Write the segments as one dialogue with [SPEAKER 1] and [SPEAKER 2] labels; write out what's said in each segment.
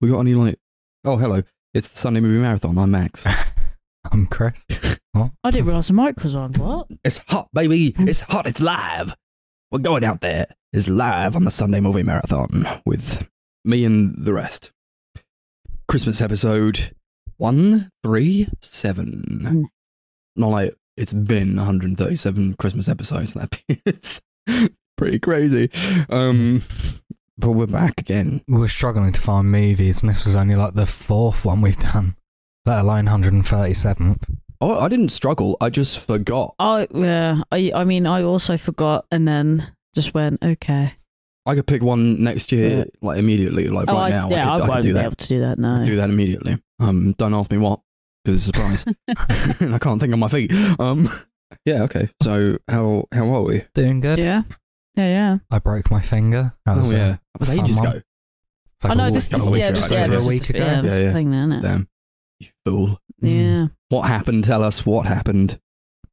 [SPEAKER 1] We got any like? Oh, hello. It's the Sunday Movie Marathon. I'm Max.
[SPEAKER 2] I'm Chris.
[SPEAKER 3] I didn't realise the mic was on. What?
[SPEAKER 1] it's hot, baby. It's hot. It's live. We're going out there. It's live on the Sunday Movie Marathon with me and the rest. Christmas episode one three seven. Not like it's been 137 Christmas episodes. That it's pretty crazy. Um, but we're back again.
[SPEAKER 2] We were struggling to find movies, and this was only like the fourth one we've done, let alone 137th.
[SPEAKER 1] Oh, I didn't struggle. I just forgot.
[SPEAKER 3] I yeah. I I mean, I also forgot, and then just went okay.
[SPEAKER 1] I could pick one next year,
[SPEAKER 3] Yeah. Oh,
[SPEAKER 1] like immediately, like right
[SPEAKER 3] I,
[SPEAKER 1] now.
[SPEAKER 3] yeah, I,
[SPEAKER 1] I could, I could
[SPEAKER 3] won't
[SPEAKER 1] do
[SPEAKER 3] be
[SPEAKER 1] that.
[SPEAKER 3] able to do that. No.
[SPEAKER 1] do that immediately. Um, don't ask me what, because it's a surprise. and I can't think on my feet. Um, yeah, okay. So how how are we?
[SPEAKER 2] Doing good.
[SPEAKER 3] Yeah. Yeah, yeah.
[SPEAKER 2] I broke my finger. That was
[SPEAKER 1] oh
[SPEAKER 2] a-
[SPEAKER 1] yeah, that was
[SPEAKER 2] fun
[SPEAKER 1] ages
[SPEAKER 2] one.
[SPEAKER 1] ago.
[SPEAKER 2] it's like
[SPEAKER 3] I know
[SPEAKER 2] a
[SPEAKER 3] this
[SPEAKER 2] week-
[SPEAKER 1] couple of
[SPEAKER 3] is Oh, yeah,
[SPEAKER 1] weeks ago, actually.
[SPEAKER 3] this, yeah, this
[SPEAKER 2] Over a
[SPEAKER 3] is-
[SPEAKER 2] week ago.
[SPEAKER 3] Yeah, this
[SPEAKER 1] Yeah,
[SPEAKER 3] is the
[SPEAKER 1] yeah.
[SPEAKER 3] thing, isn't it?
[SPEAKER 1] Damn, you fool!
[SPEAKER 3] Yeah.
[SPEAKER 1] What happened? Tell us what happened.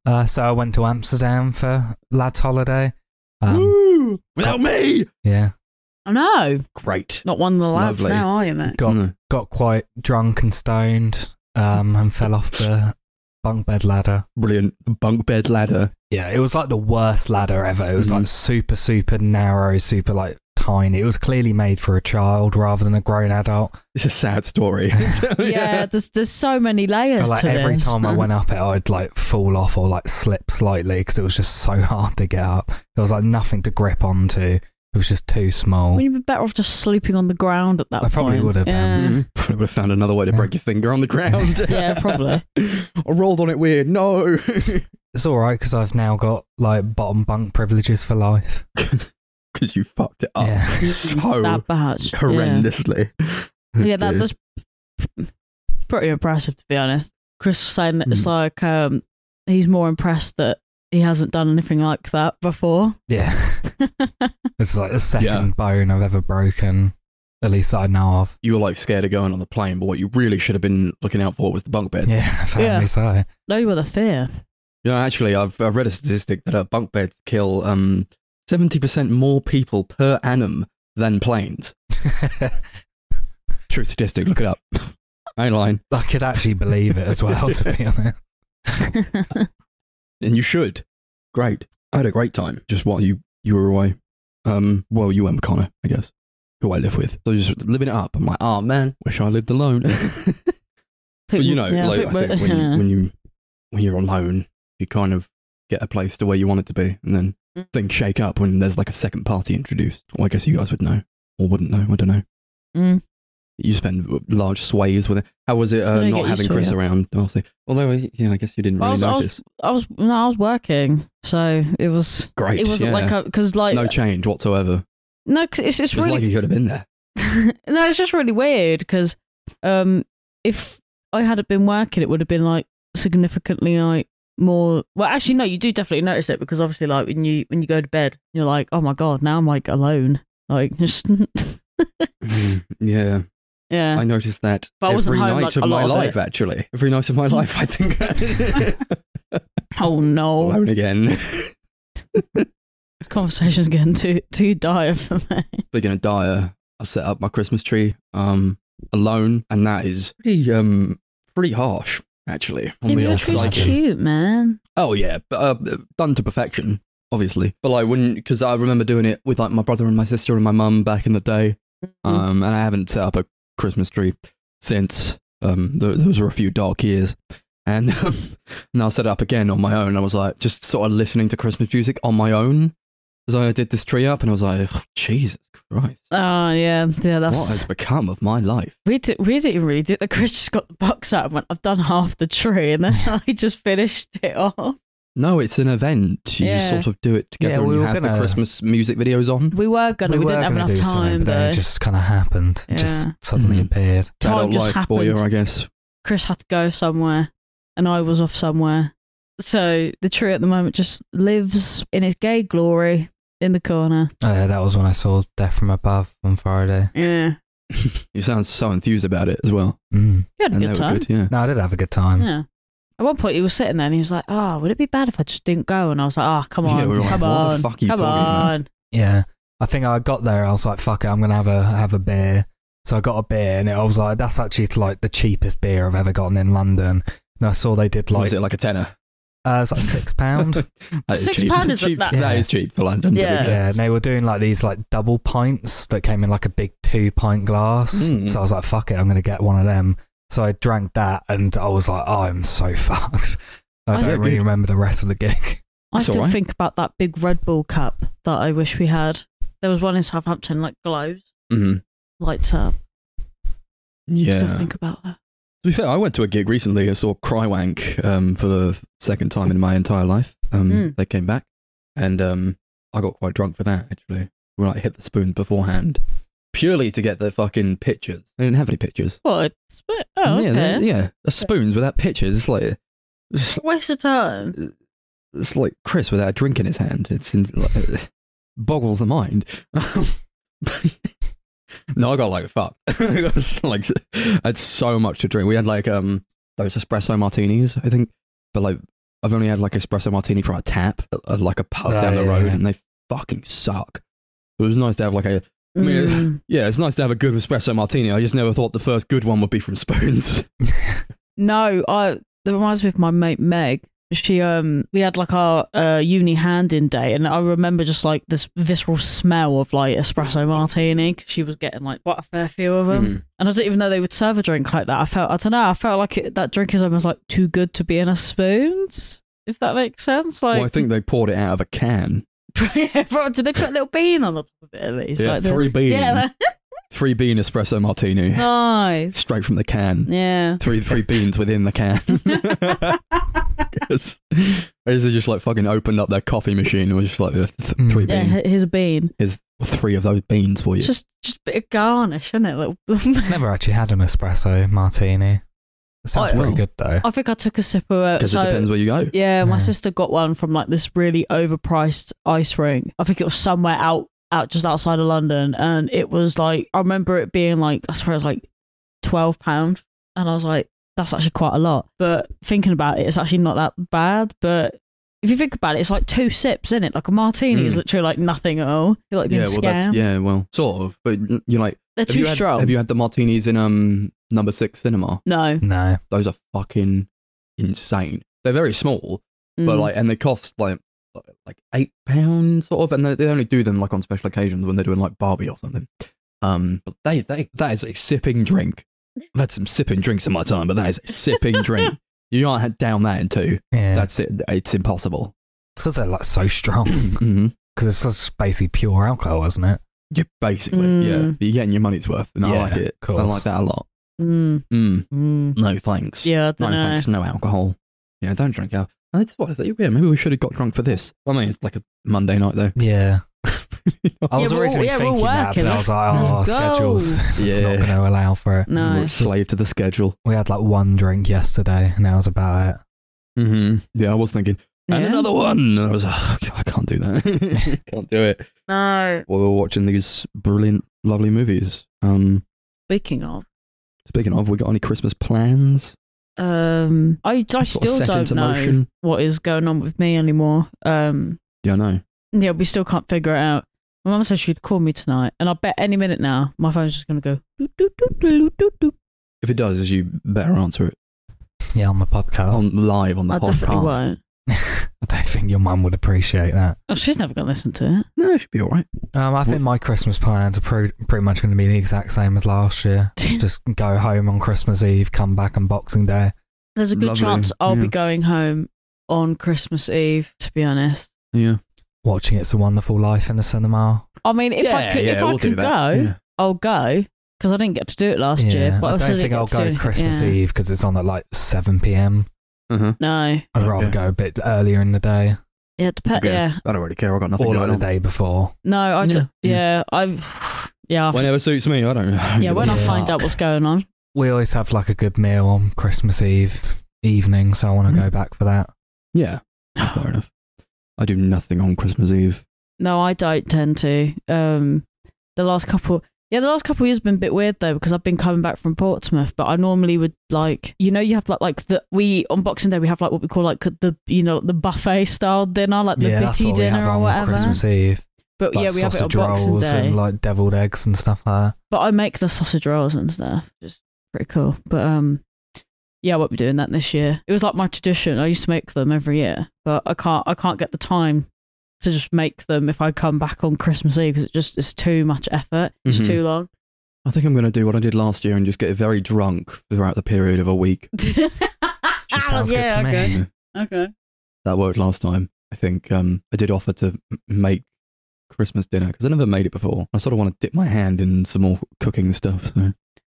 [SPEAKER 2] Uh, so I went to Amsterdam for lads' holiday. Um,
[SPEAKER 1] Woo! Without me,
[SPEAKER 2] yeah,
[SPEAKER 3] I know.
[SPEAKER 1] great.
[SPEAKER 3] Not one of the lads
[SPEAKER 1] Lovely.
[SPEAKER 3] now, are you, mate?
[SPEAKER 2] got
[SPEAKER 1] Mm.
[SPEAKER 2] got quite drunk and stoned, um, and fell off the bunk bed ladder.
[SPEAKER 1] Brilliant bunk bed ladder.
[SPEAKER 2] Yeah, it was like the worst ladder ever. It was like super, super narrow, super like tiny. It was clearly made for a child rather than a grown adult.
[SPEAKER 1] It's a sad story.
[SPEAKER 3] Yeah, there's there's so many layers
[SPEAKER 2] And, like
[SPEAKER 3] to
[SPEAKER 2] every
[SPEAKER 3] this.
[SPEAKER 2] time I went up it, I'd like fall off or like slip slightly because it was just so hard to get up. There was like nothing to grip onto. It was just too small.
[SPEAKER 3] Well, you'd be better off just sleeping on the ground at that
[SPEAKER 2] I
[SPEAKER 3] point.
[SPEAKER 2] probably would have
[SPEAKER 3] Yeah.
[SPEAKER 2] been.
[SPEAKER 1] Mhm. Probably would have found another way to break your finger on the ground.
[SPEAKER 3] Yeah, probably.
[SPEAKER 1] I rolled on it weird. No.
[SPEAKER 2] It's all right because I've now got like bottom bunk privileges for life.
[SPEAKER 1] Because you fucked it up
[SPEAKER 2] Yeah.
[SPEAKER 1] so
[SPEAKER 3] that batch.
[SPEAKER 1] horrendously.
[SPEAKER 3] Yeah, yeah that,
[SPEAKER 1] Dude.
[SPEAKER 3] that's p- pretty impressive, to be honest. Chris was saying that it's
[SPEAKER 1] Mm.
[SPEAKER 3] like um, he's more impressed that he hasn't done anything like that before.
[SPEAKER 2] Yeah, it's like the second
[SPEAKER 1] Yeah.
[SPEAKER 2] bone I've ever broken, at least I know of.
[SPEAKER 1] you were like scared of going on the plane, but what you really should have been looking out for was the bunk bed. Yeah,
[SPEAKER 2] Yeah,
[SPEAKER 3] Yeah.
[SPEAKER 2] family so.
[SPEAKER 3] no, you were the fear.
[SPEAKER 1] actually, I've, I've read a statistic that uh, bunk beds kill um seventy percent more people per annum than planes. True statistic. Look it up. I ain't lying,
[SPEAKER 2] I could actually believe it as well, to be honest.
[SPEAKER 1] and you should. Great. I had a great time just while you you were away. Um, well, you and Connor, I guess, who I live with. So just living it up. I'm like, oh man, wish I lived alone. But you know,
[SPEAKER 3] Yeah, I
[SPEAKER 1] like
[SPEAKER 3] think
[SPEAKER 1] I
[SPEAKER 3] we're-
[SPEAKER 1] think when,
[SPEAKER 3] yeah.
[SPEAKER 1] you, when you when you're alone, you kind of get a place to where you want it to be, and then
[SPEAKER 3] Mm.
[SPEAKER 1] things shake up when there's like a second party introduced. Well, I guess you guys would know or wouldn't know. I don't know.
[SPEAKER 3] Mm.
[SPEAKER 1] You spend large sways with it. How was it uh,
[SPEAKER 3] don't
[SPEAKER 1] not
[SPEAKER 3] get used
[SPEAKER 1] having
[SPEAKER 3] to it
[SPEAKER 1] Chris
[SPEAKER 3] yet.
[SPEAKER 1] around? Honestly, although yeah, I guess you didn't
[SPEAKER 3] I
[SPEAKER 1] really
[SPEAKER 3] was- I was-
[SPEAKER 1] notice.
[SPEAKER 3] I was no, I was working, so it was
[SPEAKER 1] Great.
[SPEAKER 3] it wasn't
[SPEAKER 1] yeah.
[SPEAKER 3] like because like
[SPEAKER 1] no change whatsoever.
[SPEAKER 3] no, 'cause it's just
[SPEAKER 1] It was
[SPEAKER 3] really
[SPEAKER 1] like you could have been there.
[SPEAKER 3] no, it's just really weird because um, if I hadn't been working, it would have been like significantly like more. Well, actually, no, you do definitely notice it because obviously, like when you when you go to bed, you're like, oh my god, now I'm like alone, like just
[SPEAKER 1] yeah,
[SPEAKER 3] yeah.
[SPEAKER 1] I noticed that
[SPEAKER 3] But I wasn't
[SPEAKER 1] every
[SPEAKER 3] home,
[SPEAKER 1] night
[SPEAKER 3] like,
[SPEAKER 1] of
[SPEAKER 3] a
[SPEAKER 1] my
[SPEAKER 3] lot of
[SPEAKER 1] life.
[SPEAKER 3] it.
[SPEAKER 1] Actually, every night of my life, I think
[SPEAKER 3] oh no,
[SPEAKER 1] alone again.
[SPEAKER 3] this conversation's getting too too dire for me.
[SPEAKER 1] Speaking of dire, I set up my Christmas tree um alone, and that is pretty um pretty harsh actually. on the
[SPEAKER 3] Yeah, but your
[SPEAKER 1] old
[SPEAKER 3] trees are
[SPEAKER 1] psyche.
[SPEAKER 3] cute, man.
[SPEAKER 1] Oh yeah, but, uh, done to perfection, obviously. But I wouldn't because I remember doing it with like my brother and my sister and my mum back in the day.
[SPEAKER 3] Mm.
[SPEAKER 1] Um, and I haven't set up a Christmas tree since. Um, th- those were a few dark years. And um, now I set it up again on my own. I was like, just sort of listening to Christmas music on my own as I did this tree up, and I was like, Jesus Christ.
[SPEAKER 3] Oh yeah, yeah.
[SPEAKER 1] What has
[SPEAKER 3] That's
[SPEAKER 1] become of my life?
[SPEAKER 3] we did. We didn't really do that. Chris just got the box out and went. I've done half the tree, and then I just finished it off.
[SPEAKER 1] No, it's an event. You
[SPEAKER 3] Yeah.
[SPEAKER 1] sort of do it together
[SPEAKER 2] Yeah,
[SPEAKER 1] and
[SPEAKER 2] we
[SPEAKER 1] you
[SPEAKER 2] were
[SPEAKER 1] have the
[SPEAKER 2] gonna-
[SPEAKER 1] Christmas music videos on.
[SPEAKER 3] We were gonna. We,
[SPEAKER 2] were
[SPEAKER 3] didn't have
[SPEAKER 2] gonna
[SPEAKER 3] enough
[SPEAKER 2] do something,
[SPEAKER 3] time
[SPEAKER 2] but then
[SPEAKER 3] though.
[SPEAKER 2] it just kind of happened. It Just
[SPEAKER 3] Yeah.
[SPEAKER 2] suddenly
[SPEAKER 1] Mhm.
[SPEAKER 2] appeared.
[SPEAKER 3] time
[SPEAKER 1] Adult
[SPEAKER 3] just
[SPEAKER 1] life,
[SPEAKER 3] happened.
[SPEAKER 1] Boyer, I guess.
[SPEAKER 3] Chris had to go somewhere, and I was off somewhere. So the tree at the moment just lives in its gay glory in the corner.
[SPEAKER 2] Uh, that was when I saw Death from Above on Friday.
[SPEAKER 3] Yeah,
[SPEAKER 1] You sound so enthused about it as well.
[SPEAKER 2] Mm.
[SPEAKER 3] you had a
[SPEAKER 1] And they
[SPEAKER 3] good
[SPEAKER 1] were
[SPEAKER 3] time.
[SPEAKER 1] good, yeah.
[SPEAKER 2] No, I did have a good time.
[SPEAKER 3] Yeah. At one point, he was sitting there and he was like, "Oh, would it be bad if I just didn't go?" And I was like, "Oh, come on,
[SPEAKER 1] Yeah, we were like,
[SPEAKER 3] come
[SPEAKER 1] what
[SPEAKER 3] on,
[SPEAKER 1] the fuck are you
[SPEAKER 3] come
[SPEAKER 1] talking about?
[SPEAKER 3] on."
[SPEAKER 2] Yeah, I think I got there. I was like, "Fuck it, I'm gonna have a have a beer." So I got a beer, and it, I was like, that's actually like the cheapest beer I've ever gotten in London. And I saw they did
[SPEAKER 1] What
[SPEAKER 2] like,
[SPEAKER 1] is it like a tenner?
[SPEAKER 2] uh, it's like six pound.
[SPEAKER 1] That is
[SPEAKER 3] Six
[SPEAKER 1] cheap.
[SPEAKER 3] pound is
[SPEAKER 1] cheap.
[SPEAKER 3] that-
[SPEAKER 1] that is cheap for London. to be
[SPEAKER 3] Yeah.
[SPEAKER 1] fair.
[SPEAKER 2] yeah, and they were doing like these like double pints that came in like a big two pint glass.
[SPEAKER 1] Mm.
[SPEAKER 2] So I was like, fuck it, I'm gonna get one of them. So I drank that, and I was like, oh, I'm so fucked. I
[SPEAKER 3] Is
[SPEAKER 1] that
[SPEAKER 2] don't really
[SPEAKER 1] good?
[SPEAKER 2] remember the rest of the gig.
[SPEAKER 3] I
[SPEAKER 1] It's
[SPEAKER 3] still
[SPEAKER 1] alright.
[SPEAKER 3] think about that big Red Bull cup that I wish we had. There was one in Southampton, like glows,
[SPEAKER 1] Mhm.
[SPEAKER 3] lights up. I
[SPEAKER 1] Yeah.
[SPEAKER 3] still think about that.
[SPEAKER 1] To be fair, I went to a gig recently and saw Crywank um, for the second time in my entire life. Um,
[SPEAKER 3] Mm.
[SPEAKER 1] They came back, and um, I got quite drunk for that. Actually, we like hit the spoon beforehand, purely to get the fucking pictures. They didn't have any pictures.
[SPEAKER 3] What? It's, oh,
[SPEAKER 1] yeah,
[SPEAKER 3] okay.
[SPEAKER 1] they- yeah, the spoons without pictures. It's like it's,
[SPEAKER 3] Waste of time.
[SPEAKER 1] it's like Chris without a drink in his hand. It's in, like, boggles the mind. no, I got like fuck. I got, s- like s- I had so much to drink. We had like um those espresso martinis, I think, but like I've only had like espresso martini from a tap at, at, like a pub
[SPEAKER 2] Oh,
[SPEAKER 1] down the
[SPEAKER 2] yeah,
[SPEAKER 1] road,
[SPEAKER 2] yeah.
[SPEAKER 1] and they fucking suck. It was nice to have like a I mean, it-
[SPEAKER 3] Mm.
[SPEAKER 1] yeah, it's nice to have a good espresso martini. I just never thought the first good one would be from spoons.
[SPEAKER 3] No, I that reminds me of my mate Meg. She um we had like our uh, uni hand in day and I remember just like this visceral smell of like espresso martini 'cause she was getting like quite a fair few of them
[SPEAKER 1] Mm.
[SPEAKER 3] and I didn't even know they would serve a drink like that I felt I don't know I felt like it, that drink is almost like too good to be in a spoons if that makes sense like
[SPEAKER 1] well, I think they poured it out of a can.
[SPEAKER 3] yeah, bro, did they put a little bean on the top of it at least
[SPEAKER 1] yeah,
[SPEAKER 3] like the-
[SPEAKER 1] three bean,
[SPEAKER 3] yeah like-
[SPEAKER 1] three bean espresso martini.
[SPEAKER 3] nice
[SPEAKER 1] straight from the can.
[SPEAKER 3] yeah
[SPEAKER 1] Three three beans within the can. 'Cause they just like fucking opened up their coffee machine and was just like th- th-
[SPEAKER 2] Mm.
[SPEAKER 1] three
[SPEAKER 3] yeah
[SPEAKER 1] bean,
[SPEAKER 3] he- here's a bean
[SPEAKER 1] three of those beans for you.
[SPEAKER 3] it's just just a bit of garnish isn't it little
[SPEAKER 2] Never actually had an espresso martini. It sounds
[SPEAKER 3] Oh,
[SPEAKER 2] pretty
[SPEAKER 1] well.
[SPEAKER 2] good though.
[SPEAKER 3] I think I took a sip of it.
[SPEAKER 1] Because
[SPEAKER 3] So,
[SPEAKER 1] it depends where you go.
[SPEAKER 3] yeah, my
[SPEAKER 2] Yeah.
[SPEAKER 3] sister got one from like this really overpriced ice rink. I think it was somewhere out, out just outside of London, and it was like I remember it being like I swear it was like twelve pound, and I was like, that's actually quite a lot. But thinking about it, it's actually not that bad. But if you think about it, it's like two sips in it. Like a martini is
[SPEAKER 1] Mm.
[SPEAKER 3] literally like nothing at all. You're like being
[SPEAKER 1] yeah, well, that's
[SPEAKER 3] scammed.
[SPEAKER 1] yeah, well, sort of. But n- you're like,
[SPEAKER 3] They're
[SPEAKER 1] have
[SPEAKER 3] too
[SPEAKER 1] you, had,
[SPEAKER 3] strong.
[SPEAKER 1] have you had the martinis in um number six cinema?
[SPEAKER 3] no,
[SPEAKER 2] No.
[SPEAKER 1] Those are fucking insane. They're very small, but
[SPEAKER 3] Mm.
[SPEAKER 1] like, and they cost like like eight pounds sort of, and they, they only do them like on special occasions when they're doing like Barbie or something. Um, but they they that is a sipping drink. I've had some sipping drinks in my time, but that is a sipping drink. You can't ha- down that in two.
[SPEAKER 2] Yeah.
[SPEAKER 1] That's it. It's impossible.
[SPEAKER 2] it's because they're like so strong.
[SPEAKER 1] mm-hmm.
[SPEAKER 2] Because it's just basically pure alcohol, isn't it?
[SPEAKER 1] Yeah, basically, yeah.
[SPEAKER 3] Mm.
[SPEAKER 1] But you're getting your money's worth, and I
[SPEAKER 2] Yeah,
[SPEAKER 1] like it.
[SPEAKER 2] of
[SPEAKER 1] I
[SPEAKER 2] course.
[SPEAKER 1] like that a lot.
[SPEAKER 3] Mm,
[SPEAKER 1] Mm,
[SPEAKER 3] mm.
[SPEAKER 1] no thanks.
[SPEAKER 3] yeah, I
[SPEAKER 1] No
[SPEAKER 3] don't know.
[SPEAKER 1] thanks. No alcohol. Yeah, don't drink alcohol. That's what I thought. Yeah, maybe we should have got drunk for this. I mean, it's like a Monday night though.
[SPEAKER 2] Yeah. I
[SPEAKER 3] Yeah,
[SPEAKER 2] was
[SPEAKER 3] we're all-
[SPEAKER 2] originally
[SPEAKER 3] yeah, we're
[SPEAKER 2] thinking that,
[SPEAKER 3] working.
[SPEAKER 2] but I was like, oh, our
[SPEAKER 3] Let's go.
[SPEAKER 2] schedules. it's
[SPEAKER 1] Yeah.
[SPEAKER 2] not going to allow for it.
[SPEAKER 1] We're
[SPEAKER 3] No,
[SPEAKER 1] a slave to the schedule.
[SPEAKER 2] We had like one drink yesterday, and that was about it.
[SPEAKER 1] hmm Yeah, I was thinking, and
[SPEAKER 3] Yeah.
[SPEAKER 1] another one. And I was like, "Oh, God, I can't do that. can't do it.
[SPEAKER 3] no.
[SPEAKER 1] While we were watching these brilliant, lovely movies. Um,
[SPEAKER 3] Speaking of.
[SPEAKER 1] speaking of, we got any Christmas plans?
[SPEAKER 3] Um, I, I
[SPEAKER 1] Sort of
[SPEAKER 3] still
[SPEAKER 1] set
[SPEAKER 3] don't
[SPEAKER 1] into
[SPEAKER 3] know
[SPEAKER 1] motion?
[SPEAKER 3] what is going on with me anymore. Um,
[SPEAKER 1] Yeah, I know.
[SPEAKER 3] yeah, we still can't figure it out. My mum said she'd call me tonight, and I bet any minute now my phone's just gonna go. doot, doot, doot, doot, doot, doot.
[SPEAKER 1] If it does, you better answer it
[SPEAKER 2] Yeah, on the podcast.
[SPEAKER 1] on live on the
[SPEAKER 3] I definitely
[SPEAKER 1] podcast.
[SPEAKER 3] won't.
[SPEAKER 2] I don't think your mum would appreciate that.
[SPEAKER 3] Oh, she's never gonna listen to
[SPEAKER 1] No, it should be all right.
[SPEAKER 2] Um, I think my Christmas plans are pre- pretty much going to be the exact same as last year.
[SPEAKER 3] it.
[SPEAKER 2] Just go home on Christmas Eve, come back on Boxing Day.
[SPEAKER 3] There's a good
[SPEAKER 1] Lovely,
[SPEAKER 3] chance I'll
[SPEAKER 1] yeah.
[SPEAKER 3] be going home on Christmas Eve. To be honest,
[SPEAKER 1] Yeah.
[SPEAKER 2] watching It's a Wonderful Life in the cinema.
[SPEAKER 3] I mean, if I could, if I
[SPEAKER 1] we'll do
[SPEAKER 3] could go,
[SPEAKER 1] that. Yeah.
[SPEAKER 3] I'll go because I didn't get to do it last year. But
[SPEAKER 2] I
[SPEAKER 3] also
[SPEAKER 2] don't
[SPEAKER 3] didn't
[SPEAKER 2] think
[SPEAKER 3] get
[SPEAKER 2] I'll
[SPEAKER 3] to do
[SPEAKER 2] go
[SPEAKER 3] anything-
[SPEAKER 2] Christmas
[SPEAKER 3] yeah.
[SPEAKER 2] Eve because it's on at like 7 p.m.
[SPEAKER 1] Uh-huh.
[SPEAKER 3] No,
[SPEAKER 2] I'd rather
[SPEAKER 1] Okay.
[SPEAKER 2] go a bit earlier in the day
[SPEAKER 3] yeah,
[SPEAKER 1] I
[SPEAKER 3] dep-
[SPEAKER 1] guess.
[SPEAKER 3] yeah,
[SPEAKER 1] I don't really care. I've got nothing
[SPEAKER 2] or like
[SPEAKER 1] going
[SPEAKER 2] the
[SPEAKER 1] on.
[SPEAKER 2] day before.
[SPEAKER 3] no, I, d-
[SPEAKER 1] Yeah.
[SPEAKER 3] yeah, I've, yeah, I've
[SPEAKER 1] Whenever suits me, I don't know.
[SPEAKER 3] yeah, when I
[SPEAKER 2] Yeah.
[SPEAKER 3] find out what's going on.
[SPEAKER 2] We always have like a good meal on Christmas Eve evening, so I want to
[SPEAKER 3] Mm-hmm.
[SPEAKER 2] go back for that.
[SPEAKER 1] Yeah, fair enough. I do nothing on Christmas Eve.
[SPEAKER 3] No, I don't tend to. Um, the last couple, yeah, the last couple years have been a bit weird though because I've been coming back from Portsmouth, but I normally would like, you know, you have like like the we on Boxing Day we have like what we call like the you know the buffet style dinner, like the
[SPEAKER 2] yeah, that's
[SPEAKER 3] bitty
[SPEAKER 2] what we
[SPEAKER 3] dinner
[SPEAKER 2] have
[SPEAKER 3] or
[SPEAKER 2] on
[SPEAKER 3] whatever.
[SPEAKER 2] Christmas Eve.
[SPEAKER 3] But
[SPEAKER 2] like
[SPEAKER 3] yeah, we have it on
[SPEAKER 2] sausage
[SPEAKER 3] Boxing
[SPEAKER 2] rolls
[SPEAKER 3] Day.
[SPEAKER 2] and like deviled eggs and stuff like
[SPEAKER 3] but I make the sausage rolls and stuff. Just pretty cool. But um, yeah, I won't be doing that this year. It was like my tradition. I used to make them every year, but I can't. I can't get the time to just make them if I come back on Christmas Eve because it just it's too much effort. It's
[SPEAKER 1] Mhm.
[SPEAKER 3] too long.
[SPEAKER 1] I think I'm going to do what I did last year and just get very drunk throughout the period of a week.
[SPEAKER 2] that. Sounds good to
[SPEAKER 3] okay.
[SPEAKER 2] me.
[SPEAKER 3] Okay.
[SPEAKER 1] That worked last time. I think um, I did offer to m- make Christmas dinner because I never made it before. I sort of want to dip my hand in some more cooking stuff. So.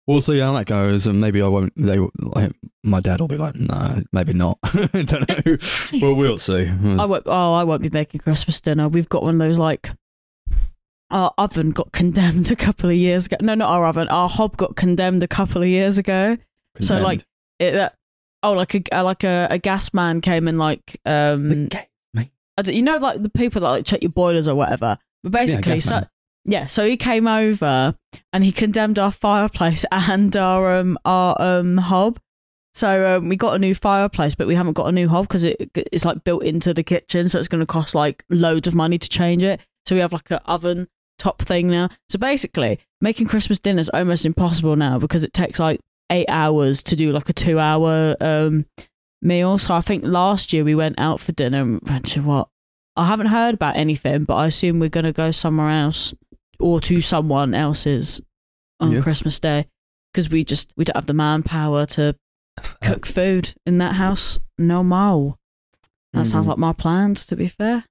[SPEAKER 1] We'll see how that goes, and maybe I won't. They, will- like, my dad will be like, "No, maybe not." I don't know. well, we'll see.
[SPEAKER 3] I won't. Oh, I won't be making Christmas dinner. We've got one of those like. Our oven got condemned a couple of years ago. No, not our oven. Our hob got condemned a couple of years ago. so,
[SPEAKER 1] Condemned.
[SPEAKER 3] like, it, that oh like a uh, like a, a gas man came and like um
[SPEAKER 1] The
[SPEAKER 3] I don't- you know like the people that like check your boilers or whatever but basically
[SPEAKER 1] gas
[SPEAKER 3] so
[SPEAKER 1] man.
[SPEAKER 3] yeah so he came over and he condemned our fireplace and our um our um hob so um, we got a new fireplace but we haven't got a new hob because it, it's like built into the kitchen so it's going to cost like loads of money to change it so we have like an oven top thing now so basically making christmas dinner is almost impossible now because it takes like eight hours to do like a two hour um meal. So I think last year we went out for dinner and went to what? I haven't heard about anything, but I assume we're gonna go somewhere else or to someone else's on
[SPEAKER 1] Yeah.
[SPEAKER 3] Christmas Day because we just we don't have the manpower to
[SPEAKER 2] That's fair.
[SPEAKER 3] cook food in that house. No mo. That
[SPEAKER 1] Mm-hmm.
[SPEAKER 3] sounds like my plans. To be fair,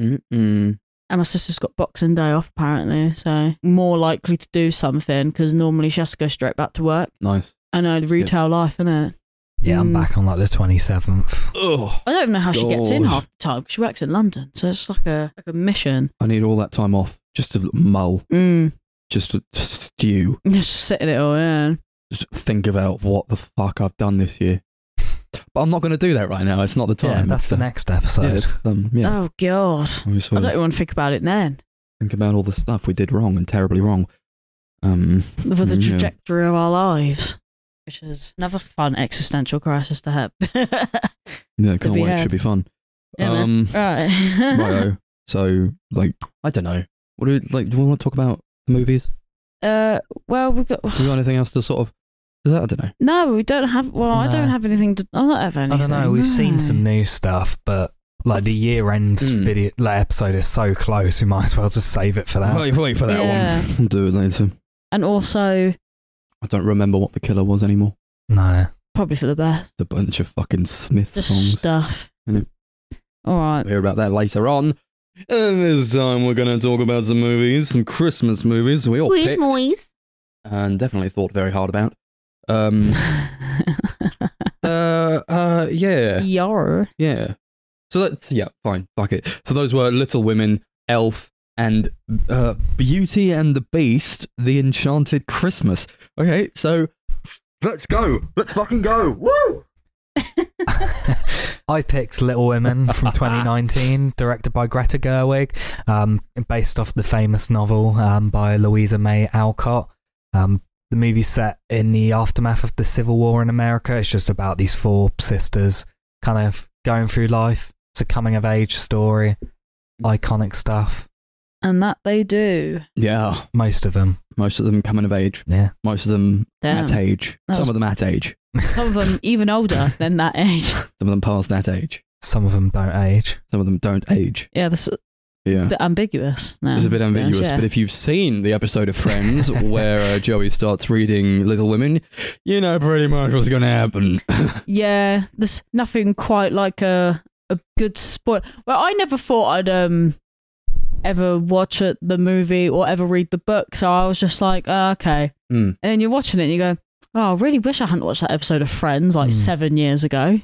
[SPEAKER 1] Mm-mm-mm.
[SPEAKER 3] and my sister's got Boxing Day off apparently, so more likely to do something because normally she has to go straight back to work.
[SPEAKER 1] Nice.
[SPEAKER 3] I know retail life, innit?
[SPEAKER 2] Yeah, I'm
[SPEAKER 3] Mm.
[SPEAKER 2] back on like the 27th.
[SPEAKER 1] Oh,
[SPEAKER 3] I don't even know how she gets in
[SPEAKER 1] God.
[SPEAKER 3] half the time 'cause she works in London, so it's like a like a mission.
[SPEAKER 1] I need all that time off just to mull,
[SPEAKER 3] Mm.
[SPEAKER 1] just to stew,
[SPEAKER 3] Just sitting it all in.
[SPEAKER 1] just think about what the fuck I've done this year. But I'm not going to do that right now. It's not the time.
[SPEAKER 2] Yeah, that's the
[SPEAKER 1] It's, uh,
[SPEAKER 2] next episode.
[SPEAKER 1] Yeah, it's, um, yeah.
[SPEAKER 3] Oh god,
[SPEAKER 1] We just
[SPEAKER 3] I
[SPEAKER 1] sort
[SPEAKER 3] don't
[SPEAKER 1] of
[SPEAKER 3] even want to think about it then.
[SPEAKER 1] think about all the stuff we did wrong and terribly wrong. Um,
[SPEAKER 3] For the
[SPEAKER 2] Mm,
[SPEAKER 1] Yeah.
[SPEAKER 3] trajectory of our lives, which is another fun existential crisis to have.
[SPEAKER 1] yeah, can't wait.
[SPEAKER 3] be
[SPEAKER 1] It
[SPEAKER 3] had.
[SPEAKER 1] should be fun.
[SPEAKER 3] Yeah, man.
[SPEAKER 1] um,
[SPEAKER 3] right.
[SPEAKER 1] righto. So, like, I don't know. What do we, like? Do we want to talk about the movies?
[SPEAKER 3] Uh, well, we've got
[SPEAKER 1] Do we got anything else to sort of? Is that I don't know.
[SPEAKER 3] no. We don't have. Well, I
[SPEAKER 2] No.
[SPEAKER 3] don't have anything to. I don't have
[SPEAKER 2] I
[SPEAKER 3] anything.
[SPEAKER 2] don't know. We've
[SPEAKER 3] no.
[SPEAKER 2] seen some new stuff, but like the year end
[SPEAKER 1] Mm.
[SPEAKER 2] video like, episode is so close, we might as well just save it for that.
[SPEAKER 1] wait, wait for that
[SPEAKER 3] Yeah.
[SPEAKER 1] one. I'll do it later.
[SPEAKER 3] and also
[SPEAKER 1] I don't remember what the killer was anymore.
[SPEAKER 2] No,
[SPEAKER 3] probably for the best.
[SPEAKER 1] It's a bunch of fucking Smith
[SPEAKER 3] Just
[SPEAKER 1] songs.
[SPEAKER 3] stuff.
[SPEAKER 1] Yeah.
[SPEAKER 3] All right.
[SPEAKER 1] We'll hear about that later on. And this time we're going to talk about some movies, some Christmas movies we all picked and definitely thought very hard about. Um, uh, uh, yeah,
[SPEAKER 3] Yar.
[SPEAKER 1] yeah. So that's yeah, fine, fuck it. So those were Little Women, Elf, and uh, Beauty and the Beast: The Enchanted Christmas. Okay, so let's go. Let's fucking go. Woo!
[SPEAKER 2] I picked Little Women from 2019, directed by Greta Gerwig, um, based off the famous novel um, by Louisa May Alcott. Um, the movie's set in the aftermath of the Civil War in America. It's just about these four sisters kind of going through life. It's a coming of age story, iconic stuff.
[SPEAKER 3] And that they do.
[SPEAKER 1] Yeah,
[SPEAKER 2] Most of them,
[SPEAKER 1] most of them coming of age.
[SPEAKER 2] yeah.
[SPEAKER 1] Most of them
[SPEAKER 3] Damn.
[SPEAKER 1] at age.
[SPEAKER 3] That
[SPEAKER 1] Some
[SPEAKER 3] was-
[SPEAKER 1] of them at age.
[SPEAKER 3] Some of them even older than that age.
[SPEAKER 1] Some of them past that age.
[SPEAKER 2] Some of them don't age.
[SPEAKER 1] Some of them don't age.
[SPEAKER 3] Yeah, that's a
[SPEAKER 1] Yeah.
[SPEAKER 3] bit ambiguous. Now,
[SPEAKER 1] It's a bit
[SPEAKER 3] to be honest,
[SPEAKER 1] ambiguous,
[SPEAKER 3] yeah.
[SPEAKER 1] but if you've seen the episode of Friends where uh, Joey starts reading Little Women, you know pretty much what's going to happen.
[SPEAKER 3] yeah, there's nothing quite like a a good spoil. Well, I never thought I'd um ever watch it, the movie or ever read the book, so I was just like, oh, okay.
[SPEAKER 1] Mm.
[SPEAKER 3] And then you're watching it, and you go, oh, I really wish I hadn't watched that episode of Friends like
[SPEAKER 1] Hmm.
[SPEAKER 2] Mm.
[SPEAKER 3] seven years ago.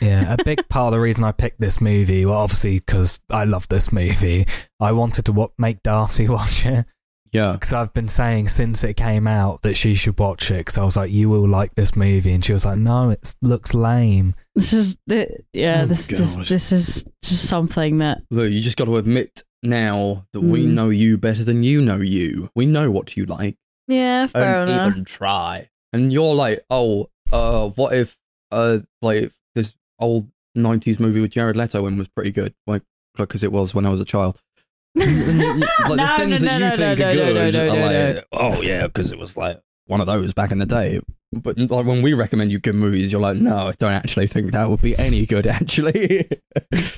[SPEAKER 2] Yeah, a big part of the reason I picked this movie, well, obviously because I love this movie, I wanted to wa- make Darcy watch it
[SPEAKER 1] Yeah.
[SPEAKER 2] because I've been saying since it came out that she should watch it because I was like, you will like this movie, and she was like, no, it looks lame.
[SPEAKER 3] This is the, yeah.
[SPEAKER 1] Oh,
[SPEAKER 3] this this
[SPEAKER 1] God.
[SPEAKER 3] this is just something that
[SPEAKER 1] Lou, you just got to admit now that we
[SPEAKER 3] Mm.
[SPEAKER 1] know you better than you know you. We know what you like
[SPEAKER 3] yeah fair
[SPEAKER 1] and
[SPEAKER 3] enough.
[SPEAKER 1] even try. And you're like, oh, uh, what if, uh, like this old '90s movie with Jared Leto in was pretty good, like because it was when I was a child. And, and, like the
[SPEAKER 3] No,
[SPEAKER 1] things
[SPEAKER 3] no,
[SPEAKER 1] that
[SPEAKER 3] no,
[SPEAKER 1] you
[SPEAKER 3] no,
[SPEAKER 1] think
[SPEAKER 3] no,
[SPEAKER 1] are
[SPEAKER 3] no, no,
[SPEAKER 1] good
[SPEAKER 3] no,
[SPEAKER 1] are
[SPEAKER 3] no,
[SPEAKER 1] like, oh yeah, because it was like one of those back in the day. But like when we recommend you good movies, you're like, no, I don't actually think that would be any good. Actually,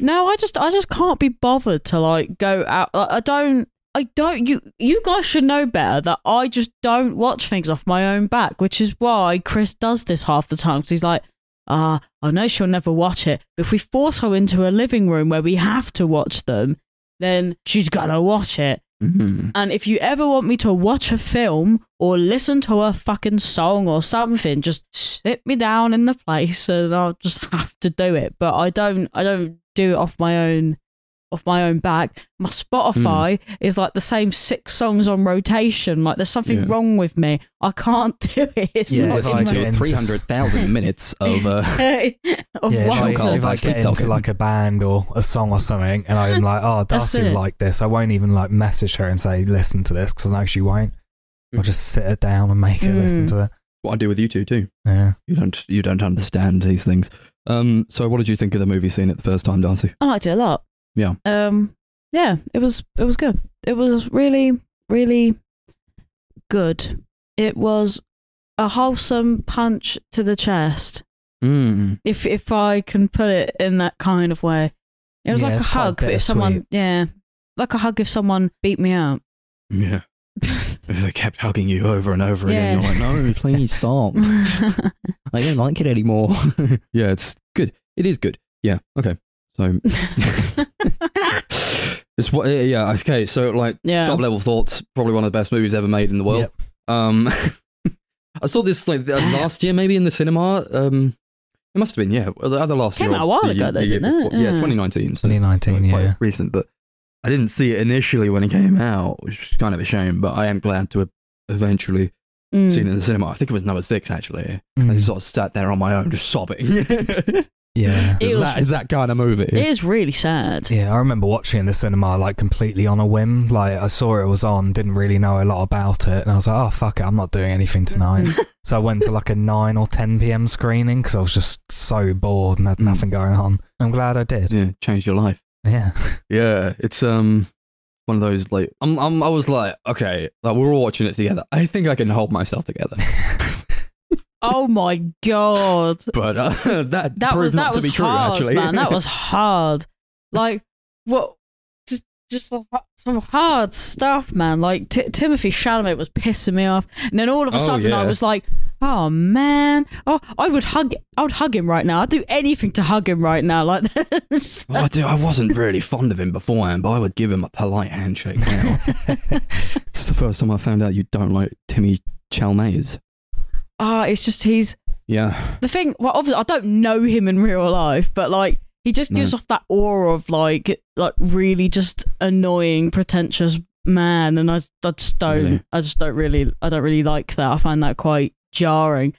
[SPEAKER 3] No, I just I just can't be bothered to like go out. Like, I don't. I don't. You you guys should know better that I just don't watch things off my own back, which is why Chris does this half the time. 'cause he's like, ah, I know she'll never watch it, but if we force her into a living room where we have to watch them, then she's gonna watch it.
[SPEAKER 1] Mhm.
[SPEAKER 3] And if you ever want me to watch a film or listen to a fucking song or something, just sit me down in the place and I'll just have to do it. But I don't I don't do it off my own off my own back. My Spotify
[SPEAKER 2] Hmm.
[SPEAKER 3] is like the same six songs on rotation. Like there's something
[SPEAKER 1] Yeah.
[SPEAKER 3] wrong with me. I can't do it. It's
[SPEAKER 2] Yeah,
[SPEAKER 3] not
[SPEAKER 2] if
[SPEAKER 3] in
[SPEAKER 2] I
[SPEAKER 3] my-
[SPEAKER 2] do
[SPEAKER 1] into
[SPEAKER 2] it.
[SPEAKER 1] three hundred thousand minutes of uh,
[SPEAKER 3] of
[SPEAKER 2] yeah, if
[SPEAKER 3] one
[SPEAKER 2] I,
[SPEAKER 1] Shall
[SPEAKER 3] song.
[SPEAKER 2] if I
[SPEAKER 1] I
[SPEAKER 2] get
[SPEAKER 1] sleep
[SPEAKER 2] into
[SPEAKER 1] talking?
[SPEAKER 2] like a band or a song or something, and I'm like, "Oh,
[SPEAKER 3] That's
[SPEAKER 2] Darcy
[SPEAKER 3] it.
[SPEAKER 2] like this," I won't even like message her and say, "Listen to this," because I know she won't.
[SPEAKER 1] Mm.
[SPEAKER 2] I'll just sit her down and make her listen
[SPEAKER 3] Mm.
[SPEAKER 2] to it.
[SPEAKER 1] what I do with you two too.
[SPEAKER 2] Yeah,
[SPEAKER 1] You don't you don't understand these things. Um, so what did you think of the movie scene at the first time, Darcy?
[SPEAKER 3] I liked it a lot.
[SPEAKER 1] Yeah.
[SPEAKER 3] Um. Yeah. It was. It was good. It was really, really good. It was a wholesome punch to the chest,
[SPEAKER 1] Mm.
[SPEAKER 3] if if I can put it in that kind of way. It was
[SPEAKER 2] Yeah,
[SPEAKER 3] like a
[SPEAKER 2] it's quite
[SPEAKER 3] hug, but if someone,
[SPEAKER 2] bittersweet.
[SPEAKER 3] yeah, like a hug if someone beat me up.
[SPEAKER 1] Yeah. They kept hugging you over and over again.
[SPEAKER 3] Yeah.
[SPEAKER 1] You're like, no, please stop. I don't like it anymore. yeah, it's good. It is good. Yeah. Okay. So it's what. Yeah. Okay. So like
[SPEAKER 3] yeah.
[SPEAKER 1] top level thoughts. Probably one of the best movies ever made in the world.
[SPEAKER 2] Yep.
[SPEAKER 1] Um, I saw this like uh, last year, maybe in the cinema. Um, it must have been yeah, the other last
[SPEAKER 3] Came
[SPEAKER 1] year.
[SPEAKER 3] out a
[SPEAKER 1] or
[SPEAKER 3] while
[SPEAKER 1] the
[SPEAKER 3] ago
[SPEAKER 1] year-
[SPEAKER 3] though,
[SPEAKER 1] the year
[SPEAKER 3] didn't it?
[SPEAKER 1] before. Yeah,
[SPEAKER 3] Yeah.
[SPEAKER 1] 2019. so
[SPEAKER 2] 2019,
[SPEAKER 1] quite
[SPEAKER 2] yeah.
[SPEAKER 1] recent. But I didn't see it initially when it came out, which was kind of a shame. But I am glad to have eventually
[SPEAKER 3] Mm.
[SPEAKER 1] seen it in the cinema. I think it was number six actually. I
[SPEAKER 2] Mm.
[SPEAKER 1] sort of sat there on my own, just sobbing. is,
[SPEAKER 2] yeah.
[SPEAKER 3] It was-
[SPEAKER 1] that, is that kind of movie?
[SPEAKER 3] It is really sad.
[SPEAKER 2] Yeah, I remember watching it in the cinema like completely on a whim. Like I saw it was on, didn't really know a lot about it, and I was like, "Oh fuck it, I'm not doing anything tonight." so I went to like a nine or ten p.m. screening because I was just so bored and had
[SPEAKER 3] Hmm.
[SPEAKER 1] Mm.
[SPEAKER 2] nothing going on. I'm glad I did.
[SPEAKER 1] Yeah, changed your life.
[SPEAKER 2] Yeah,
[SPEAKER 1] Yeah, it's um one of those like I'm, I'm I was like okay, like we're all watching it together. I think I can hold myself together,
[SPEAKER 3] oh my god.
[SPEAKER 1] but uh, that,
[SPEAKER 3] that
[SPEAKER 1] proved
[SPEAKER 3] was that
[SPEAKER 1] not to
[SPEAKER 3] was
[SPEAKER 1] be true
[SPEAKER 3] hard,
[SPEAKER 1] actually.
[SPEAKER 3] man. That was hard. Like what? Just, just some h- some hard stuff, man. Like T- Timothy Chalamet was pissing me off, and then all of a
[SPEAKER 1] Oh,
[SPEAKER 3] sudden I
[SPEAKER 1] yeah.
[SPEAKER 3] was like, "Oh man, oh I would hug, I would hug him right now. I'd do anything to hug him right now." Like this.
[SPEAKER 1] Well, I do. I wasn't really fond of him beforehand, but I would give him a polite handshake now. this is the first time I found out you don't like Timmy Chalmers.
[SPEAKER 3] Ah, it's just he's
[SPEAKER 1] Yeah,
[SPEAKER 3] the thing. Well, obviously I don't know him in real life, but like. He just
[SPEAKER 1] No.
[SPEAKER 3] gives off that aura of like, like really just annoying, pretentious man, and I, I just don't,
[SPEAKER 1] Really?
[SPEAKER 3] I just don't really, I don't really like that. I find that quite jarring.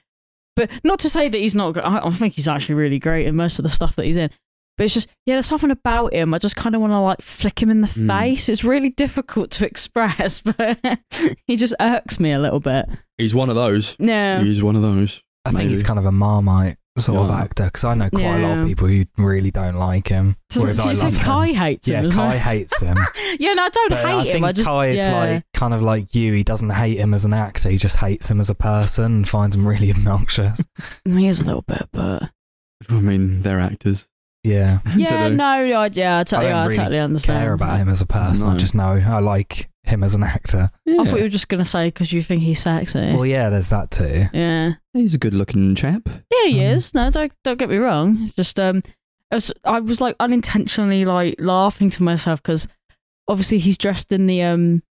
[SPEAKER 3] But not to say that he's not. gr- I, I think he's actually really great in most of the stuff that he's in. But it's just, yeah, there's something about him. I just kind of want to like flick him in the
[SPEAKER 2] Hmm.
[SPEAKER 1] Mm.
[SPEAKER 3] face. It's really difficult to express, but he just irks me a little bit.
[SPEAKER 1] he's one of those.
[SPEAKER 3] No,
[SPEAKER 1] He's one of those.
[SPEAKER 2] I think he's
[SPEAKER 1] Maybe.
[SPEAKER 2] kind of a marmite sort of
[SPEAKER 1] Yeah.
[SPEAKER 2] actor because I know quite a lot
[SPEAKER 3] Yeah.
[SPEAKER 2] of people who really don't like him.
[SPEAKER 3] so,
[SPEAKER 2] Whereas
[SPEAKER 3] so
[SPEAKER 2] I
[SPEAKER 3] you say
[SPEAKER 2] love him.
[SPEAKER 3] Kai hates him.
[SPEAKER 2] Yeah,
[SPEAKER 3] as well?
[SPEAKER 2] Kai hates him.
[SPEAKER 3] Yeah, no, I don't
[SPEAKER 2] But
[SPEAKER 3] hate
[SPEAKER 2] I think
[SPEAKER 3] him. I just
[SPEAKER 2] Kai is
[SPEAKER 3] yeah.
[SPEAKER 2] like kind of like you. He doesn't hate him as an actor. He just hates him as a person and finds him really obnoxious.
[SPEAKER 3] he is a little bit, but
[SPEAKER 1] I mean, they're actors.
[SPEAKER 2] Yeah,
[SPEAKER 3] yeah,
[SPEAKER 1] Dunno.
[SPEAKER 3] no, no, I- yeah, I totally,
[SPEAKER 2] I don't
[SPEAKER 3] I
[SPEAKER 2] really
[SPEAKER 3] totally understand.
[SPEAKER 2] care about him as a person. I
[SPEAKER 1] No.
[SPEAKER 2] just know I like him as an actor.
[SPEAKER 1] Yeah.
[SPEAKER 3] I thought you were just gonna say because you think he's sexy.
[SPEAKER 2] Well, yeah, there's that too.
[SPEAKER 3] yeah,
[SPEAKER 1] He's a good-looking chap.
[SPEAKER 3] yeah, he
[SPEAKER 2] Um,
[SPEAKER 3] is. No, don't don't get me wrong. It's Just um, I was, I was like unintentionally like laughing to myself because obviously he's dressed in the um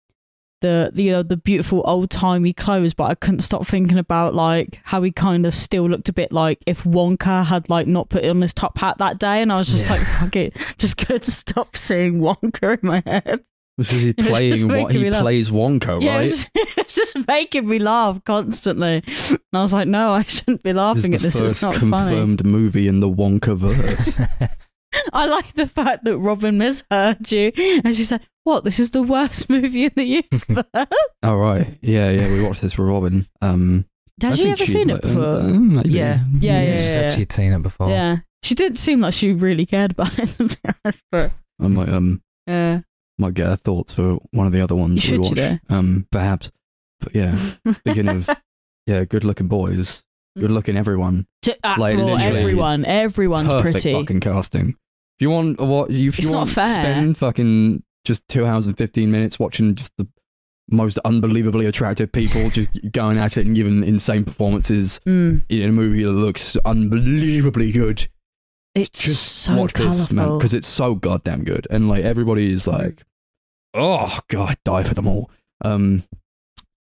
[SPEAKER 3] the the you know, the beautiful old timey clothes, but I couldn't stop thinking about like how he kind of still looked a bit like if Wonka had like not put on his top hat that day, and I was just
[SPEAKER 2] Yeah.
[SPEAKER 3] like, fuck it, just good to stop seeing Wonka in my head.
[SPEAKER 1] This is he
[SPEAKER 3] was
[SPEAKER 1] playing
[SPEAKER 3] just
[SPEAKER 1] what
[SPEAKER 3] making
[SPEAKER 1] he
[SPEAKER 3] me laugh.
[SPEAKER 1] plays Wonka,
[SPEAKER 3] Yeah,
[SPEAKER 1] right?
[SPEAKER 3] it's just, it's just making me laugh constantly. And I was like, no, I shouldn't be laughing
[SPEAKER 1] This
[SPEAKER 3] at
[SPEAKER 1] is
[SPEAKER 3] this.
[SPEAKER 1] the
[SPEAKER 3] It's
[SPEAKER 1] first
[SPEAKER 3] not funny.
[SPEAKER 1] confirmed movie in the Wonka verse.
[SPEAKER 3] I like the fact that Robin misheard you, and she said, "What? This is the worst movie in the universe."
[SPEAKER 1] All right, yeah, yeah. We watched this with Robin. Um,
[SPEAKER 3] Had
[SPEAKER 1] I
[SPEAKER 3] you
[SPEAKER 1] think
[SPEAKER 3] ever
[SPEAKER 1] she-
[SPEAKER 3] seen it
[SPEAKER 1] uh,
[SPEAKER 3] before?
[SPEAKER 1] uh, maybe.
[SPEAKER 2] yeah,
[SPEAKER 3] Yeah, yeah,
[SPEAKER 2] She
[SPEAKER 3] yeah.
[SPEAKER 2] said she'd seen it
[SPEAKER 1] Oh.
[SPEAKER 2] before.
[SPEAKER 3] Yeah, she didn't seem like she really cared about it. to be honest, but
[SPEAKER 1] I might um
[SPEAKER 3] yeah,
[SPEAKER 1] might get her thoughts for one of the other ones
[SPEAKER 3] should,
[SPEAKER 1] we
[SPEAKER 3] you
[SPEAKER 1] watch.
[SPEAKER 3] know.
[SPEAKER 1] Um, perhaps. But yeah, speaking of yeah, good looking boys, good looking everyone.
[SPEAKER 3] To, uh,
[SPEAKER 1] Like,
[SPEAKER 3] well,
[SPEAKER 1] literally.
[SPEAKER 3] everyone, everyone's
[SPEAKER 1] perfect
[SPEAKER 3] pretty.
[SPEAKER 1] fucking casting. If you want uh, what if you
[SPEAKER 3] It's not
[SPEAKER 1] want
[SPEAKER 3] fair.
[SPEAKER 1] spend fucking just two hours and fifteen minutes watching just the most unbelievably attractive people just going at it and giving insane performances
[SPEAKER 3] Mm.
[SPEAKER 1] in a movie that looks unbelievably good.
[SPEAKER 3] It's
[SPEAKER 1] Just
[SPEAKER 3] so
[SPEAKER 1] watch
[SPEAKER 3] colourful.
[SPEAKER 1] this, man, because it's so goddamn good. And like everybody is like, oh god, die for them all. Um,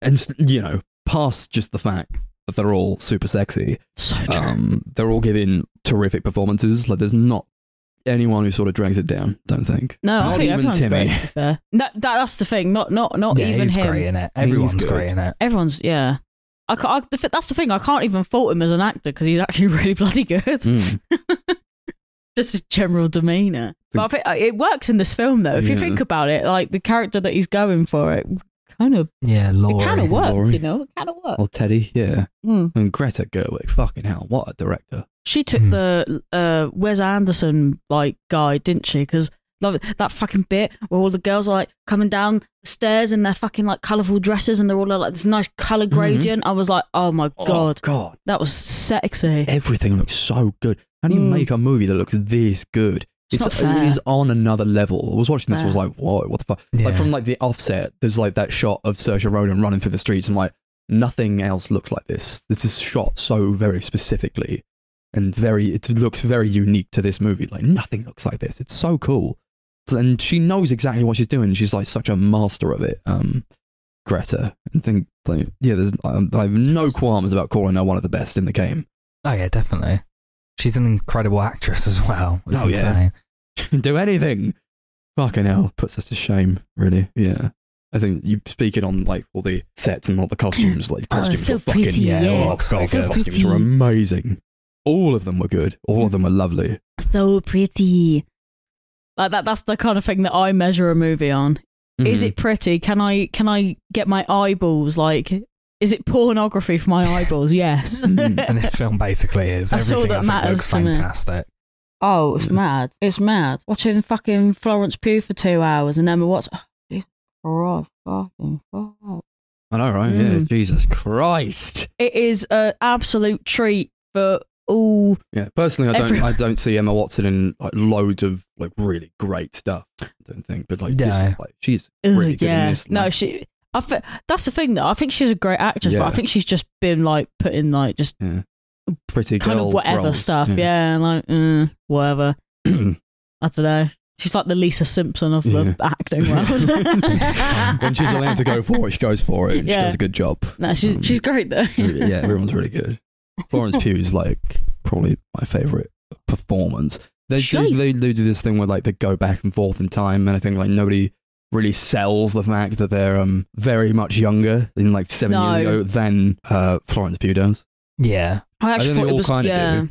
[SPEAKER 1] and s- you know, past just the fact that they're all super sexy,
[SPEAKER 3] so true.
[SPEAKER 1] um, they're all giving terrific performances. Like there's not anyone who sort of drags it down. Don't think.
[SPEAKER 3] no, I
[SPEAKER 1] not
[SPEAKER 3] think
[SPEAKER 1] even
[SPEAKER 3] everyone's
[SPEAKER 1] Timmy.
[SPEAKER 3] great, to be fair. No, that, that's the thing. Not not not
[SPEAKER 2] yeah,
[SPEAKER 3] even
[SPEAKER 2] he's
[SPEAKER 3] him.
[SPEAKER 2] great in it. Everyone's
[SPEAKER 1] good.
[SPEAKER 2] great in it.
[SPEAKER 3] Everyone's yeah. I, ca- I, the fi- that's the thing. I can't even fault him as an actor because he's actually really bloody good.
[SPEAKER 1] Mm.
[SPEAKER 3] Just his general demeanor. But I think uh, it works in this film though. If you
[SPEAKER 1] Yeah.
[SPEAKER 3] think about it, like the character that he's going for, it kind of
[SPEAKER 2] Yeah,
[SPEAKER 3] it kind
[SPEAKER 2] Laurie.
[SPEAKER 3] of worked.
[SPEAKER 1] Laurie.
[SPEAKER 3] You know, it kind of worked.
[SPEAKER 1] Or Oh, Teddy, yeah,
[SPEAKER 3] Mm.
[SPEAKER 1] and Greta Gerwig. Fucking hell, what a director.
[SPEAKER 3] She took
[SPEAKER 2] Hmm.
[SPEAKER 3] the uh, Wes Anderson like guy, didn't she? Because love it, that fucking bit where all the girls are like coming down the stairs in their fucking like colourful dresses and they're all like this nice colour gradient. I was like, oh my
[SPEAKER 1] Mm-hmm. Oh,
[SPEAKER 3] god,
[SPEAKER 1] God,
[SPEAKER 3] that was sexy.
[SPEAKER 1] everything looks so good. How do you
[SPEAKER 3] Mm.
[SPEAKER 1] make a movie that looks this good?
[SPEAKER 3] It's not
[SPEAKER 1] it
[SPEAKER 3] fair.
[SPEAKER 1] is on another level. I was watching this. I was
[SPEAKER 3] Fair.
[SPEAKER 1] like, whoa, what the fuck?
[SPEAKER 2] Yeah.
[SPEAKER 1] Like from like the offset, there's like that shot of Saoirse Ronan running through the streets. I'm like, nothing else looks like this. This is shot so very specifically, and very it looks very unique to this movie. Like nothing looks like this. It's so cool, and she knows exactly what she's doing. She's like such a master of it. Um, Greta, and think like, yeah, there's I, I have no qualms about calling her one of the best in the game.
[SPEAKER 2] Oh yeah, definitely. She's an incredible actress as well. It's
[SPEAKER 1] Oh, yeah.
[SPEAKER 2] insane.
[SPEAKER 1] do anything. Fucking hell, puts us to shame, really. Yeah. I think you speaking on like all the sets and all the costumes, like
[SPEAKER 3] Oh,
[SPEAKER 1] costumes
[SPEAKER 3] so
[SPEAKER 1] were fucking
[SPEAKER 3] pretty,
[SPEAKER 1] yeah,
[SPEAKER 2] yeah.
[SPEAKER 1] oh,
[SPEAKER 2] So
[SPEAKER 1] God, the
[SPEAKER 2] good.
[SPEAKER 1] costumes were
[SPEAKER 3] pretty.
[SPEAKER 1] amazing. All of them were good. All of them were lovely.
[SPEAKER 3] so pretty. Like that that's the kind of thing that I measure a movie on. Is
[SPEAKER 1] Mhm.
[SPEAKER 3] it pretty? Can I can I get my eyeballs like is it pornography for my eyeballs? Yes.
[SPEAKER 1] Mm.
[SPEAKER 2] And this film basically is.
[SPEAKER 3] That's all
[SPEAKER 2] Everything
[SPEAKER 3] that
[SPEAKER 2] I think
[SPEAKER 3] matters
[SPEAKER 2] looks
[SPEAKER 3] to me.
[SPEAKER 2] fantastic.
[SPEAKER 3] oh, it's
[SPEAKER 1] Yeah.
[SPEAKER 3] mad. It's mad. Watching fucking Florence Pugh for two hours and Emma Watson. Oh, Jesus Christ, fucking fuck.
[SPEAKER 1] I know, right? Yeah.
[SPEAKER 3] Mm.
[SPEAKER 1] Jesus Christ.
[SPEAKER 3] It is an absolute treat for all.
[SPEAKER 1] Yeah. Personally I don't
[SPEAKER 3] Every-
[SPEAKER 1] I don't see Emma Watson in like loads of like really great stuff. I don't think. But like this
[SPEAKER 2] Yeah.
[SPEAKER 1] is like she's
[SPEAKER 3] Ugh,
[SPEAKER 1] really good
[SPEAKER 3] Mm, yeah.
[SPEAKER 1] in this.
[SPEAKER 3] no,
[SPEAKER 1] like,
[SPEAKER 3] she. I thi- that's the thing though. I think she's a great actress, but
[SPEAKER 1] Yeah.
[SPEAKER 3] I think she's just been like put in like just
[SPEAKER 1] pretty
[SPEAKER 3] kind
[SPEAKER 1] girl
[SPEAKER 3] of whatever
[SPEAKER 1] roles.
[SPEAKER 3] stuff. Yeah, like mm, whatever. I don't know. She's like the Lisa Simpson of the acting world.
[SPEAKER 1] when she's allowed to go for it, she goes for it and she
[SPEAKER 3] Yeah.
[SPEAKER 1] does a good job.
[SPEAKER 3] No, she's
[SPEAKER 1] Um,
[SPEAKER 3] she's great though.
[SPEAKER 1] yeah, everyone's really good. Florence Pugh is like probably my favorite performance. They do,
[SPEAKER 3] Shite.
[SPEAKER 1] they, they do this thing where like they go back and forth in time, and I think like nobody really sells the fact that they're um very much younger than like seven years
[SPEAKER 3] No.
[SPEAKER 1] ago than uh, Florence Pugh does.
[SPEAKER 2] Yeah.
[SPEAKER 3] I
[SPEAKER 1] I
[SPEAKER 3] actually
[SPEAKER 1] think
[SPEAKER 3] thought
[SPEAKER 1] they
[SPEAKER 3] it
[SPEAKER 1] all
[SPEAKER 3] was
[SPEAKER 1] kind of
[SPEAKER 3] yeah.
[SPEAKER 1] do.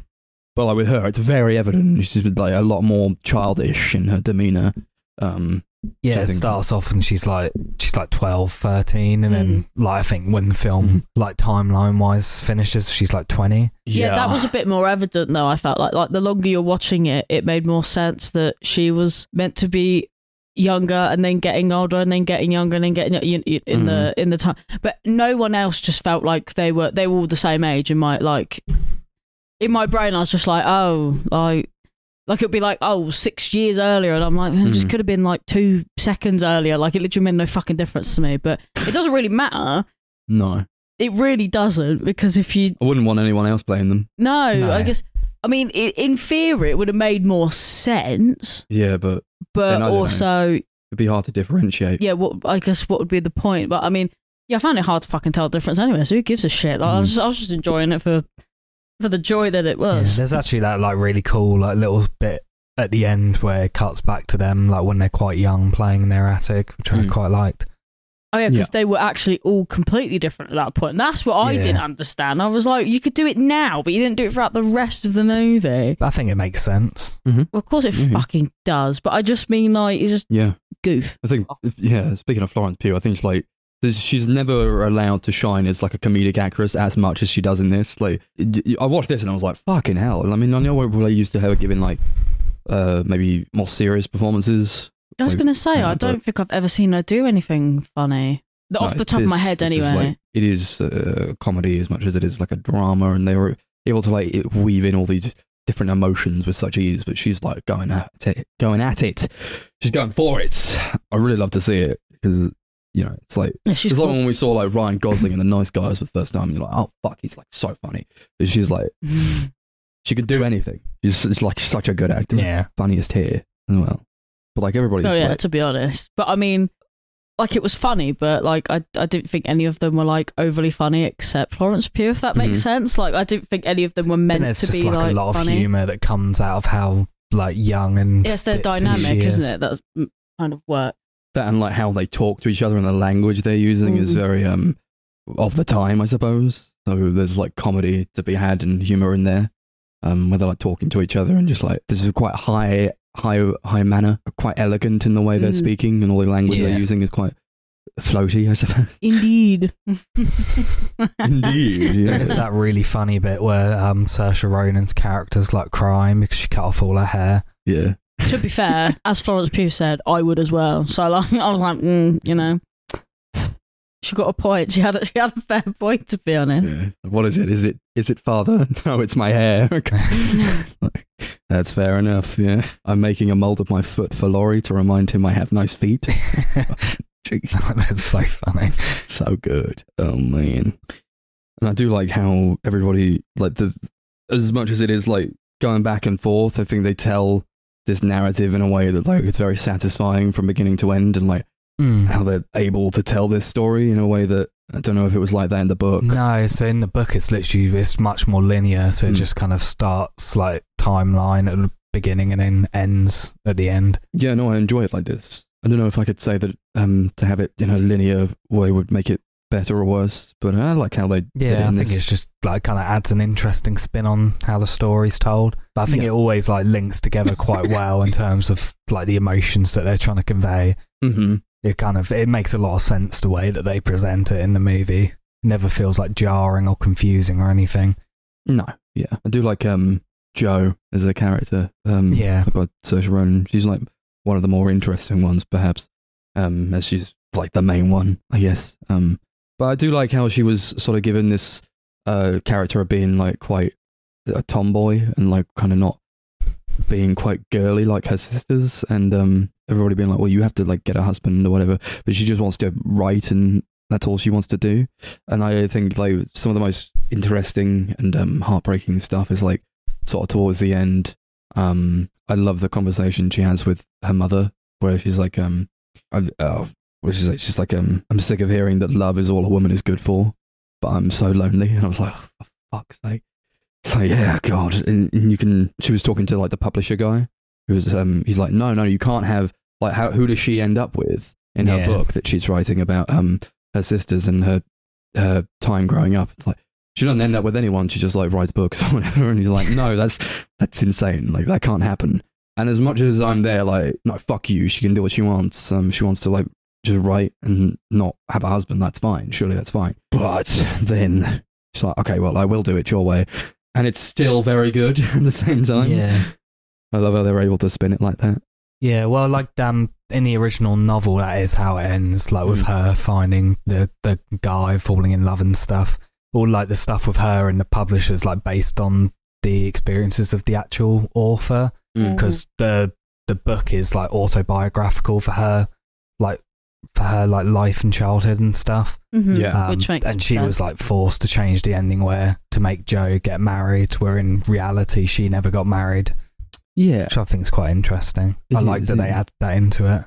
[SPEAKER 1] But like with her, it's very evident she's like a lot more childish in her demeanor. Um,
[SPEAKER 2] Yeah,
[SPEAKER 1] I
[SPEAKER 2] it
[SPEAKER 1] think-
[SPEAKER 2] starts off and she's like she's like 12, 13 and then
[SPEAKER 3] Mm.
[SPEAKER 2] like I think when the film
[SPEAKER 1] Mm-hmm.
[SPEAKER 2] like timeline wise finishes she's like 20.
[SPEAKER 3] yeah, that was a bit more evident though. I felt like like the longer you're watching it, it made more sense that she was meant to be younger and then getting older and then getting younger and then getting you, you, in the in the time. But no one else just felt like they were they were all the same age. In my like in my brain, I was just like, oh, like. Like it'd be like oh six years earlier, and I'm like, it just
[SPEAKER 1] Mhm.
[SPEAKER 3] could have been like two seconds earlier. Like it literally made no fucking difference to me, but it doesn't really matter.
[SPEAKER 1] no.
[SPEAKER 3] It really doesn't because if you
[SPEAKER 1] I wouldn't want anyone else playing them.
[SPEAKER 3] no,
[SPEAKER 2] No.
[SPEAKER 3] I guess. I mean, i in theory, it would have made more sense,
[SPEAKER 1] Yeah, but Then
[SPEAKER 3] but
[SPEAKER 1] I don't know.
[SPEAKER 3] also,
[SPEAKER 1] it'd be hard to differentiate.
[SPEAKER 3] yeah. What I guess what would be the point? But I mean, yeah, I found it hard to fucking tell the difference anyway. So who gives a shit? Like, I, was just, I was just enjoying it for for the joy that it
[SPEAKER 2] Yeah,
[SPEAKER 3] was.
[SPEAKER 2] there's actually that like really cool like little bit at the end where it cuts back to them like when they're quite young playing in their attic, which I
[SPEAKER 1] Mm.
[SPEAKER 2] quite liked.
[SPEAKER 3] oh yeah, because
[SPEAKER 1] Yeah.
[SPEAKER 3] they were actually all completely different at that point. And that's what I
[SPEAKER 2] Yeah.
[SPEAKER 3] didn't understand. I was like, you could do it now, but you didn't do it throughout the rest of the movie.
[SPEAKER 2] But I think it makes sense.
[SPEAKER 3] Well, of course it
[SPEAKER 1] Mhm.
[SPEAKER 3] fucking does, but I just mean like it's just
[SPEAKER 1] Yeah.
[SPEAKER 3] goof.
[SPEAKER 1] I think, yeah, speaking of Florence Pugh, I think it's like, there's- she's never allowed to shine as like a comedic actress as much as she does in this. Like, I watched this and I was like, fucking hell. And I mean, I know we're really used to her giving like, uh, maybe more serious performances
[SPEAKER 3] I was
[SPEAKER 1] Like,
[SPEAKER 3] going to say,
[SPEAKER 1] uh,
[SPEAKER 3] I don't
[SPEAKER 1] but-
[SPEAKER 3] think I've ever seen her do anything funny. The- off
[SPEAKER 1] No,
[SPEAKER 3] the top of my
[SPEAKER 1] this-
[SPEAKER 3] head,
[SPEAKER 1] this is
[SPEAKER 3] anyway.
[SPEAKER 1] like- it is uh, comedy as much as it is like a drama, and they were able to like weave in all these different emotions with such ease. But she's like going at it, going at it. She's going for it. I really love to see it because you know it's like
[SPEAKER 3] Yeah, she's
[SPEAKER 1] it's like
[SPEAKER 3] cool.
[SPEAKER 1] when we saw like Ryan Gosling and the Nice Guys for the first time. You're like, oh fuck, he's like so funny. But she's like, she can do anything. She's, she's like such a good actor.
[SPEAKER 2] Yeah.
[SPEAKER 1] Funniest here as well. But like everybody's
[SPEAKER 3] oh yeah,
[SPEAKER 1] like,
[SPEAKER 3] to be honest. But I mean, like it was funny, but like I, I didn't think any of them were like overly funny except Florence Pugh, if that makes
[SPEAKER 1] Mhm.
[SPEAKER 3] sense. Like I didn't think any of them were
[SPEAKER 2] I think
[SPEAKER 3] meant
[SPEAKER 2] there's
[SPEAKER 3] to
[SPEAKER 2] just
[SPEAKER 3] be
[SPEAKER 2] like,
[SPEAKER 3] like,
[SPEAKER 2] a lot of
[SPEAKER 3] funny.
[SPEAKER 2] humour that comes out of how like young and
[SPEAKER 3] Yes, their
[SPEAKER 2] bits and
[SPEAKER 3] dynamic,
[SPEAKER 2] she
[SPEAKER 3] is.
[SPEAKER 2] is.
[SPEAKER 3] not it? That's mm, kind of work.
[SPEAKER 1] that and like how they talk to each other and the language they're using is
[SPEAKER 3] Mm.
[SPEAKER 1] very um of the time, I suppose. So there's like comedy to be had and humor in there. Um, where they're like talking to each other and just like this is quite high, high, high manner, quite elegant in the way they're
[SPEAKER 3] Mm.
[SPEAKER 1] speaking and all the language
[SPEAKER 2] Yeah.
[SPEAKER 1] they're using is quite floaty, I suppose.
[SPEAKER 3] Indeed.
[SPEAKER 1] Indeed, yeah.
[SPEAKER 2] It's that really funny bit where um, Saoirse Ronan's character's like crying because she cut off all her hair.
[SPEAKER 1] Yeah,
[SPEAKER 3] to be fair, as Florence Pugh said, I would as well. So like, I was like, mm, you know, she got a point. She had a, she had a fair point to be honest.
[SPEAKER 1] yeah. What is it? Is it is it father? No, it's my hair.
[SPEAKER 3] Mm,
[SPEAKER 1] That's fair enough. Yeah, I'm making a mold of my foot for Laurie to remind him I have nice feet. Jeez.
[SPEAKER 2] That's so funny.
[SPEAKER 1] so good. Oh man. And I do like how everybody like the as much as it is like going back and forth, I think they tell this narrative in a way that like it's very satisfying from beginning to end and like
[SPEAKER 2] Mm.
[SPEAKER 1] how they're able to tell this story in a way that I don't know if it was like that in the book.
[SPEAKER 2] No, so in the book, it's literally it's much more linear. So it
[SPEAKER 1] Mm.
[SPEAKER 2] just kind of starts like timeline at the beginning and then ends at the end.
[SPEAKER 1] Yeah, no, I enjoy it like this. I don't know if I could say that um to have it in a linear way would make it better or worse, but I like how they did it
[SPEAKER 2] Yeah, I
[SPEAKER 1] in
[SPEAKER 2] think
[SPEAKER 1] this.
[SPEAKER 2] it's just like kind of adds an interesting spin on how the story's told. But I think
[SPEAKER 1] Yeah.
[SPEAKER 2] it always like links together quite well in terms of like the emotions that they're trying to convey.
[SPEAKER 1] Mhm.
[SPEAKER 2] It kind of it makes a lot of sense the way that they present it in the movie. Never feels like jarring or confusing or anything.
[SPEAKER 1] No. Yeah. I do like um Joe as a character. Um
[SPEAKER 2] Yeah.
[SPEAKER 1] by Saoirse Ronan. She's like one of the more interesting ones, perhaps. Um as she's like the main one, I guess. Um but I do like how she was sort of given this uh character of being like quite a tomboy and like kind of not being quite girly like her sisters and um everybody being like, Well you have to like get a husband or whatever but she just wants to write and that's all she wants to do. And I think like some of the most interesting and um, heartbreaking stuff is like sort of towards the end. Um, I love the conversation she has with her mother where she's like, um, I, uh, where she's like, she's like, um, I'm sick of hearing that love is all a woman is good for, but I'm so lonely. And I was like, oh, for fuck's sake. It's like, yeah, God. And, and you can, she was talking to like the publisher guy who was, um, he's like, no, no, you can't have, like, how, who does she end up with in her
[SPEAKER 2] Yeah.
[SPEAKER 1] book that she's writing about, um, her sisters and her, her time growing up? It's like, she doesn't end up with anyone. She just like writes books or whatever. And he's like, no, that's, that's insane. Like, that can't happen. And as much as I'm there, like, no, fuck you. She can do what she wants. Um, she wants to like just write and not have a husband. That's fine. Surely that's fine. But then it's like, okay, well, I will do it your way. And it's still very good at the same time.
[SPEAKER 2] yeah.
[SPEAKER 1] I love how they're able to spin it like that.
[SPEAKER 2] Yeah, well, like um, in the original novel, that is how it ends, like with
[SPEAKER 1] Mm.
[SPEAKER 2] her finding the the guy falling in love and stuff. All like the stuff with her and the publishers, like based on the experiences of the actual author,
[SPEAKER 1] Hmm. Mm,
[SPEAKER 2] because the the book is like autobiographical for her, like for her like life and childhood and stuff. Um,
[SPEAKER 3] Mhm.
[SPEAKER 1] Yeah.
[SPEAKER 3] Which makes
[SPEAKER 2] and she
[SPEAKER 3] sense.
[SPEAKER 2] was like forced to change the ending where to make Joe get married, where in reality she never got married,
[SPEAKER 1] Yeah.
[SPEAKER 2] which I think is quite interesting.
[SPEAKER 1] It
[SPEAKER 2] I like
[SPEAKER 1] is,
[SPEAKER 2] that they
[SPEAKER 1] yeah.
[SPEAKER 2] added that into it.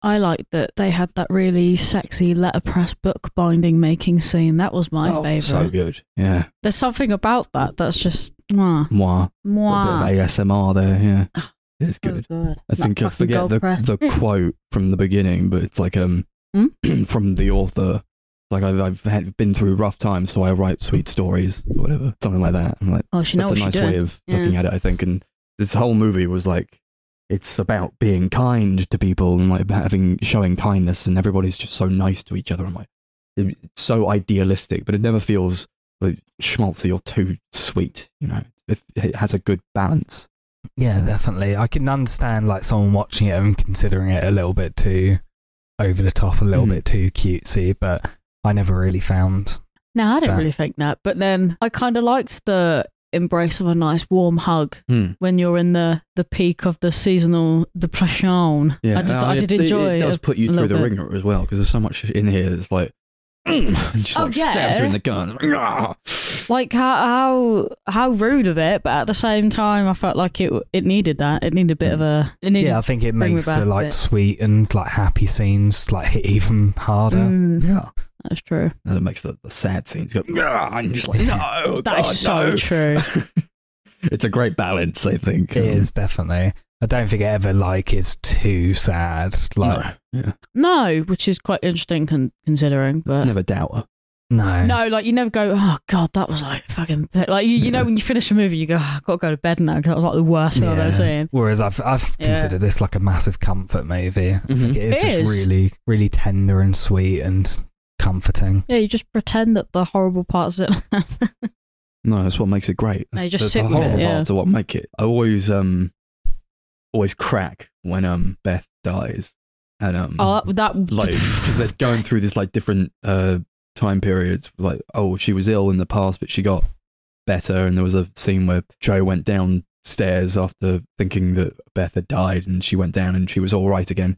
[SPEAKER 3] I like that they had that really sexy letterpress book binding making scene. That was my favourite.
[SPEAKER 1] Oh, So good. Yeah.
[SPEAKER 3] There's something about that that's just mwah,
[SPEAKER 1] Moi. A
[SPEAKER 3] mwah.
[SPEAKER 1] bit of ASMR there. Yeah.
[SPEAKER 3] Ah,
[SPEAKER 1] It's
[SPEAKER 3] So
[SPEAKER 1] good.
[SPEAKER 3] good.
[SPEAKER 1] I
[SPEAKER 3] Like
[SPEAKER 1] think I
[SPEAKER 3] fucking
[SPEAKER 1] forget
[SPEAKER 3] gold
[SPEAKER 1] the,
[SPEAKER 3] press.
[SPEAKER 1] the quote from the beginning, but it's like um
[SPEAKER 3] Hmm?
[SPEAKER 1] from the author. Like I've, I've had been through rough times, so I write sweet stories or whatever, something like that. I'm like,
[SPEAKER 3] Oh, she knows
[SPEAKER 1] that's
[SPEAKER 3] what
[SPEAKER 1] a
[SPEAKER 3] she
[SPEAKER 1] nice
[SPEAKER 3] did.
[SPEAKER 1] way of
[SPEAKER 3] Yeah.
[SPEAKER 1] looking at it, I think. And this whole movie was like, it's about being kind to people and like having showing kindness, and everybody's just so nice to each other. I'm like, it's so idealistic, but it never feels like schmaltzy or too sweet. You know, it, it has a good balance.
[SPEAKER 2] Yeah, definitely. I can understand like someone watching it and considering it a little bit too over the top, a little
[SPEAKER 3] Mm-hmm.
[SPEAKER 1] Mhm.
[SPEAKER 2] bit too cutesy, but I never really found.
[SPEAKER 3] No, I didn't
[SPEAKER 2] Right.
[SPEAKER 3] really think that. But then I kind of liked the embrace of a nice warm hug
[SPEAKER 1] Hmm.
[SPEAKER 3] when you're in the, the peak of the seasonal depression.
[SPEAKER 1] Yeah,
[SPEAKER 3] I did,
[SPEAKER 1] Uh,
[SPEAKER 3] I
[SPEAKER 1] it-
[SPEAKER 3] did
[SPEAKER 1] it-
[SPEAKER 3] enjoy
[SPEAKER 1] It,
[SPEAKER 3] it.
[SPEAKER 1] does put you
[SPEAKER 3] a
[SPEAKER 1] through the
[SPEAKER 3] little
[SPEAKER 1] ringer as well because there's so much in here that's like, and just
[SPEAKER 3] Oh,
[SPEAKER 1] like stabs you
[SPEAKER 3] yeah.
[SPEAKER 1] in the gun.
[SPEAKER 3] Like how, how how rude of it, but at the same time, I felt like it it needed that. It needed a bit of a
[SPEAKER 1] Mm.
[SPEAKER 3] it needed
[SPEAKER 2] Yeah, I think it
[SPEAKER 3] bring me
[SPEAKER 2] makes the
[SPEAKER 3] back a
[SPEAKER 2] like
[SPEAKER 3] bit.
[SPEAKER 2] sweet and like happy scenes like hit even harder.
[SPEAKER 3] Mm,
[SPEAKER 1] Yeah,
[SPEAKER 3] that's true.
[SPEAKER 1] and it makes the, the sad scenes go. "Argh," And you're just like, no,
[SPEAKER 3] That is
[SPEAKER 1] God,
[SPEAKER 3] so
[SPEAKER 1] Oh, no."
[SPEAKER 3] true.
[SPEAKER 1] it's a great balance, I think.
[SPEAKER 2] It is definitely. I don't think it ever like is too sad. Like
[SPEAKER 1] No, yeah.
[SPEAKER 3] No, which is quite interesting con- considering, but
[SPEAKER 1] never doubt her.
[SPEAKER 2] no,
[SPEAKER 3] No, like you never go. Oh god, that was like fucking like you, you know
[SPEAKER 1] Yeah.
[SPEAKER 3] when you finish a movie, you go. "Oh, I've got to go to bed now because that was like the worst film I've
[SPEAKER 2] Yeah.
[SPEAKER 3] ever seen.
[SPEAKER 2] Whereas I've I've
[SPEAKER 3] Yeah.
[SPEAKER 2] considered this like a massive comfort movie. I
[SPEAKER 1] Mhm.
[SPEAKER 2] think it is
[SPEAKER 3] It
[SPEAKER 2] just
[SPEAKER 3] is.
[SPEAKER 2] really really tender and sweet and comforting.
[SPEAKER 3] Yeah, you just pretend that the horrible parts of it.
[SPEAKER 1] No, that's what makes it great.
[SPEAKER 3] No, you
[SPEAKER 1] That's-
[SPEAKER 3] just
[SPEAKER 1] the,
[SPEAKER 3] sit
[SPEAKER 1] the
[SPEAKER 3] with it,
[SPEAKER 1] horrible
[SPEAKER 3] yeah.
[SPEAKER 1] parts are what make it. I always um, always crack when um Beth dies, and um
[SPEAKER 3] oh, that, that
[SPEAKER 1] like because they're going through this like different uh time periods like oh she was ill in the past but she got better and there was a scene where joe went downstairs after thinking that beth had died and she went down and she was all right again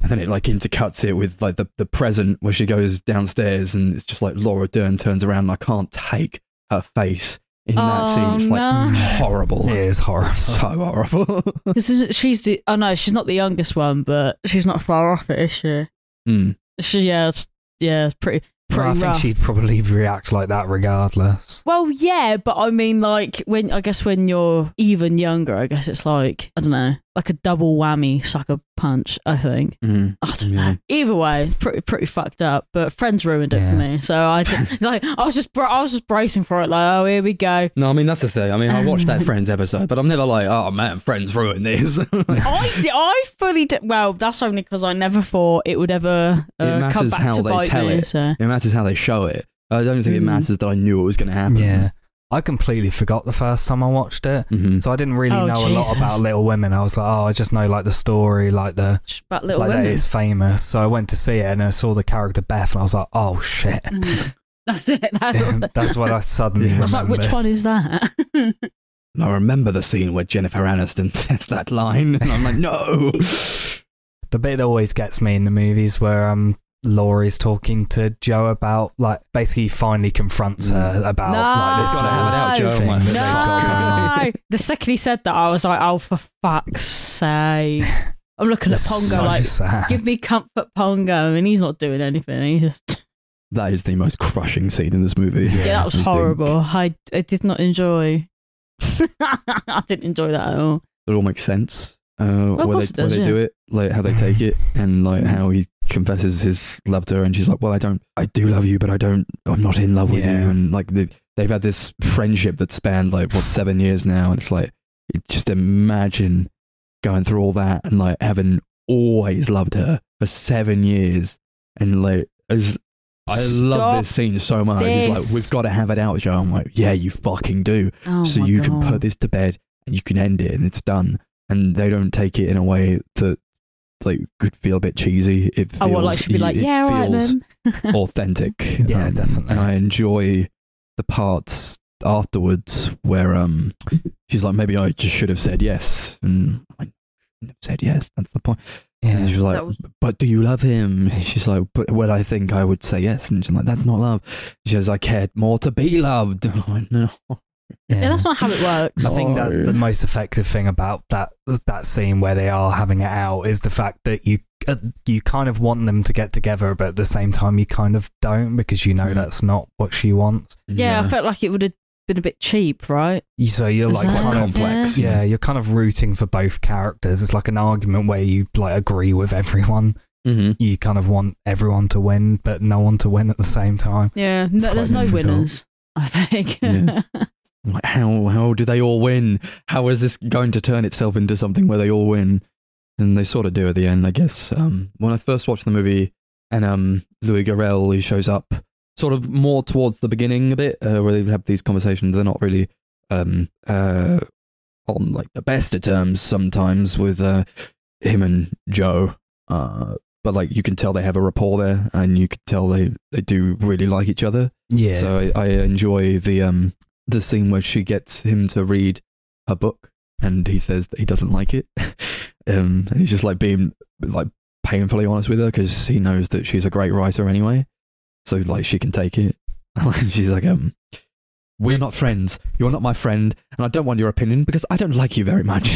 [SPEAKER 1] and then it like intercuts it with like the, the present where she goes downstairs and it's just like laura dern turns around and i can't take her face in that
[SPEAKER 3] Oh,
[SPEAKER 1] scene it's
[SPEAKER 3] no.
[SPEAKER 1] like mm. horrible
[SPEAKER 2] Mm. It is horrible.
[SPEAKER 1] so horrible
[SPEAKER 3] This is she's the. Oh no, she's not the youngest one, but she's not far off it, is she?
[SPEAKER 1] Mm.
[SPEAKER 3] She yeah, it's, yeah, it's pretty
[SPEAKER 2] Well,
[SPEAKER 3] pretty
[SPEAKER 2] I think
[SPEAKER 3] rough.
[SPEAKER 2] she'd probably react like that regardless.
[SPEAKER 3] Well, yeah, but I mean, like when I guess when you're even younger, I guess it's like I don't know, like a double whammy sucker punch. I think.
[SPEAKER 1] Mm.
[SPEAKER 3] I don't
[SPEAKER 1] Yeah.
[SPEAKER 3] know. Either way, it's pretty pretty fucked up. But friends ruined it
[SPEAKER 2] Yeah.
[SPEAKER 3] for me, so I did, like I was just bra- I was just bracing for it. Like, oh, here we go.
[SPEAKER 1] No, I mean that's the thing. I mean, I watched that Friends episode, but I'm never like, oh man, Friends ruined this.
[SPEAKER 3] I di- I fully did. Well, that's only because I never thought it would ever
[SPEAKER 1] It
[SPEAKER 3] uh, come
[SPEAKER 1] matters
[SPEAKER 3] back
[SPEAKER 1] how
[SPEAKER 3] to
[SPEAKER 1] they
[SPEAKER 3] bite
[SPEAKER 1] tell
[SPEAKER 3] me.
[SPEAKER 1] it.
[SPEAKER 3] So.
[SPEAKER 1] It matters how they show it. I don't think it
[SPEAKER 3] Mm.
[SPEAKER 1] matters that I knew it was going to happen.
[SPEAKER 2] Yeah. I completely forgot the first time I watched it.
[SPEAKER 1] hmm
[SPEAKER 2] So I didn't really
[SPEAKER 3] Oh,
[SPEAKER 2] know a
[SPEAKER 3] Jesus.
[SPEAKER 2] lot about Little Women. I was like, oh, I just know like the story, like the
[SPEAKER 3] Just about little
[SPEAKER 2] like that
[SPEAKER 3] women.
[SPEAKER 2] it's famous. So I went to see it and I saw the character Beth and I was like, oh shit.
[SPEAKER 3] Mm. That's it. That-
[SPEAKER 2] That's what I suddenly
[SPEAKER 1] Yeah.
[SPEAKER 3] I
[SPEAKER 2] remembered.
[SPEAKER 3] was like, which one is that?
[SPEAKER 1] And I remember the scene where Jennifer Aniston says that line, and I'm like, no.
[SPEAKER 2] The bit that always gets me in the movies where um Laurie's talking to Joe about like basically finally confronts her about like this uh,
[SPEAKER 3] No.
[SPEAKER 1] Mm. Gotta have it out, Joe.
[SPEAKER 2] thing
[SPEAKER 1] I'm
[SPEAKER 2] that
[SPEAKER 1] like,
[SPEAKER 2] they've got
[SPEAKER 3] no. the second he said that, I was like, oh, for fuck's sake! I'm looking at
[SPEAKER 2] It's
[SPEAKER 3] Pongo
[SPEAKER 2] so
[SPEAKER 3] like,
[SPEAKER 2] sad.
[SPEAKER 3] give me comfort, Pongo, and he's not doing anything. He just
[SPEAKER 1] That is the most crushing scene in this movie.
[SPEAKER 2] Yeah,
[SPEAKER 3] Yeah, that
[SPEAKER 1] I
[SPEAKER 3] was
[SPEAKER 1] think.
[SPEAKER 3] horrible. I, I did not enjoy. I didn't enjoy that at all.
[SPEAKER 1] It all makes sense. Uh,
[SPEAKER 3] of
[SPEAKER 1] where
[SPEAKER 3] course
[SPEAKER 1] they,
[SPEAKER 3] it
[SPEAKER 1] where
[SPEAKER 3] does,
[SPEAKER 1] they
[SPEAKER 3] yeah. Mm.
[SPEAKER 1] do it, like how they take it, and like how he confesses his love to her, and she's like, "Well, I don't, I do love you, but I don't, I'm not in love with you."
[SPEAKER 2] Yeah.
[SPEAKER 1] And like they, they've had this friendship that spanned like what seven years now, and it's like, it- just imagine going through all that and like having always loved her for seven years, and like I just. I love
[SPEAKER 3] Stop
[SPEAKER 1] this scene so much. He's like,
[SPEAKER 3] this.
[SPEAKER 1] we've got to have it out, Joe. I'm like, yeah, you fucking do
[SPEAKER 3] Oh
[SPEAKER 1] so
[SPEAKER 3] my
[SPEAKER 1] you
[SPEAKER 3] God.
[SPEAKER 1] can put this to bed and you can end it and it's done and they don't take it in a way that like could feel a bit cheesy it feels
[SPEAKER 3] Oh, well, like she'd be
[SPEAKER 1] it-
[SPEAKER 3] like,
[SPEAKER 1] it
[SPEAKER 3] yeah, right
[SPEAKER 1] feels
[SPEAKER 3] then.
[SPEAKER 1] authentic
[SPEAKER 2] Yeah, definitely.
[SPEAKER 1] and i enjoy the parts afterwards where um she's like maybe i just should have said yes and i shouldn't have said yes that's the point and
[SPEAKER 2] Yeah.
[SPEAKER 1] she was like
[SPEAKER 3] That was-
[SPEAKER 1] but do you love him she's like but well i think i would say yes and she's like that's not love she says i cared more to be loved I'm like, no
[SPEAKER 3] Yeah, that's not how it works.
[SPEAKER 2] I think that
[SPEAKER 1] Sorry.
[SPEAKER 2] the most effective thing about that that scene where they are having it out is the fact that you uh, you kind of want them to get together, but at the same time you kind of don't because you know
[SPEAKER 1] Mm.
[SPEAKER 2] that's not what she wants.
[SPEAKER 1] uh,
[SPEAKER 3] yeah, I felt like it would have been a bit cheap, right?
[SPEAKER 2] You, so you're like
[SPEAKER 3] Exactly.
[SPEAKER 2] kind of
[SPEAKER 1] complex.
[SPEAKER 2] yeah, you're kind of rooting for both characters. It's like an argument where you like agree with everyone.
[SPEAKER 1] Mm-hmm.
[SPEAKER 2] You kind of want everyone to win, but no one to win at the same time.
[SPEAKER 3] Yeah,
[SPEAKER 2] It's
[SPEAKER 3] no, there's no
[SPEAKER 2] quite difficult.
[SPEAKER 3] winners. I think.
[SPEAKER 1] Yeah. Like, how how do they all win? How is this going to turn itself into something where they all win? And they sort of do at the end, I guess. Um, when I first watched the movie, and um, Louis Garrel, he shows up sort of more towards the beginning a bit, uh, where they have these conversations. They're not really um, uh, on like the best of terms sometimes with uh, him and Joe. Uh, but like you can tell they have a rapport there, and you can tell they, they do really like each other.
[SPEAKER 2] Yeah.
[SPEAKER 1] So I, I enjoy the um the scene where she gets him to read her book, and he says that he doesn't like it, um, and he's just like being like painfully honest with her because he knows that she's a great writer anyway, so like she can take it. she's like, um, we're not friends. You're not my friend, and I don't want your opinion because I don't like you very much.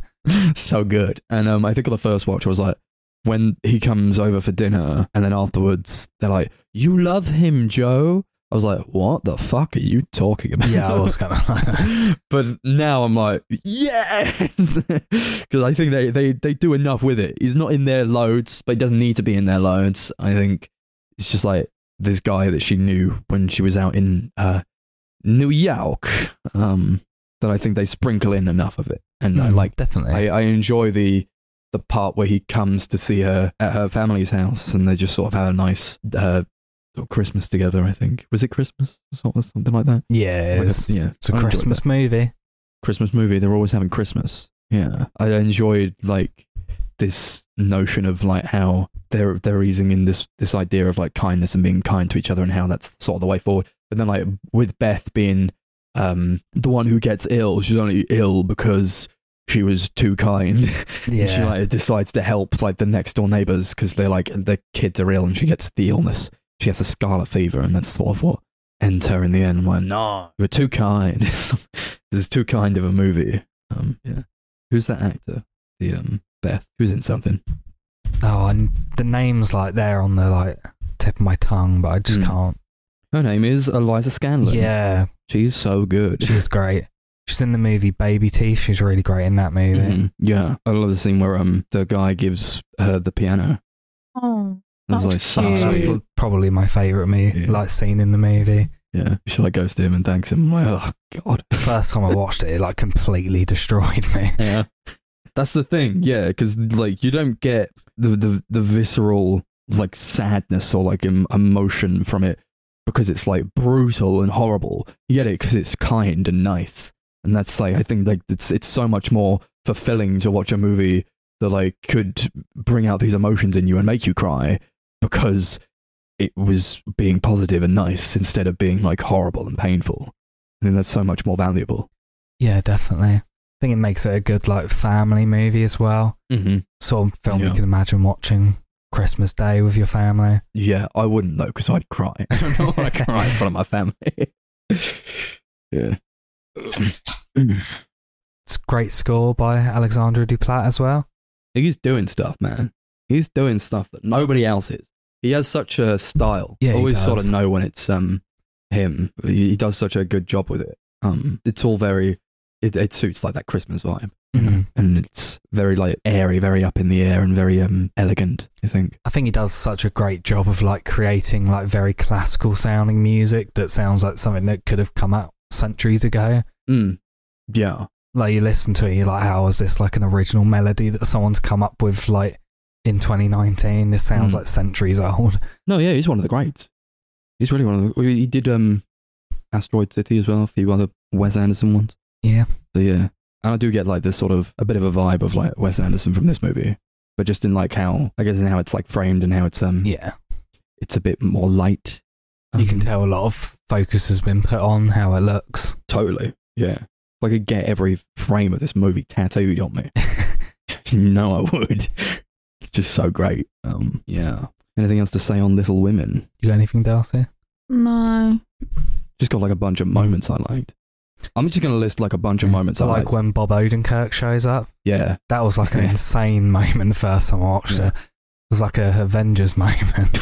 [SPEAKER 1] so good. And um, I think on the first watch, I was like, when he comes over for dinner, and then afterwards, they're like, "You love him, Joe." I was like, "What the fuck are you talking about?"
[SPEAKER 2] yeah, I was kind of like,
[SPEAKER 1] but now I'm like, yes, because I think they, they they do enough with it. He's not in their loads, but he doesn't need to be in their loads. I think it's just like this guy that she knew when she was out in uh, New York. Um, that I think they sprinkle in enough of it, and I
[SPEAKER 2] Mm,
[SPEAKER 1] like.
[SPEAKER 2] definitely.
[SPEAKER 1] I, I enjoy the the part where he comes to see her at her family's house, and they just sort of have a nice uh, sort of Christmas together. I think was it Christmas or sort of something like that.
[SPEAKER 2] yeah,
[SPEAKER 1] Like a-
[SPEAKER 2] it's,
[SPEAKER 1] yeah,
[SPEAKER 2] it's a
[SPEAKER 1] I enjoyed
[SPEAKER 2] Christmas
[SPEAKER 1] that.
[SPEAKER 2] movie.
[SPEAKER 1] Christmas movie. They're always having Christmas. Yeah, I enjoyed like this notion of like how they're they're easing in this this idea of like kindness and being kind to each other and how that's sort of the way forward. But then like with Beth being um the one who gets ill, she's only ill because she was too kind.
[SPEAKER 2] Yeah.
[SPEAKER 1] And she like decides to help like the next door neighbors because they're like their kids are ill and she gets the illness. She has the scarlet fever and that's sort of what ends her in the end. When no, you were too kind. this is too kind of a movie. Um, yeah. Who's that actor? The um Beth who's in something.
[SPEAKER 2] oh, and the name's like there on the like tip of my tongue, but I just
[SPEAKER 1] Mm.
[SPEAKER 2] can't.
[SPEAKER 1] Her name is Eliza Scanlon.
[SPEAKER 2] Yeah,
[SPEAKER 1] she's so good.
[SPEAKER 2] she was great. She's in the movie Baby Teeth. She's really great in that movie.
[SPEAKER 1] Mhm. Yeah, I love the scene where um the guy gives her the piano.
[SPEAKER 3] Oh,
[SPEAKER 1] I was
[SPEAKER 3] That's
[SPEAKER 1] like, so
[SPEAKER 2] Oh, that's
[SPEAKER 1] sweet.
[SPEAKER 3] cute.
[SPEAKER 2] the- probably my favourite me
[SPEAKER 1] Yeah.
[SPEAKER 2] like scene in the movie.
[SPEAKER 1] yeah, she like goes to him and thanks him. I'm like, oh god.
[SPEAKER 2] The first time I watched it, it like completely destroyed me.
[SPEAKER 1] Yeah. That's the thing, yeah, because like you don't get the, the the visceral like sadness or like em- emotion from it because it's like brutal and horrible. You get it because it's kind and nice, and that's like I think like it's it's so much more fulfilling to watch a movie that like could bring out these emotions in you and make you cry because it was being positive and nice instead of being like horrible and painful. I think that's so much more valuable.
[SPEAKER 2] Yeah, definitely. I think it makes it a good like family movie as well.
[SPEAKER 1] Mm-hmm.
[SPEAKER 2] Sort of film
[SPEAKER 1] Yeah.
[SPEAKER 2] you can imagine watching Christmas Day with your family.
[SPEAKER 1] Yeah, I wouldn't though, because I'd cry. I don't want to cry in front of my family. yeah.
[SPEAKER 2] It's a great score by Alexandra Duplat as well.
[SPEAKER 1] He's doing stuff, man. He's doing stuff that nobody else is. He has such a style.
[SPEAKER 2] Yeah,
[SPEAKER 1] I
[SPEAKER 2] he
[SPEAKER 1] always sort of
[SPEAKER 2] does.
[SPEAKER 1] know when it's um him. He, he does such a good job with it. Um, it's all very. It, it suits like that Christmas vibe,
[SPEAKER 2] Mhm.
[SPEAKER 1] and it's very like airy, very up in the air, and very um elegant. I think.
[SPEAKER 2] I think he does such a great job of like creating like very classical sounding music that sounds like something that could have come out centuries ago.
[SPEAKER 1] Mm. Yeah.
[SPEAKER 2] Like you listen to it, you're like, how is this like an original melody that someone's come up with like in 2019? This sounds
[SPEAKER 1] Mm.
[SPEAKER 2] like centuries old.
[SPEAKER 1] No, yeah, he's one of the greats. He's really one of the. well, He did um, Asteroid City as well, a few other Wes Anderson ones.
[SPEAKER 2] Yeah.
[SPEAKER 1] So yeah, and I do get like this sort of a bit of a vibe of like Wes Anderson from this movie, but just in like how I guess in how it's like framed and how it's um,
[SPEAKER 2] Yeah.
[SPEAKER 1] it's a bit more light.
[SPEAKER 2] You can
[SPEAKER 1] Um,
[SPEAKER 2] tell a lot of focus has been put on how it looks.
[SPEAKER 1] totally. Yeah, if I could get every frame of this movie tattooed on me, no, I would. It's just so great. Um, yeah. Anything else to say on Little Women?
[SPEAKER 2] You got anything, Darcy?
[SPEAKER 3] no.
[SPEAKER 1] just got like a bunch of moments I liked. I'm just gonna list like a bunch of moments I
[SPEAKER 2] like
[SPEAKER 1] like.
[SPEAKER 2] when Bob Odenkirk shows up.
[SPEAKER 1] Yeah,
[SPEAKER 2] That was like an
[SPEAKER 1] Yeah.
[SPEAKER 2] insane moment the first time I watched
[SPEAKER 1] Yeah.
[SPEAKER 2] it. It was like a Avengers moment.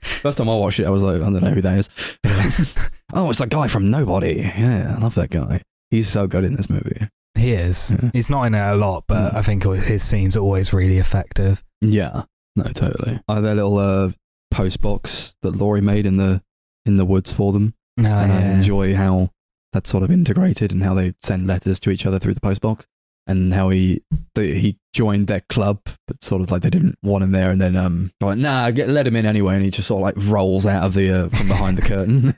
[SPEAKER 1] first time I watched it, I was like, I don't know who that is. oh, it's that guy from Nobody. Yeah, I love that guy. He's so good in this movie.
[SPEAKER 2] he is.
[SPEAKER 1] Yeah.
[SPEAKER 2] He's not in it a lot, but
[SPEAKER 1] Mm.
[SPEAKER 2] I think his scenes are always really effective.
[SPEAKER 1] Yeah, no, totally. I had that little uh, post box that Laurie made in the in the woods for them,
[SPEAKER 2] No,
[SPEAKER 1] and I
[SPEAKER 2] yeah.
[SPEAKER 1] enjoy how that's sort of integrated and how they send letters to each other through the post box. And how he the, he joined their club, but sort of like they didn't want him there. And then um, they're like nah, get, let him in anyway. And he just sort of like rolls out of the uh, from behind the curtain.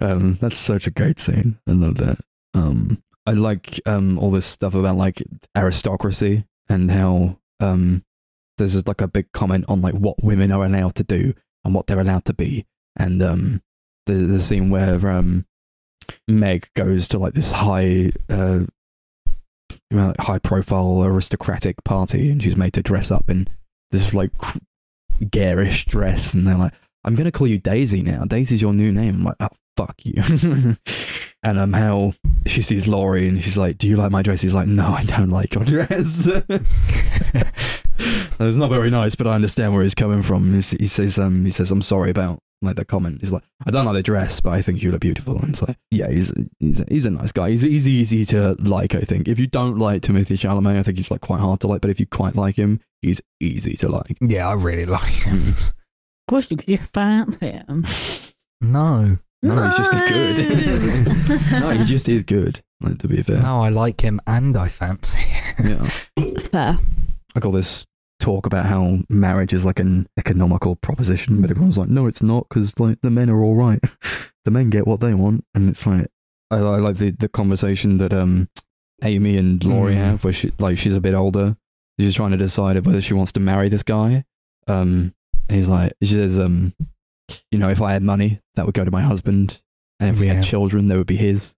[SPEAKER 1] um, that's such a great scene. I love that. Um, I like um, all this stuff about like aristocracy and how um, there's like a big comment on like what women are allowed to do and what they're allowed to be, and um, the the scene where um, Meg goes to like this high uh, you know, like high profile aristocratic party, and she's made to dress up in this like garish dress, and they're like, "I'm gonna call you Daisy now. Daisy's your new name." I'm like, "Oh fuck you." and um, how she sees Laurie, and she's like, "Do you like my dress?" He's like, "No, I don't like your dress." And it's not very nice, but I understand where he's coming from. He s- He says, um, he says, I'm sorry about like that comment. He's like, I don't like the dress, but I think you look beautiful. And it's like, yeah, he's he's he's a nice guy. He's he's easy to like. I think if you don't like Timothy Chalamet, I think he's like quite hard to like. But if you quite like him, he's easy to like.
[SPEAKER 2] yeah, I really like him.
[SPEAKER 3] Of course, you, 'cause you fancy him.
[SPEAKER 2] No,
[SPEAKER 1] No, he's just good. no, he just is good. Like, to be fair,
[SPEAKER 2] no, I like him and I fancy him.
[SPEAKER 1] yeah.
[SPEAKER 3] Fair.
[SPEAKER 1] I call this talk about how marriage is like an economical proposition, but everyone's like, no, it's not, because like the men are all right. the men get what they want, and it's like I, I like the, the conversation that um Amy and Laurie
[SPEAKER 2] Mm.
[SPEAKER 1] have, where she like she's a bit older, she's trying to decide whether she wants to marry this guy. Um, and he's like, she says, um, you know, if I had money, that would go to my husband, and if we
[SPEAKER 2] Yeah.
[SPEAKER 1] had children, they would be his,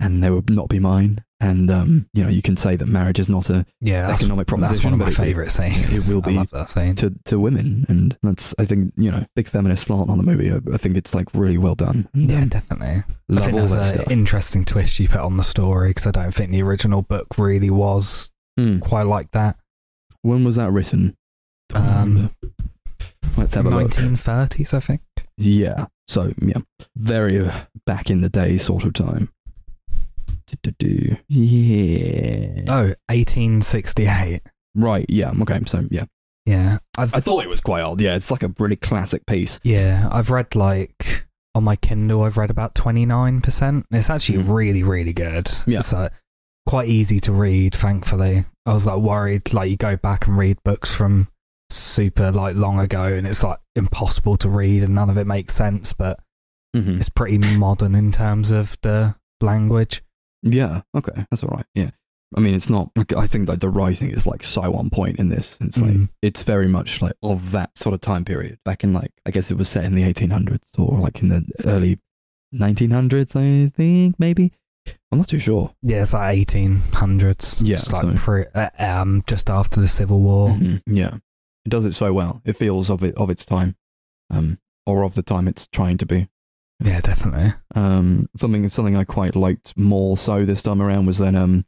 [SPEAKER 1] and they would not be mine. And um, you know, you can say that marriage is not a
[SPEAKER 2] Yeah, that's,
[SPEAKER 1] Economic
[SPEAKER 2] that's
[SPEAKER 1] proposition,
[SPEAKER 2] one of
[SPEAKER 1] but
[SPEAKER 2] my
[SPEAKER 1] it will-
[SPEAKER 2] favourite scenes.
[SPEAKER 1] it will be
[SPEAKER 2] I love that scene.
[SPEAKER 1] to, to women, and that's I think you know big feminist slant on the movie. I, I think it's like really well done. And,
[SPEAKER 2] Yeah,
[SPEAKER 1] um,
[SPEAKER 2] definitely. I
[SPEAKER 1] love
[SPEAKER 2] think
[SPEAKER 1] all that
[SPEAKER 2] that's an
[SPEAKER 1] stuff.
[SPEAKER 2] interesting twist you put on the story because I don't think the original book really was
[SPEAKER 1] Mm.
[SPEAKER 2] quite like that.
[SPEAKER 1] When was that written? Don't
[SPEAKER 2] Um,
[SPEAKER 1] remember. Let's have a look.
[SPEAKER 2] 1930s, I think.
[SPEAKER 1] Yeah. So yeah, very uh, back in the day sort of time. Do-do-do. Yeah.
[SPEAKER 2] Oh, 1868.
[SPEAKER 1] Right. Yeah. Okay. So yeah,
[SPEAKER 2] Yeah, I've
[SPEAKER 1] I thought it was quite old. Yeah, it's like a really classic piece.
[SPEAKER 2] yeah, I've read like on my Kindle. I've read about twenty nine percent. It's actually
[SPEAKER 1] Mm.
[SPEAKER 2] really, really good.
[SPEAKER 1] Yeah.
[SPEAKER 2] so quite easy to read. Thankfully, I was like worried. Like you go back and read books from super like long ago, and it's like impossible to read, and none of it makes sense. But
[SPEAKER 1] Mm-hmm.
[SPEAKER 2] it's pretty modern in terms of the language.
[SPEAKER 1] Yeah. Okay. That's all right. Yeah. I mean, it's not. I think like the writing is like so on point in this. It's like
[SPEAKER 2] Mm.
[SPEAKER 1] it's very much like of that sort of time period. Back in like I guess it was set in the 1800s or like in the early 1900s. I think maybe. I'm not too sure.
[SPEAKER 2] Yeah, it's like eighteen hundreds.
[SPEAKER 1] Yeah,
[SPEAKER 2] it's like
[SPEAKER 1] so-
[SPEAKER 2] pre- uh, um, just after the Civil War.
[SPEAKER 1] Yeah. It does it so well. It feels of it of its time, um, or of the time it's trying to be.
[SPEAKER 2] Yeah, definitely.
[SPEAKER 1] Um, something something I quite liked more so this time around was then um,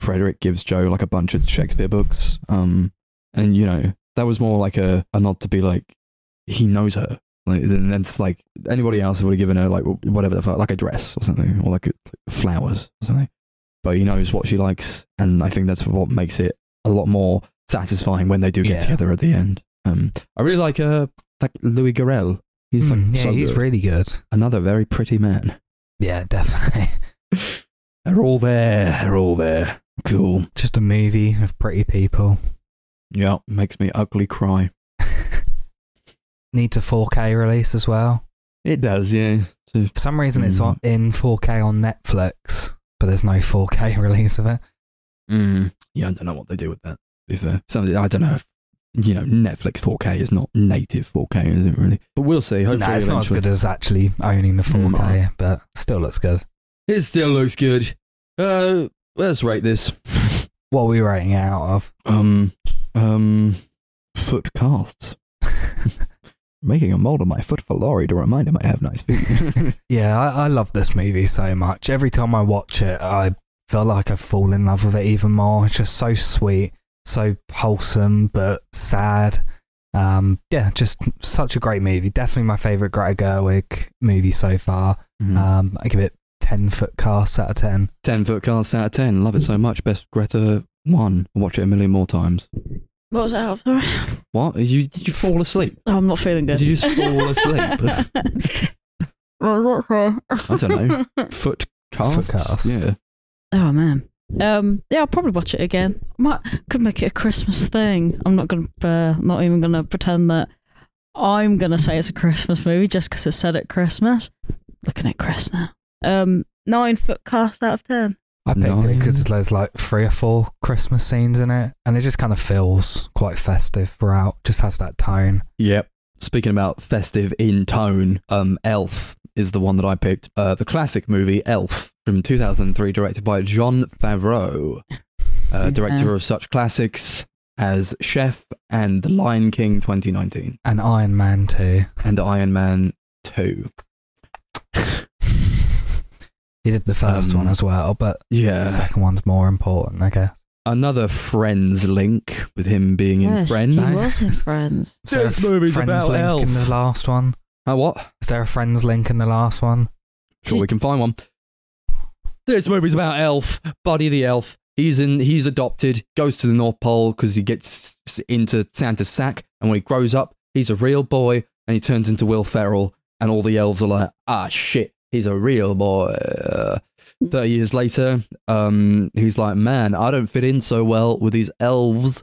[SPEAKER 1] Frederick gives Joe like a bunch of Shakespeare books. Um, and you know that was more like a a nod to be like he knows her. Like then that's like anybody else would have given her like wh- whatever the fuck, like a dress or something, or like, a, like flowers or something. But he knows what she likes, and I think that's what makes it a lot more satisfying when they do get
[SPEAKER 2] Yeah.
[SPEAKER 1] together at the end. Um, I really like uh like Louis Garrel. He's like
[SPEAKER 2] Mm, yeah,
[SPEAKER 1] so
[SPEAKER 2] he's
[SPEAKER 1] good.
[SPEAKER 2] really good.
[SPEAKER 1] another very pretty man.
[SPEAKER 2] Yeah, definitely.
[SPEAKER 1] They're all there. They're all there. Cool.
[SPEAKER 2] Just a movie of pretty people.
[SPEAKER 1] Yeah, makes me ugly cry.
[SPEAKER 2] Needs a 4K release as well.
[SPEAKER 1] It does, yeah.
[SPEAKER 2] For some reason, it's
[SPEAKER 1] Mm.
[SPEAKER 2] on, in 4K on Netflix, but there's no 4K release of it.
[SPEAKER 1] Mm. Yeah, I don't know what they do with that. To be fair, something I don't know if you know Netflix 4K is not native 4K, is it really? But we'll see. Hopefully,
[SPEAKER 2] nah, it's not as
[SPEAKER 1] eventually. Hmm.
[SPEAKER 2] good as actually owning the 4K, but still looks good.
[SPEAKER 1] It still looks good. Uh, let's rate this.
[SPEAKER 2] What are we rating it out of?
[SPEAKER 1] Um, um, foot casts. Making a mold of my foot for Laurie to remind him I have nice feet.
[SPEAKER 2] Yeah, I, I love this movie so much. Every time I watch it, I feel like I fall in love with it even more. It's just so sweet, so wholesome, but sad. Um, yeah, just such a great movie. Definitely my favourite Greta Gerwig movie so far.
[SPEAKER 1] Hmm.
[SPEAKER 2] Um, I give it 10 foot casts out of 10.
[SPEAKER 1] 10 foot casts out of 10. Love it so much. Best Greta one. Watch it a million more times.
[SPEAKER 3] What was that? Sorry.
[SPEAKER 1] What? You, did you fall asleep?
[SPEAKER 3] Oh, I'm not feeling good.
[SPEAKER 1] Did you just fall asleep?
[SPEAKER 3] what was that for?
[SPEAKER 1] I don't know. Foot casts?
[SPEAKER 2] casts.
[SPEAKER 1] Yeah.
[SPEAKER 3] Oh man. Um. Yeah, I'll probably watch it again. Might could make it a Christmas thing. I'm not gonna. Uh, I'm not even gonna pretend that. I'm gonna say it's a Christmas movie just because it said at Christmas. Looking at Chris now. Um. Nine foot cast out of ten.
[SPEAKER 2] I picked it
[SPEAKER 1] Nine.
[SPEAKER 2] because there's like three or four Christmas scenes in it, and it just kind of feels quite festive throughout. Just has that tone.
[SPEAKER 1] Yep. Speaking about festive in tone, um, Elf is the one that I picked. Uh, the classic movie Elf from 2003, directed by John Favreau, uh, director of such classics as Chef and The Lion King 2019
[SPEAKER 2] And Iron Man too.
[SPEAKER 1] and Iron Man 2.
[SPEAKER 2] He did the first
[SPEAKER 1] Um,
[SPEAKER 2] one as well, but
[SPEAKER 1] Yeah.
[SPEAKER 2] the second one's more important, I guess.
[SPEAKER 1] Another Friends link with him being in
[SPEAKER 3] Yes,
[SPEAKER 1] Friends.
[SPEAKER 3] She was in Friends.
[SPEAKER 2] Is there
[SPEAKER 1] This
[SPEAKER 2] a f-
[SPEAKER 1] movie's
[SPEAKER 2] Friends
[SPEAKER 1] about
[SPEAKER 2] link in
[SPEAKER 1] Elf.
[SPEAKER 2] the last one?
[SPEAKER 1] Oh, what?
[SPEAKER 2] Is there a Friends link in the last one?
[SPEAKER 1] Sure, we can find one. This movie's about Elf, Buddy the Elf. He's in. He's adopted. Goes to the North Pole because he gets s- into Santa's sack. And when he grows up, he's a real boy, and he turns into Will Ferrell. And all the elves are like, "Ah, shit, he's a real boy." Thirty years later, um, he's like, "Man, I don't fit in so well with these elves."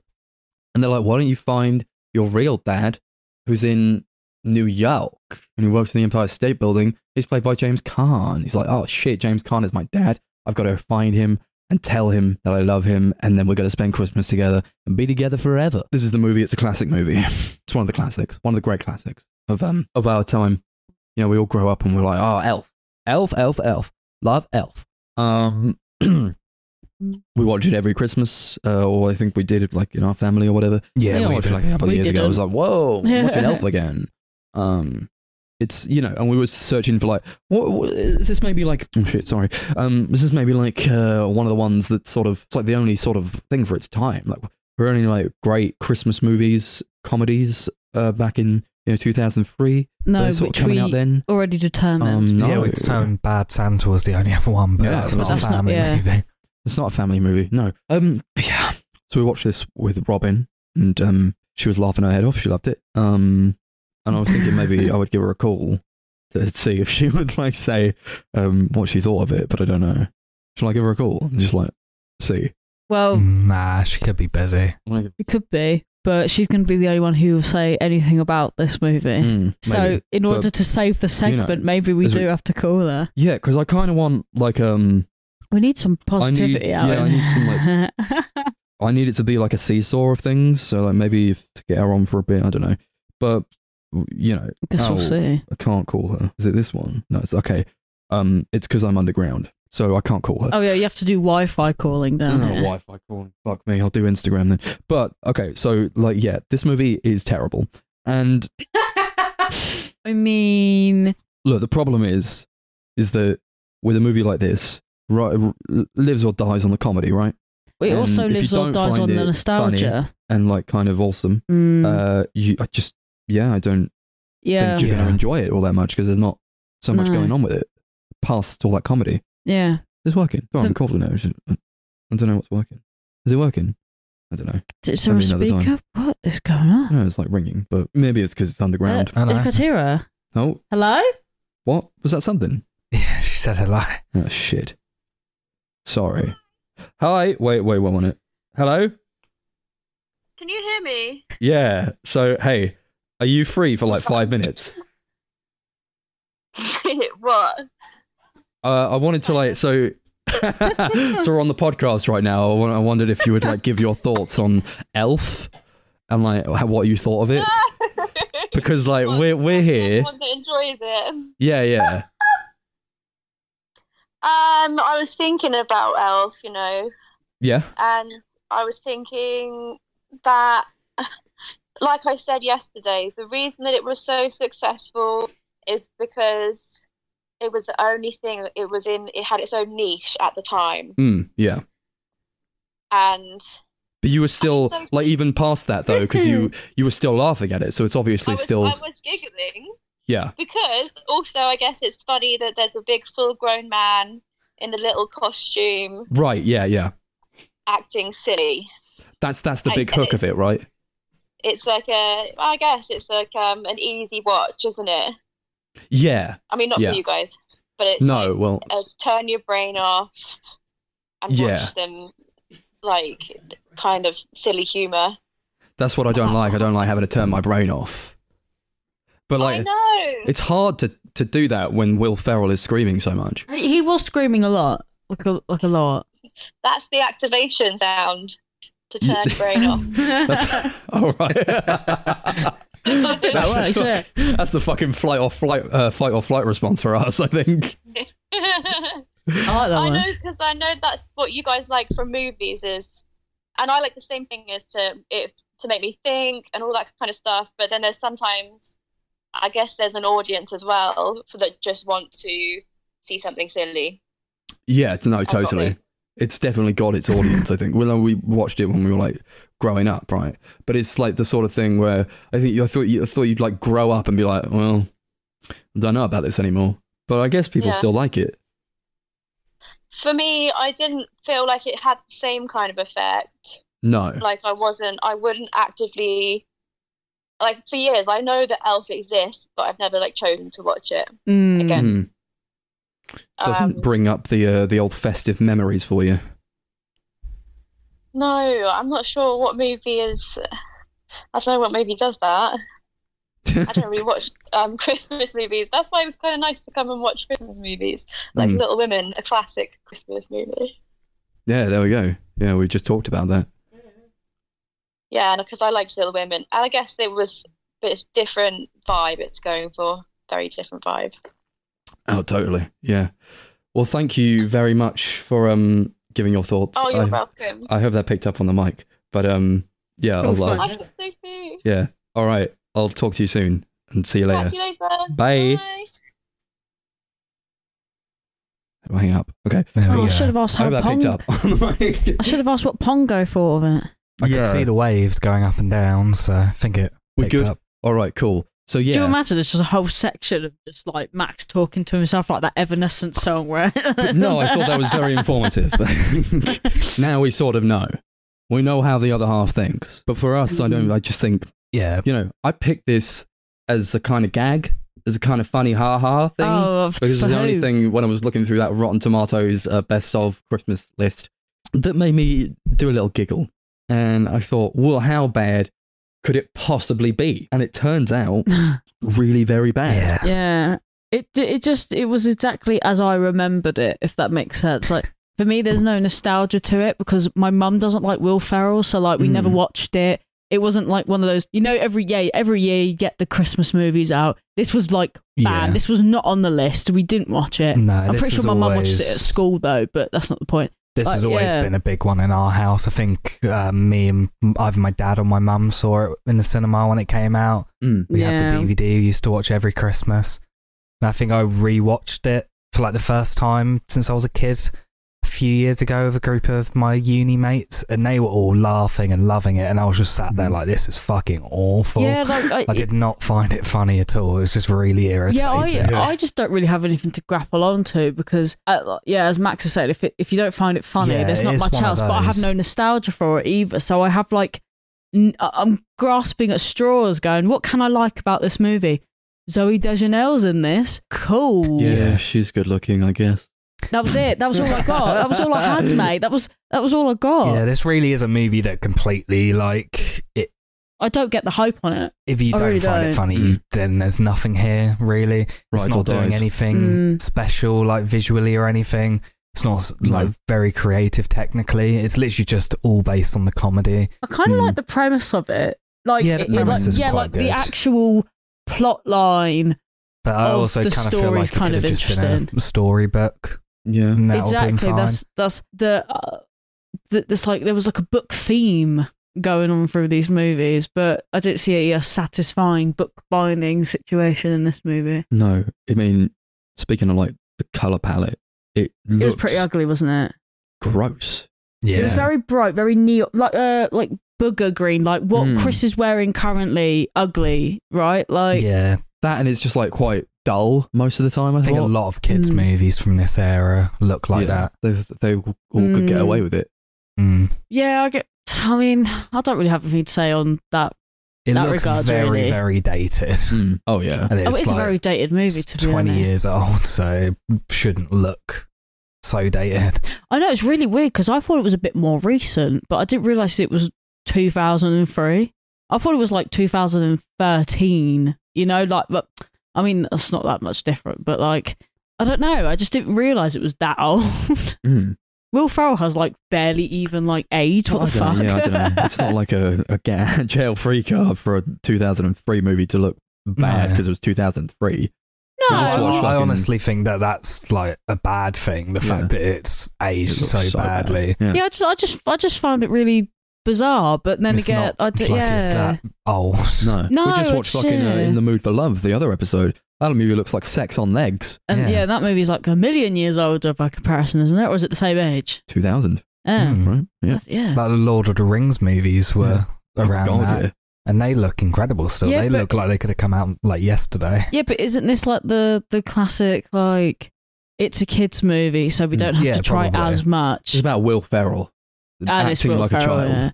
[SPEAKER 1] And they're like, "Why don't you find your real dad, who's in New York and he works in the Empire State Building. He's played by James Caan. He's like, oh shit, James Caan is my dad. I've got to find him and tell him that I love him, and then we're going to spend Christmas together and be together forever. This is the movie. It's a classic movie. It's one of the classics, one of the great classics of um of our time. You know, we all grow up and we're like, oh, Elf, Elf, Elf, Elf, love Elf. Um, we watch it every Christmas, uh, or I think we did it like in our family or whatever. Yeah,
[SPEAKER 2] we
[SPEAKER 1] we watched
[SPEAKER 2] did.
[SPEAKER 1] it like a couple of
[SPEAKER 3] We
[SPEAKER 1] years ago. I was like,
[SPEAKER 3] didn't.
[SPEAKER 1] whoa, I'm watching Elf again. Um, it's you know, and we were searching for like, what, what is this? Maybe like, oh shit, sorry. Um, is this maybe like uh, one of the ones that sort of it's like the only sort of thing for its time. Like we're only like great Christmas movies, comedies uh, back in you know 2003.
[SPEAKER 3] No,
[SPEAKER 1] They're sort of
[SPEAKER 3] which
[SPEAKER 1] coming
[SPEAKER 3] we
[SPEAKER 1] out then.
[SPEAKER 3] already determined.
[SPEAKER 1] Um, no,
[SPEAKER 2] Yeah, we determined Bad Santa was the only other one, but
[SPEAKER 1] Yeah,
[SPEAKER 2] that's
[SPEAKER 1] but
[SPEAKER 2] not
[SPEAKER 3] that's
[SPEAKER 2] a
[SPEAKER 3] not-
[SPEAKER 2] family
[SPEAKER 3] yeah.
[SPEAKER 2] movie.
[SPEAKER 1] It's not a family movie. No. Um. Yeah. So we watched this with Robin, and um, she was laughing her head off. She loved it. Um, and I was thinking maybe I would give her a call to see if she would like say um what she thought of it, but I don't know. Shall I give her a call and just like see?
[SPEAKER 3] well,
[SPEAKER 1] hmm.
[SPEAKER 2] Nah, she could be busy.
[SPEAKER 1] Like,
[SPEAKER 3] it could be, but she's going to be the only one who will say anything about this movie.
[SPEAKER 1] mm,
[SPEAKER 3] Eh, So,
[SPEAKER 1] maybe.
[SPEAKER 3] in order
[SPEAKER 1] but,
[SPEAKER 3] to save the
[SPEAKER 1] you know,
[SPEAKER 3] segment, maybe we
[SPEAKER 1] as
[SPEAKER 3] do
[SPEAKER 1] we-
[SPEAKER 3] have to call her.
[SPEAKER 1] yeah, because I kind of want like um
[SPEAKER 3] We need some positivity out.
[SPEAKER 1] yeah, I need some, like- I need it to be like a seesaw of things. So like maybe if, to get her on for a bit, I don't know. But you know,
[SPEAKER 3] Guess
[SPEAKER 1] Oh.
[SPEAKER 3] we'll see.
[SPEAKER 1] I can't call her. Is it this one? No, it's okay. Um, it's because I'm underground, so I can't call her.
[SPEAKER 3] Oh yeah, you have to do Wi-Fi calling down
[SPEAKER 1] Oh,
[SPEAKER 3] here.
[SPEAKER 1] Wi-Fi calling. Fuck me. I'll do Instagram then. But okay, so like, yeah, this movie is terrible. And
[SPEAKER 3] I mean,
[SPEAKER 1] look, the problem is, is that with a movie like this, right, lives or dies on the comedy, right?
[SPEAKER 3] it
[SPEAKER 1] And
[SPEAKER 3] also
[SPEAKER 1] Um, if you
[SPEAKER 3] lives or
[SPEAKER 1] don't
[SPEAKER 3] dies
[SPEAKER 1] find
[SPEAKER 3] on the
[SPEAKER 1] it
[SPEAKER 3] nostalgia.
[SPEAKER 1] And like, kind of awesome.
[SPEAKER 3] Mm,
[SPEAKER 1] Uh, you, I just, yeah, I don't
[SPEAKER 3] yeah,
[SPEAKER 1] think you're
[SPEAKER 2] Yeah.
[SPEAKER 1] gonna enjoy it all that much because there's not so much
[SPEAKER 3] No.
[SPEAKER 1] going on with it past all that comedy.
[SPEAKER 3] yeah.
[SPEAKER 1] It's working. Sorry, I'm
[SPEAKER 3] But-
[SPEAKER 1] cold now. I should- I don't know what's working. Is it working? I don't know.
[SPEAKER 3] Is there a
[SPEAKER 1] Maybe another time.
[SPEAKER 3] speaker? What is going on?
[SPEAKER 1] I know it's like ringing, but maybe it's because it's underground.
[SPEAKER 2] I
[SPEAKER 3] Uh,
[SPEAKER 2] know.
[SPEAKER 3] is Katira?
[SPEAKER 1] oh,
[SPEAKER 3] Hello?
[SPEAKER 1] what was that? Something?
[SPEAKER 2] Yeah, she said hello.
[SPEAKER 1] Oh shit. Sorry. Hi. Wait. Wait. One minute. Hello.
[SPEAKER 4] Can you hear me?
[SPEAKER 1] Yeah. So hey, are you free for like five minutes?
[SPEAKER 4] what?
[SPEAKER 1] Uh, I wanted to like so. so we're on the podcast right now. I won- I wondered if you would like give your thoughts on Elf and like how- what you thought of it because like we're we're here.
[SPEAKER 4] Everyone that enjoys it. Um,
[SPEAKER 1] Yeah. Yeah.
[SPEAKER 4] I was thinking about Elf, you know,
[SPEAKER 1] Yeah.
[SPEAKER 4] and I was thinking that, like I said yesterday, the reason that it was so successful is because it was the only thing it was in. It had its own niche at the time,
[SPEAKER 1] Mm, yeah.
[SPEAKER 4] and
[SPEAKER 1] But you were still
[SPEAKER 4] so-
[SPEAKER 1] like even past that though, because you you were still laughing at it. So it's
[SPEAKER 4] I
[SPEAKER 1] obviously
[SPEAKER 4] was,
[SPEAKER 1] still
[SPEAKER 4] I was giggling.
[SPEAKER 1] yeah.
[SPEAKER 4] because also I guess it's funny that there's a big full-grown man in a little costume
[SPEAKER 1] Right. Yeah. Yeah.
[SPEAKER 4] acting silly.
[SPEAKER 1] That's that's the
[SPEAKER 4] I-
[SPEAKER 1] big
[SPEAKER 4] and
[SPEAKER 1] hook of it, right?
[SPEAKER 4] It's like a, I guess it's like um an easy watch, isn't it?
[SPEAKER 1] Yeah.
[SPEAKER 4] I mean, not
[SPEAKER 1] Yeah.
[SPEAKER 4] for you guys, but it's
[SPEAKER 1] No.
[SPEAKER 4] like
[SPEAKER 1] Well.
[SPEAKER 4] a turn your brain off and
[SPEAKER 1] Yeah.
[SPEAKER 4] watch them like kind of silly humor.
[SPEAKER 1] That's what I don't like. I don't like having to turn my brain off. But
[SPEAKER 4] I
[SPEAKER 1] like,
[SPEAKER 4] know.
[SPEAKER 1] it's hard to to do that when Will Ferrell is screaming so much.
[SPEAKER 3] He was screaming a lot, like a, like a lot.
[SPEAKER 4] That's the activation sound to turn brain off.
[SPEAKER 1] That's, all right. that's,
[SPEAKER 3] That works,
[SPEAKER 1] the,
[SPEAKER 3] yeah.
[SPEAKER 1] fuck- that's the fucking flight or flight, uh, fight or flight response for us, I think.
[SPEAKER 3] I like that
[SPEAKER 4] I
[SPEAKER 3] one.
[SPEAKER 4] know because I know that's what you guys like from movies is, and I like the same thing as to it to make me think and all that kind of stuff. But then there's sometimes, I guess there's an audience as well for that just want to see something silly.
[SPEAKER 1] Yeah, no,
[SPEAKER 4] Oh, got
[SPEAKER 1] totally.
[SPEAKER 4] me.
[SPEAKER 1] It's definitely got its audience, I think. Well, we watched it when we were like growing up, right? But it's like the sort of thing where I think you, I thought you I thought you'd like grow up and be like, well, I don't know about this anymore. But I guess people
[SPEAKER 4] Yeah.
[SPEAKER 1] still like it.
[SPEAKER 4] For me, I didn't feel like it had the same kind of effect.
[SPEAKER 1] No,
[SPEAKER 4] Like I wasn't, I wouldn't actively. Like for years, I know that Elf exists, but I've never like chosen to watch it. Um,
[SPEAKER 3] Mm.
[SPEAKER 4] Again.
[SPEAKER 1] Hmm. doesn't
[SPEAKER 4] Um,
[SPEAKER 1] bring up the uh, the old festive memories for you.
[SPEAKER 4] No, I'm not sure what movie is. I don't know what movie does that. I don't really watch um, Christmas movies. That's why it was kind of nice to come and watch Christmas movies, like
[SPEAKER 1] Mm.
[SPEAKER 4] Little Women, a classic Christmas movie.
[SPEAKER 1] Yeah, there we go. Yeah, we just talked about that.
[SPEAKER 4] Yeah, because I liked Little Women, and I guess it was, but it's different vibe it's going for. Very different vibe.
[SPEAKER 1] Oh, totally. Yeah. Well, thank you very much for um giving your thoughts.
[SPEAKER 4] Oh, you're
[SPEAKER 1] I,
[SPEAKER 4] welcome.
[SPEAKER 1] I hope that picked up on the mic. But um, yeah,
[SPEAKER 3] Oh,
[SPEAKER 1] I'll, I'll-
[SPEAKER 3] fine.
[SPEAKER 4] I think so too.
[SPEAKER 1] Yeah. All right. I'll talk to you soon and see you later.
[SPEAKER 4] Catch you later.
[SPEAKER 1] Bye. How do I hang up? Okay.
[SPEAKER 2] There we
[SPEAKER 3] Oh,
[SPEAKER 2] go.
[SPEAKER 3] I should have asked
[SPEAKER 1] I
[SPEAKER 3] how
[SPEAKER 1] hope that picked
[SPEAKER 3] Pong.
[SPEAKER 1] up on the mic.
[SPEAKER 3] I should have asked what Pongo thought of it.
[SPEAKER 2] I
[SPEAKER 1] Yeah.
[SPEAKER 2] could see the waves going up and down, so I think it
[SPEAKER 1] We're
[SPEAKER 2] picked
[SPEAKER 1] good.
[SPEAKER 2] up.
[SPEAKER 1] All right. Cool. So yeah.
[SPEAKER 3] Do you imagine there's just a whole section of just like Max talking to himself like that Evanescent song where?
[SPEAKER 1] But no, I thought that was very informative. now we sort of know. We know how the other half thinks. But for us, I don't. I just think
[SPEAKER 2] Yeah.
[SPEAKER 1] you know. I picked this as a kind of gag, as a kind of funny ha ha thing.
[SPEAKER 3] Oh, f-
[SPEAKER 1] because
[SPEAKER 3] for
[SPEAKER 1] it's the only
[SPEAKER 3] who?
[SPEAKER 1] thing when I was looking through that Rotten Tomatoes uh, best of Christmas list that made me do a little giggle. And I thought, well, how bad could it possibly be? And it turns out really very bad.
[SPEAKER 2] Yeah.
[SPEAKER 3] Yeah, it it just it was exactly as I remembered it. If that makes sense, like. For me, there's no nostalgia to it because my mum doesn't like Will Ferrell, so like
[SPEAKER 2] Hmm.
[SPEAKER 3] we never
[SPEAKER 1] Mm.
[SPEAKER 3] watched it. It wasn't like one of those, you know. Every year, every year you get the Christmas movies out. This was like bad.
[SPEAKER 2] Yeah.
[SPEAKER 3] This was not on the list. We didn't watch it.
[SPEAKER 2] No,
[SPEAKER 3] I'm
[SPEAKER 2] this
[SPEAKER 3] pretty
[SPEAKER 2] is
[SPEAKER 3] sure my mum watches it at
[SPEAKER 2] always-
[SPEAKER 3] school though, but that's not the point.
[SPEAKER 2] This
[SPEAKER 3] Uh,
[SPEAKER 2] has always
[SPEAKER 3] yeah.
[SPEAKER 2] been a big one in our house. I think uh, me and either my dad or my mum saw it in the cinema when it came out.
[SPEAKER 1] Mm.
[SPEAKER 2] We had the DVD. We used to watch every Christmas. And I think I rewatched it for like the first time since I was a kid a few years ago with a group of my uni mates, and they were all laughing and loving it. And I was just sat there like, "This is fucking awful."
[SPEAKER 3] Yeah, like I,
[SPEAKER 2] I did not find it funny at all. It was just really irritating.
[SPEAKER 3] yeah, I,
[SPEAKER 1] Yeah.
[SPEAKER 3] I just don't really have anything to grapple onto because, uh, yeah, as Max has said, if it, if you don't find it funny,
[SPEAKER 2] Yeah,
[SPEAKER 3] there's
[SPEAKER 2] it
[SPEAKER 3] not
[SPEAKER 2] is
[SPEAKER 3] much
[SPEAKER 2] one of
[SPEAKER 3] else. But I have
[SPEAKER 2] those.
[SPEAKER 3] no nostalgia for it either, so I have like, n- I- I'm grasping at straws, going, what can I like about this movie? Zoe Deschanel's in this. Cool.
[SPEAKER 1] Yeah,
[SPEAKER 2] Yeah.
[SPEAKER 1] she's good looking, I guess.
[SPEAKER 3] That was it. That was all I got. That was all I had, mate. That was that was all I got.
[SPEAKER 2] Yeah, this really is a movie that completely like it,
[SPEAKER 3] I don't get the hype on it.
[SPEAKER 2] if you
[SPEAKER 3] I
[SPEAKER 2] don't
[SPEAKER 3] Oh, really
[SPEAKER 2] find it
[SPEAKER 3] don't.
[SPEAKER 2] funny,
[SPEAKER 1] Mm.
[SPEAKER 2] you, then there's nothing here really.
[SPEAKER 1] Right
[SPEAKER 2] it's not
[SPEAKER 1] or
[SPEAKER 2] doing
[SPEAKER 1] dies.
[SPEAKER 2] anything
[SPEAKER 3] Mm.
[SPEAKER 2] special like visually or anything. It's not s-
[SPEAKER 1] No.
[SPEAKER 2] like very creative technically. It's literally just all based on the comedy.
[SPEAKER 3] I kind of
[SPEAKER 1] Mm.
[SPEAKER 3] like the premise of it. Like,
[SPEAKER 2] Hmm. Yeah, the
[SPEAKER 3] it- it- like-
[SPEAKER 2] premise is
[SPEAKER 3] yeah,
[SPEAKER 2] quite
[SPEAKER 3] like the
[SPEAKER 2] good.
[SPEAKER 3] actual plot line
[SPEAKER 2] But I
[SPEAKER 3] Of
[SPEAKER 2] also
[SPEAKER 3] Oh, the
[SPEAKER 2] kind of feel
[SPEAKER 3] story's
[SPEAKER 2] like it
[SPEAKER 3] kind
[SPEAKER 2] could have
[SPEAKER 3] of
[SPEAKER 2] just been
[SPEAKER 3] interesting.
[SPEAKER 2] a storybook.
[SPEAKER 1] Yeah.
[SPEAKER 2] And that would have been
[SPEAKER 3] exactly
[SPEAKER 2] fine.
[SPEAKER 3] that's that's the, uh, the this like there was like a book theme going on through these movies but i didn't see a, a satisfying book binding situation in this movie
[SPEAKER 1] No, I mean, speaking of like the color palette, it looks
[SPEAKER 3] it was pretty ugly wasn't it
[SPEAKER 1] gross.
[SPEAKER 2] yeah.
[SPEAKER 3] it was very bright very neon like uh like booger green like what
[SPEAKER 1] Hmm.
[SPEAKER 3] chris is wearing currently ugly right like
[SPEAKER 2] yeah,
[SPEAKER 1] That and it's just like quite dull most of the time. I,
[SPEAKER 2] I think a
[SPEAKER 1] thought.
[SPEAKER 2] lot of kids'
[SPEAKER 3] Mm.
[SPEAKER 2] movies from this era look like
[SPEAKER 1] Yeah,
[SPEAKER 2] that.
[SPEAKER 1] They, they all could get
[SPEAKER 3] Mm.
[SPEAKER 2] Hmm.
[SPEAKER 1] away with it.
[SPEAKER 2] Mm.
[SPEAKER 3] yeah i get i mean i don't really have anything to say on that
[SPEAKER 2] It
[SPEAKER 3] That
[SPEAKER 2] looks
[SPEAKER 3] regards,
[SPEAKER 2] very,
[SPEAKER 3] really.
[SPEAKER 2] very dated.
[SPEAKER 1] Oh yeah.
[SPEAKER 2] And
[SPEAKER 3] oh it's
[SPEAKER 2] like,
[SPEAKER 3] a very dated movie
[SPEAKER 2] it's
[SPEAKER 3] to be
[SPEAKER 2] 20
[SPEAKER 3] honest.
[SPEAKER 2] years old, so it shouldn't look so dated.
[SPEAKER 3] I know it's really weird because I thought it was a bit more recent, but I didn't realize it was 2003. I thought it was like 2013. You know, like, but I mean, it's
[SPEAKER 2] Hmm.
[SPEAKER 3] not that much different. But like, I don't know. I just didn't realize it was that old,
[SPEAKER 1] Mm.
[SPEAKER 3] Will Ferrell has like barely even like age. What
[SPEAKER 1] I
[SPEAKER 3] the
[SPEAKER 1] don't
[SPEAKER 3] fuck?
[SPEAKER 1] know, Yeah, I don't know. It's not like a, a ga- jail free card for a 2003 movie to look bad
[SPEAKER 2] No.
[SPEAKER 1] because it was 2003.
[SPEAKER 3] no.
[SPEAKER 1] You just
[SPEAKER 2] I,
[SPEAKER 1] watch
[SPEAKER 2] I
[SPEAKER 1] fucking-
[SPEAKER 2] honestly think that that's like a bad thing. The fact that it's
[SPEAKER 1] It
[SPEAKER 2] aged
[SPEAKER 1] looks
[SPEAKER 2] so,
[SPEAKER 1] bad.
[SPEAKER 2] badly.
[SPEAKER 1] Yeah.
[SPEAKER 3] yeah, I just, I just, I just found it really bizarre. But then
[SPEAKER 2] It's
[SPEAKER 3] again,
[SPEAKER 2] not
[SPEAKER 3] I d-
[SPEAKER 2] like
[SPEAKER 3] yeah,
[SPEAKER 2] it's that old.
[SPEAKER 1] No.
[SPEAKER 3] No,
[SPEAKER 1] we just
[SPEAKER 3] it's
[SPEAKER 1] watched fucking uh,
[SPEAKER 3] shit.
[SPEAKER 1] In the Mood for Love, the other episode. That movie looks like Sex on Legs,
[SPEAKER 3] and
[SPEAKER 2] Yeah.
[SPEAKER 3] yeah. that movie's like a million years older by comparison, isn't it? Or is it the same age?
[SPEAKER 1] 2000,
[SPEAKER 3] Yeah,
[SPEAKER 2] Mm.
[SPEAKER 1] right? Yeah.
[SPEAKER 3] That's- yeah.
[SPEAKER 2] Like the Lord of the Rings movies were around
[SPEAKER 1] Oh,
[SPEAKER 2] that,
[SPEAKER 1] yeah.
[SPEAKER 2] and they look incredible still.
[SPEAKER 3] Yeah,
[SPEAKER 2] they
[SPEAKER 3] but-
[SPEAKER 2] look like they could have come out like yesterday.
[SPEAKER 3] Yeah, but isn't this like the the classic like it's a kids movie, so we don't have
[SPEAKER 2] Yeah,
[SPEAKER 3] to try
[SPEAKER 2] probably.
[SPEAKER 3] as much.
[SPEAKER 1] Hmm. It's about Will Ferrell
[SPEAKER 3] and
[SPEAKER 1] acting
[SPEAKER 3] it's Ah, Will
[SPEAKER 1] like
[SPEAKER 3] Ferrell.
[SPEAKER 1] a child.
[SPEAKER 3] yeah.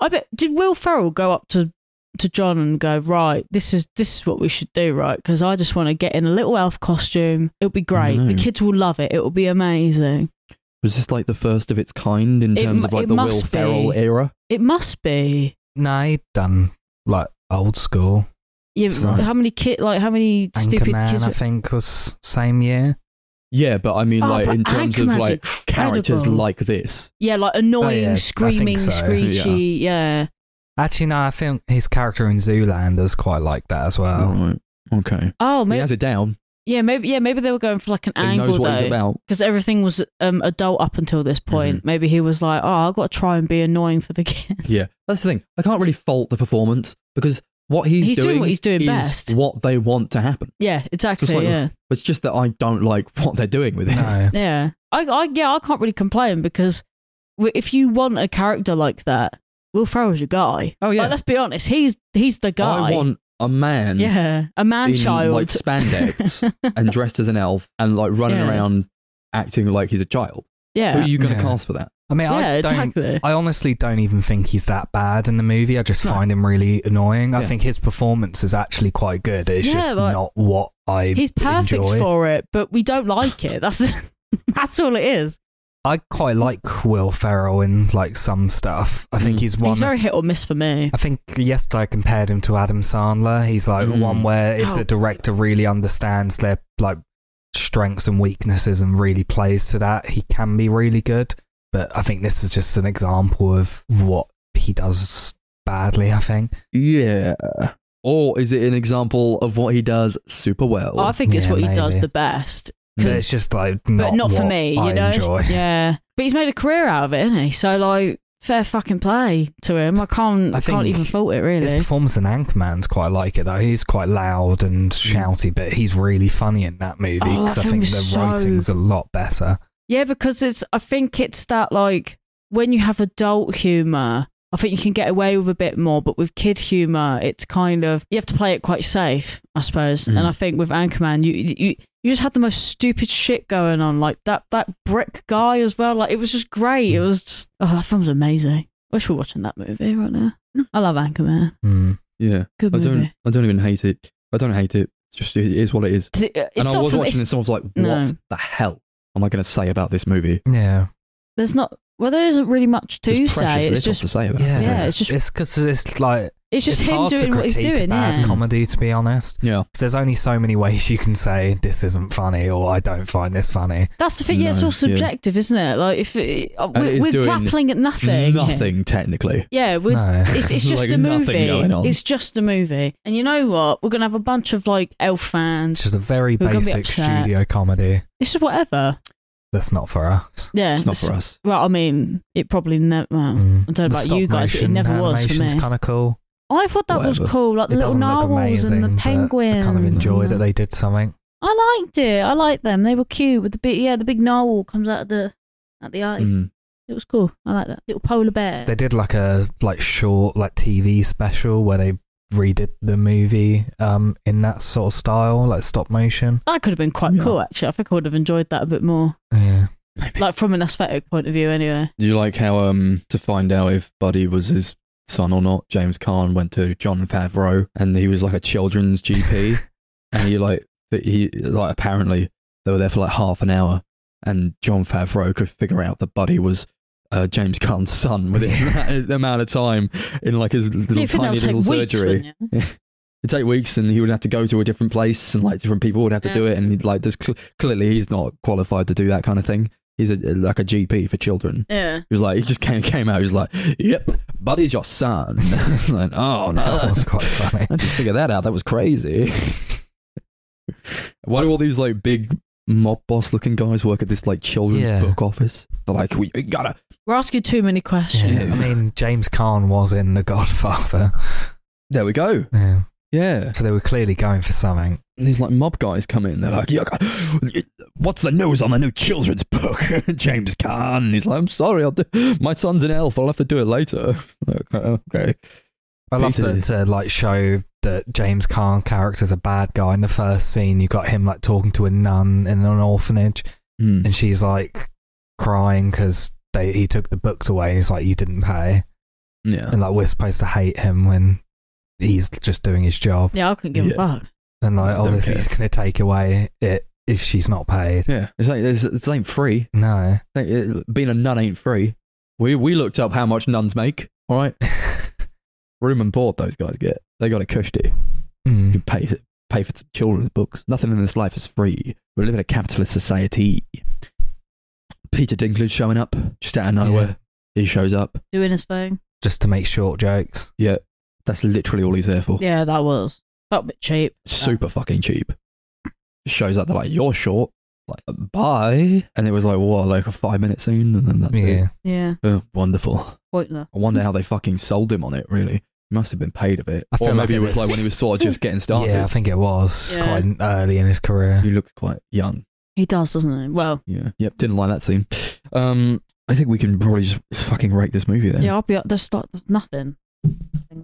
[SPEAKER 3] I bet did Will Ferrell go up to to John and go right? This is this is what we should do, right? Because I just want to get in a little elf costume. It'll be great.
[SPEAKER 1] dunno.
[SPEAKER 3] The kids will love it. It will be amazing.
[SPEAKER 1] Was this like the first of its kind in
[SPEAKER 3] It
[SPEAKER 1] terms
[SPEAKER 3] mu-
[SPEAKER 1] of like
[SPEAKER 3] it
[SPEAKER 1] the Will
[SPEAKER 3] must be.
[SPEAKER 1] Ferrell era?
[SPEAKER 3] It must be.
[SPEAKER 2] No, he'd done like old school.
[SPEAKER 3] Yeah,
[SPEAKER 2] It's not-
[SPEAKER 3] how many kid like how many stupid
[SPEAKER 2] Anchorman,
[SPEAKER 3] kids?
[SPEAKER 2] I think, was same year.
[SPEAKER 1] Yeah, but I mean,
[SPEAKER 3] Oh,
[SPEAKER 1] like
[SPEAKER 3] but
[SPEAKER 1] in terms
[SPEAKER 3] Anchorman's
[SPEAKER 1] of like characters
[SPEAKER 3] incredible.
[SPEAKER 1] like this.
[SPEAKER 3] yeah, like annoying,
[SPEAKER 2] I think
[SPEAKER 3] screaming,
[SPEAKER 2] so,
[SPEAKER 3] screechy, yeah.
[SPEAKER 2] Actually, no, I think his character in Zoolander's quite like that as well.
[SPEAKER 1] Oh, Right. Okay.
[SPEAKER 3] Oh,
[SPEAKER 1] he
[SPEAKER 3] maybe
[SPEAKER 1] has it down.
[SPEAKER 3] yeah, maybe yeah, maybe they were going for like an
[SPEAKER 1] he
[SPEAKER 3] angle
[SPEAKER 1] knows what he's
[SPEAKER 3] though.
[SPEAKER 1] about.
[SPEAKER 3] because everything was um, adult up until this point. Maybe he was like, "Oh, I've got to try and be annoying for the kids."
[SPEAKER 1] Yeah, that's the thing. I can't really fault the performance because what he's,
[SPEAKER 3] He's doing what he's doing
[SPEAKER 1] is
[SPEAKER 3] best.
[SPEAKER 1] What they want to happen.
[SPEAKER 3] yeah, exactly.
[SPEAKER 1] like-
[SPEAKER 3] yeah,
[SPEAKER 1] It's just that I don't like what they're doing with it.
[SPEAKER 2] No.
[SPEAKER 3] yeah. I, I, yeah, I can't really complain because w- if you want a character like that, Will Ferrell's your guy.
[SPEAKER 1] Oh, yeah.
[SPEAKER 3] Like, let's be honest, he's he's the
[SPEAKER 1] I
[SPEAKER 3] guy.
[SPEAKER 1] want a man
[SPEAKER 3] yeah, a man
[SPEAKER 1] in
[SPEAKER 3] child.
[SPEAKER 1] like spandex and dressed as an elf and like running
[SPEAKER 3] Yeah.
[SPEAKER 1] around acting like he's a child. Who
[SPEAKER 3] yeah,
[SPEAKER 1] are you going to
[SPEAKER 2] Yeah.
[SPEAKER 1] cast for that?
[SPEAKER 2] I mean,
[SPEAKER 3] yeah,
[SPEAKER 2] I don't
[SPEAKER 3] exactly.
[SPEAKER 2] I honestly don't even think he's that bad in the movie. I just
[SPEAKER 1] No.
[SPEAKER 2] find him really annoying. I
[SPEAKER 1] Yeah.
[SPEAKER 2] think his performance is actually quite good. It's
[SPEAKER 3] Yeah,
[SPEAKER 2] just
[SPEAKER 3] like-
[SPEAKER 2] not what I
[SPEAKER 3] He's perfect
[SPEAKER 2] enjoy.
[SPEAKER 3] for it, but we don't like it. That's that's all it is.
[SPEAKER 2] I quite like Will Ferrell in like some stuff. I think
[SPEAKER 1] Mm.
[SPEAKER 2] he's one.
[SPEAKER 3] He's very hit or miss for me.
[SPEAKER 2] I think yesterday I compared him to Adam Sandler. He's like
[SPEAKER 1] Mm.
[SPEAKER 2] one where if
[SPEAKER 3] Oh.
[SPEAKER 2] the director really understands their like strengths and weaknesses and really plays to that, he can be really good. But I think this is just an example of what he does badly. I think.
[SPEAKER 1] Yeah. Or is it an example of what he does super well?
[SPEAKER 3] Oh, I think it's
[SPEAKER 2] Yeah,
[SPEAKER 3] what he does
[SPEAKER 2] maybe.
[SPEAKER 3] the best.
[SPEAKER 2] But
[SPEAKER 1] Mm.
[SPEAKER 2] it's just like
[SPEAKER 3] Hmm. but
[SPEAKER 2] not,
[SPEAKER 3] not, for
[SPEAKER 2] what
[SPEAKER 3] me, you
[SPEAKER 2] I
[SPEAKER 3] know.
[SPEAKER 2] Enjoy.
[SPEAKER 3] Yeah, but he's made a career out of it, isn't he? So like, fair fucking play to him. I can't,
[SPEAKER 2] I
[SPEAKER 3] I can't
[SPEAKER 2] think
[SPEAKER 3] even fault it really.
[SPEAKER 2] His performance in Anchorman's quite like it though. He's quite loud and shouty, but he's really funny in that movie
[SPEAKER 3] Hmm. Oh,
[SPEAKER 2] because
[SPEAKER 3] that
[SPEAKER 2] I
[SPEAKER 3] film
[SPEAKER 2] think the
[SPEAKER 3] is so-
[SPEAKER 2] writing's a lot better.
[SPEAKER 3] yeah, because it's. I think it's that like when you have adult humor, I think you can get away with a bit more. But with kid humor, it's kind of you have to play it quite safe, I suppose.
[SPEAKER 1] Mm.
[SPEAKER 3] And I think with Anchorman, you you. You just had the most stupid shit going on, like that that brick guy as well. Like it was just great. It was just oh, that film's amazing. Wish we were watching that movie right now. I love Anchorman.
[SPEAKER 2] Mm.
[SPEAKER 1] yeah.
[SPEAKER 3] Good
[SPEAKER 1] I
[SPEAKER 3] movie.
[SPEAKER 1] don't. I don't even hate it. I don't hate it. It's just it is what it is.
[SPEAKER 3] Does it- uh, It's
[SPEAKER 1] and I
[SPEAKER 3] not
[SPEAKER 1] was
[SPEAKER 3] for-
[SPEAKER 1] watching
[SPEAKER 3] it's-
[SPEAKER 1] this and I was like, what
[SPEAKER 3] No.
[SPEAKER 1] the hell am I going to say about this movie?
[SPEAKER 2] Yeah,
[SPEAKER 3] There's not. Well, there isn't really much to
[SPEAKER 1] There's
[SPEAKER 3] say.
[SPEAKER 1] precious
[SPEAKER 3] It's
[SPEAKER 1] little
[SPEAKER 3] just.
[SPEAKER 1] to say about
[SPEAKER 2] yeah,
[SPEAKER 1] it.
[SPEAKER 3] Yeah, it's just-
[SPEAKER 2] it's because it's like
[SPEAKER 3] It's just
[SPEAKER 2] it's
[SPEAKER 3] him
[SPEAKER 2] hard
[SPEAKER 3] doing
[SPEAKER 2] to
[SPEAKER 3] what he's
[SPEAKER 2] critique
[SPEAKER 3] doing.
[SPEAKER 2] bad
[SPEAKER 3] Yeah.
[SPEAKER 2] comedy, to be honest.
[SPEAKER 1] Yeah.
[SPEAKER 2] 'Cause there's only so many ways you can say this isn't funny or I don't find this funny.
[SPEAKER 3] That's the thing. Yeah, it's
[SPEAKER 1] No,
[SPEAKER 3] all
[SPEAKER 1] yeah.
[SPEAKER 3] subjective, isn't it? Like if it, uh,
[SPEAKER 1] And
[SPEAKER 3] we're,
[SPEAKER 1] it's
[SPEAKER 3] we're
[SPEAKER 1] doing
[SPEAKER 3] grappling at nothing. here.
[SPEAKER 1] Nothing technically.
[SPEAKER 3] Yeah, we're.
[SPEAKER 2] no,
[SPEAKER 3] It's, it's just
[SPEAKER 1] Like
[SPEAKER 3] a
[SPEAKER 1] nothing
[SPEAKER 3] movie.
[SPEAKER 1] going on.
[SPEAKER 3] It's just a movie. And you know what? We're gonna have a bunch of like elf
[SPEAKER 2] it's
[SPEAKER 3] fans.
[SPEAKER 2] just a very
[SPEAKER 3] We're gonna be
[SPEAKER 2] basic
[SPEAKER 3] upset.
[SPEAKER 2] studio comedy.
[SPEAKER 3] It's just whatever.
[SPEAKER 2] That's not for us.
[SPEAKER 3] Yeah.
[SPEAKER 1] It's not for us.
[SPEAKER 3] Well, I mean, it probably never. Well,
[SPEAKER 2] Mm.
[SPEAKER 3] I don't know
[SPEAKER 2] The
[SPEAKER 3] about you
[SPEAKER 2] stop
[SPEAKER 3] guys, but it
[SPEAKER 2] motion
[SPEAKER 3] never was for me.
[SPEAKER 2] animation's kind of cool.
[SPEAKER 3] I thought that was
[SPEAKER 1] Whatever.
[SPEAKER 3] cool, like the
[SPEAKER 2] It
[SPEAKER 3] little
[SPEAKER 2] doesn't look
[SPEAKER 3] narwhals and the
[SPEAKER 2] amazing, but
[SPEAKER 3] penguins.
[SPEAKER 2] I kind of enjoy
[SPEAKER 3] and
[SPEAKER 2] that they did something.
[SPEAKER 3] I liked it. I liked them. They were cute with the big yeah, the big narwhal comes out of the at the eyes.
[SPEAKER 1] Mm.
[SPEAKER 3] It was cool. I like that. Little polar bear.
[SPEAKER 2] They did like a like short like TV special where they redid the movie um in that sort of style, like stop motion.
[SPEAKER 3] that could have been quite
[SPEAKER 1] Yeah.
[SPEAKER 3] cool actually. I think I would have enjoyed that a bit more.
[SPEAKER 2] Yeah.
[SPEAKER 3] Like from an aesthetic point of view anyway.
[SPEAKER 1] Do you like how um to find out if Buddy was his son or not? James Caan went to John Favreau and he was like a children's GP, and he like but he like apparently they were there for like half an hour, and John Favreau could figure out that Buddy was. Uh, James Caan's son within that amount of time in like his little
[SPEAKER 3] You think
[SPEAKER 1] tiny
[SPEAKER 3] that'll
[SPEAKER 1] little
[SPEAKER 3] take weeks,
[SPEAKER 1] surgery.
[SPEAKER 3] wouldn't you?
[SPEAKER 1] it'd take weeks and he would have to go to a different place and like different people would have to
[SPEAKER 3] Yeah.
[SPEAKER 1] do it and like there's cl- clearly he's not qualified to do that kind of thing He's a, like a GP for children.
[SPEAKER 3] Yeah.
[SPEAKER 1] He was like, he just came, came out. He was like, "Yep, Buddy's your son." like, oh no,
[SPEAKER 2] that was quite funny.
[SPEAKER 1] I didn't figure that out. That was crazy. Why do all these like big mob boss looking guys work at this like children's
[SPEAKER 2] Yeah.
[SPEAKER 1] book office? They're like, we, we gotta.
[SPEAKER 3] We're asking too many questions.
[SPEAKER 2] Yeah, I mean, James Caan was in The Godfather,
[SPEAKER 1] There we go.
[SPEAKER 2] yeah.
[SPEAKER 1] Yeah.
[SPEAKER 2] so they were clearly going for something.
[SPEAKER 1] And these like mob guys come in. They're like, "Yeah, what's the news on the new children's book, James Caan? And he's like, I'm sorry, I'll do- my son's an elf. I'll have to do it later. Like, "Oh, okay.
[SPEAKER 2] I love
[SPEAKER 1] Peter
[SPEAKER 2] that
[SPEAKER 1] did.
[SPEAKER 2] to like show that James Caan character's a bad guy in the first scene. You got him like talking to a nun in an orphanage,
[SPEAKER 1] Hmm.
[SPEAKER 2] and she's like crying because they he took the books away. He's like, "You didn't pay,"
[SPEAKER 1] Yeah.
[SPEAKER 2] and like we're supposed to hate him when he's just doing his job,
[SPEAKER 3] Yeah, I couldn't give a fuck.
[SPEAKER 2] and like
[SPEAKER 1] I don't
[SPEAKER 2] obviously
[SPEAKER 1] care.
[SPEAKER 2] he's gonna take away it if she's not paid.
[SPEAKER 1] Yeah. It's like, it's, it's ain't free.
[SPEAKER 2] No,
[SPEAKER 1] Like, it- being a nun ain't free. We, we looked up how much nuns make. All right. Room and board those guys get. They got a cushy. You
[SPEAKER 2] Mm.
[SPEAKER 1] can pay, pay for some children's books. Nothing in this life is free. We live in a capitalist society. Peter Dinklage showing up just out of nowhere. He shows up.
[SPEAKER 3] Doing his thing.
[SPEAKER 2] just to make short jokes.
[SPEAKER 1] Yeah, that's literally all he's there for.
[SPEAKER 3] Yeah, that was. That bit cheap.
[SPEAKER 1] Super fucking cheap. Shows up, they're like, you're short. Like, bye. And it was like, what, like a five minute scene? And then that's it.
[SPEAKER 2] yeah,
[SPEAKER 3] Yeah,
[SPEAKER 1] Oh, wonderful.
[SPEAKER 3] pointless.
[SPEAKER 1] I wonder how they fucking sold him on it, really. He must have been paid a bit.
[SPEAKER 2] I feel
[SPEAKER 1] Or maybe it
[SPEAKER 2] like it
[SPEAKER 1] was
[SPEAKER 2] is.
[SPEAKER 1] like when he was sort of just getting started.
[SPEAKER 2] yeah. I think it was
[SPEAKER 3] Yeah.
[SPEAKER 2] quite early in his career.
[SPEAKER 1] He looked quite young.
[SPEAKER 3] He does, doesn't he? Well,
[SPEAKER 1] Yeah. Yep. Didn't like that scene. Um, I think we can probably just fucking rate this movie then.
[SPEAKER 3] yeah, I'll be. There's, like, there's nothing.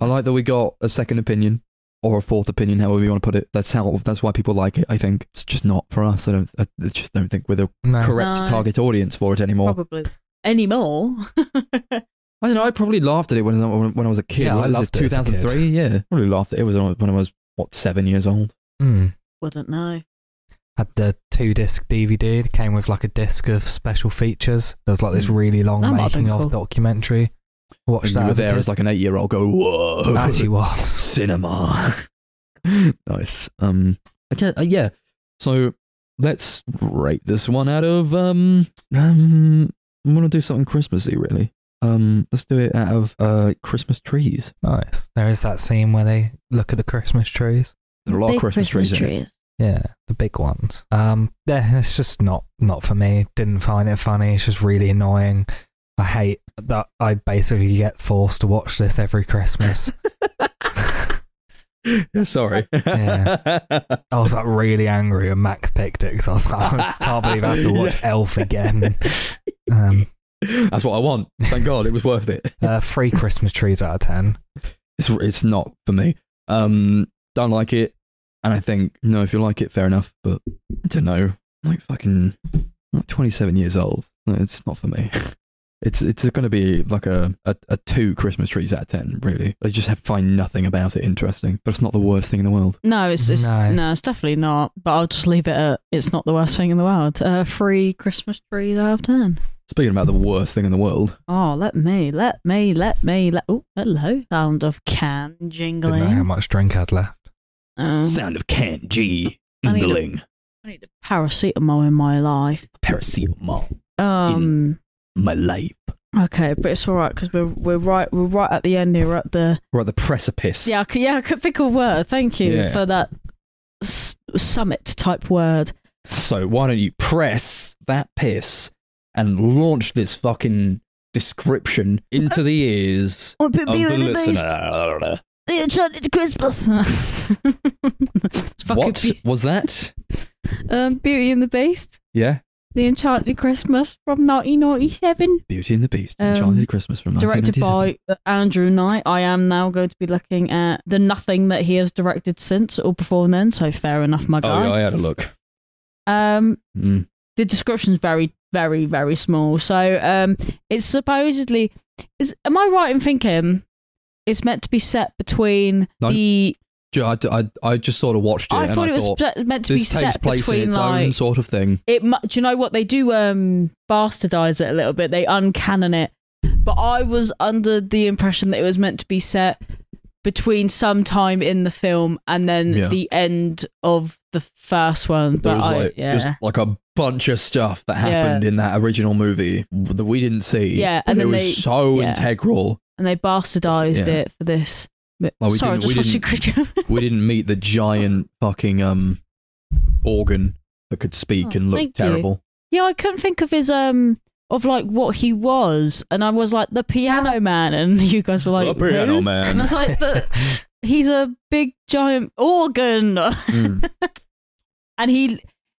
[SPEAKER 1] I like that we got a second opinion or a fourth opinion, however you want to put it. That's how. That's why people like it. I think it's just not for us. I don't. I I just don't think we're the
[SPEAKER 2] No.
[SPEAKER 1] correct
[SPEAKER 3] No.
[SPEAKER 1] target audience for it anymore.
[SPEAKER 3] Probably anymore.
[SPEAKER 1] I don't know. I probably laughed at it when I, when, when I was a kid.
[SPEAKER 2] Yeah,
[SPEAKER 1] What
[SPEAKER 2] I
[SPEAKER 1] is
[SPEAKER 2] loved it as a kid.
[SPEAKER 1] 2003. Yeah, probably laughed at it. It was when I was- when I was what seven years old.
[SPEAKER 2] Mm.
[SPEAKER 3] Wouldn't know.
[SPEAKER 2] had the two disc DVD. It came with like a disc of special features. There was like this
[SPEAKER 1] Mm.
[SPEAKER 2] really long
[SPEAKER 3] That might've been
[SPEAKER 2] making of
[SPEAKER 3] cool.
[SPEAKER 2] documentary. Watched
[SPEAKER 1] And you
[SPEAKER 2] that
[SPEAKER 1] were
[SPEAKER 2] as a
[SPEAKER 1] there
[SPEAKER 2] kid.
[SPEAKER 1] as like an eight-year-old. Go whoa.
[SPEAKER 2] actually was.
[SPEAKER 1] cinema. nice. Um. Okay. Uh, yeah. So let's rate this one out of um um. I'm gonna do something Christmassy, really. Um. Let's do it out of uh Christmas trees.
[SPEAKER 2] Nice. There is that scene where they look at the Christmas trees.
[SPEAKER 1] There are a lot
[SPEAKER 3] Big
[SPEAKER 1] of Christmas, trees. In it.
[SPEAKER 3] trees.
[SPEAKER 2] Yeah, the big ones. Um, yeah, it's just not not for me. Didn't find it funny. It's just really annoying. I hate that I basically get forced to watch this every Christmas.
[SPEAKER 1] Yeah, sorry.
[SPEAKER 2] I was like really angry when Max picked it because I was like, I can't believe I have to watch Elf again. Um,
[SPEAKER 1] That's what I want. Thank God it was worth it.
[SPEAKER 2] uh, three Christmas trees out of ten.
[SPEAKER 1] It's it's not for me. Um, don't like it, and I think no. If you like it, fair enough. But I don't know. I'm like fucking, I'm like 27 years old. No, It's not for me. It's it's going to be like a, a, a two Christmas trees out of ten. Really, I just have find nothing about it interesting. But it's not the worst thing in the world.
[SPEAKER 3] No, it's, it's
[SPEAKER 2] No.
[SPEAKER 3] no. it's definitely not. But I'll just leave it at it's not the worst thing in the world. Uh, three Christmas trees out of ten.
[SPEAKER 1] Speaking about the worst thing in the world,
[SPEAKER 3] Oh, let me, let me, let me, let. Oh, hello, sound of can
[SPEAKER 2] Didn't know how
[SPEAKER 3] jingling.
[SPEAKER 2] much drink I'd left.
[SPEAKER 3] Um,
[SPEAKER 1] sound of can G
[SPEAKER 3] I need a-
[SPEAKER 1] ingling
[SPEAKER 3] I need a paracetamol in my life.
[SPEAKER 1] paracetamol.
[SPEAKER 3] Um,
[SPEAKER 1] My life.
[SPEAKER 3] okay, but it's all right because we're we're right we're right at the end here. We're at the
[SPEAKER 1] We're at the precipice.
[SPEAKER 3] yeah I could, yeah I could pick a word. Thank you
[SPEAKER 1] Yeah.
[SPEAKER 3] for that s- summit type word.
[SPEAKER 1] So why don't you press that piss and launch this fucking description into the ears
[SPEAKER 3] Or Oh, put
[SPEAKER 1] of the listener?
[SPEAKER 3] the enchanted Christmas. it's fucking
[SPEAKER 1] What
[SPEAKER 3] be-
[SPEAKER 1] was that?
[SPEAKER 3] um, Beauty and the Beast,
[SPEAKER 1] Yeah,
[SPEAKER 3] The Enchanted Christmas from 1997,
[SPEAKER 1] Beauty and the Beast,
[SPEAKER 3] Um,
[SPEAKER 1] Enchanted Christmas from
[SPEAKER 3] directed
[SPEAKER 1] 1997.
[SPEAKER 3] by uh, Andrew Knight. I am now going to be looking at the nothing that he has directed since or before then. So fair enough, my
[SPEAKER 1] Oh, yeah,
[SPEAKER 3] guy.
[SPEAKER 1] I had a look.
[SPEAKER 3] Um,
[SPEAKER 1] Mm.
[SPEAKER 3] the description's very, very, very small. So um, it's supposedly is. Am I right in thinking it's meant to be set between
[SPEAKER 1] No.
[SPEAKER 3] the?
[SPEAKER 1] Ju- I, I, I just sort of watched it
[SPEAKER 3] I
[SPEAKER 1] and
[SPEAKER 3] thought
[SPEAKER 1] I
[SPEAKER 3] it was
[SPEAKER 1] thought
[SPEAKER 3] set- meant to be
[SPEAKER 1] this takes
[SPEAKER 3] set
[SPEAKER 1] place in
[SPEAKER 3] between
[SPEAKER 1] its
[SPEAKER 3] like
[SPEAKER 1] own sort of thing.
[SPEAKER 3] it mu- do you know what they do um bastardize it a little bit they uncanon it but i was under the impression that it was meant to be set between some time in the film and then
[SPEAKER 1] Yeah.
[SPEAKER 3] the end of the first one
[SPEAKER 1] There
[SPEAKER 3] but
[SPEAKER 1] was
[SPEAKER 3] I,
[SPEAKER 1] like
[SPEAKER 3] yeah
[SPEAKER 1] just like a bunch of stuff that happened in that original movie that we didn't see.
[SPEAKER 3] Yeah,
[SPEAKER 1] and it
[SPEAKER 3] and then
[SPEAKER 1] was
[SPEAKER 3] they-
[SPEAKER 1] so
[SPEAKER 3] yeah.
[SPEAKER 1] integral.
[SPEAKER 3] and they bastardized
[SPEAKER 1] Yeah.
[SPEAKER 3] it for this.
[SPEAKER 1] Well, we
[SPEAKER 3] Sorry,
[SPEAKER 1] didn't-
[SPEAKER 3] I
[SPEAKER 1] we
[SPEAKER 3] just watched you cringe.
[SPEAKER 1] We didn't meet the giant fucking um organ that could speak
[SPEAKER 3] Oh,
[SPEAKER 1] and
[SPEAKER 3] thank you.
[SPEAKER 1] look terrible.
[SPEAKER 3] yeah, I couldn't think of his um of like what he was, and I was like the piano man, and you guys were like
[SPEAKER 1] The piano
[SPEAKER 3] who?
[SPEAKER 1] man.
[SPEAKER 3] And I was like, but he's a big giant organ.
[SPEAKER 1] Mm.
[SPEAKER 3] And he,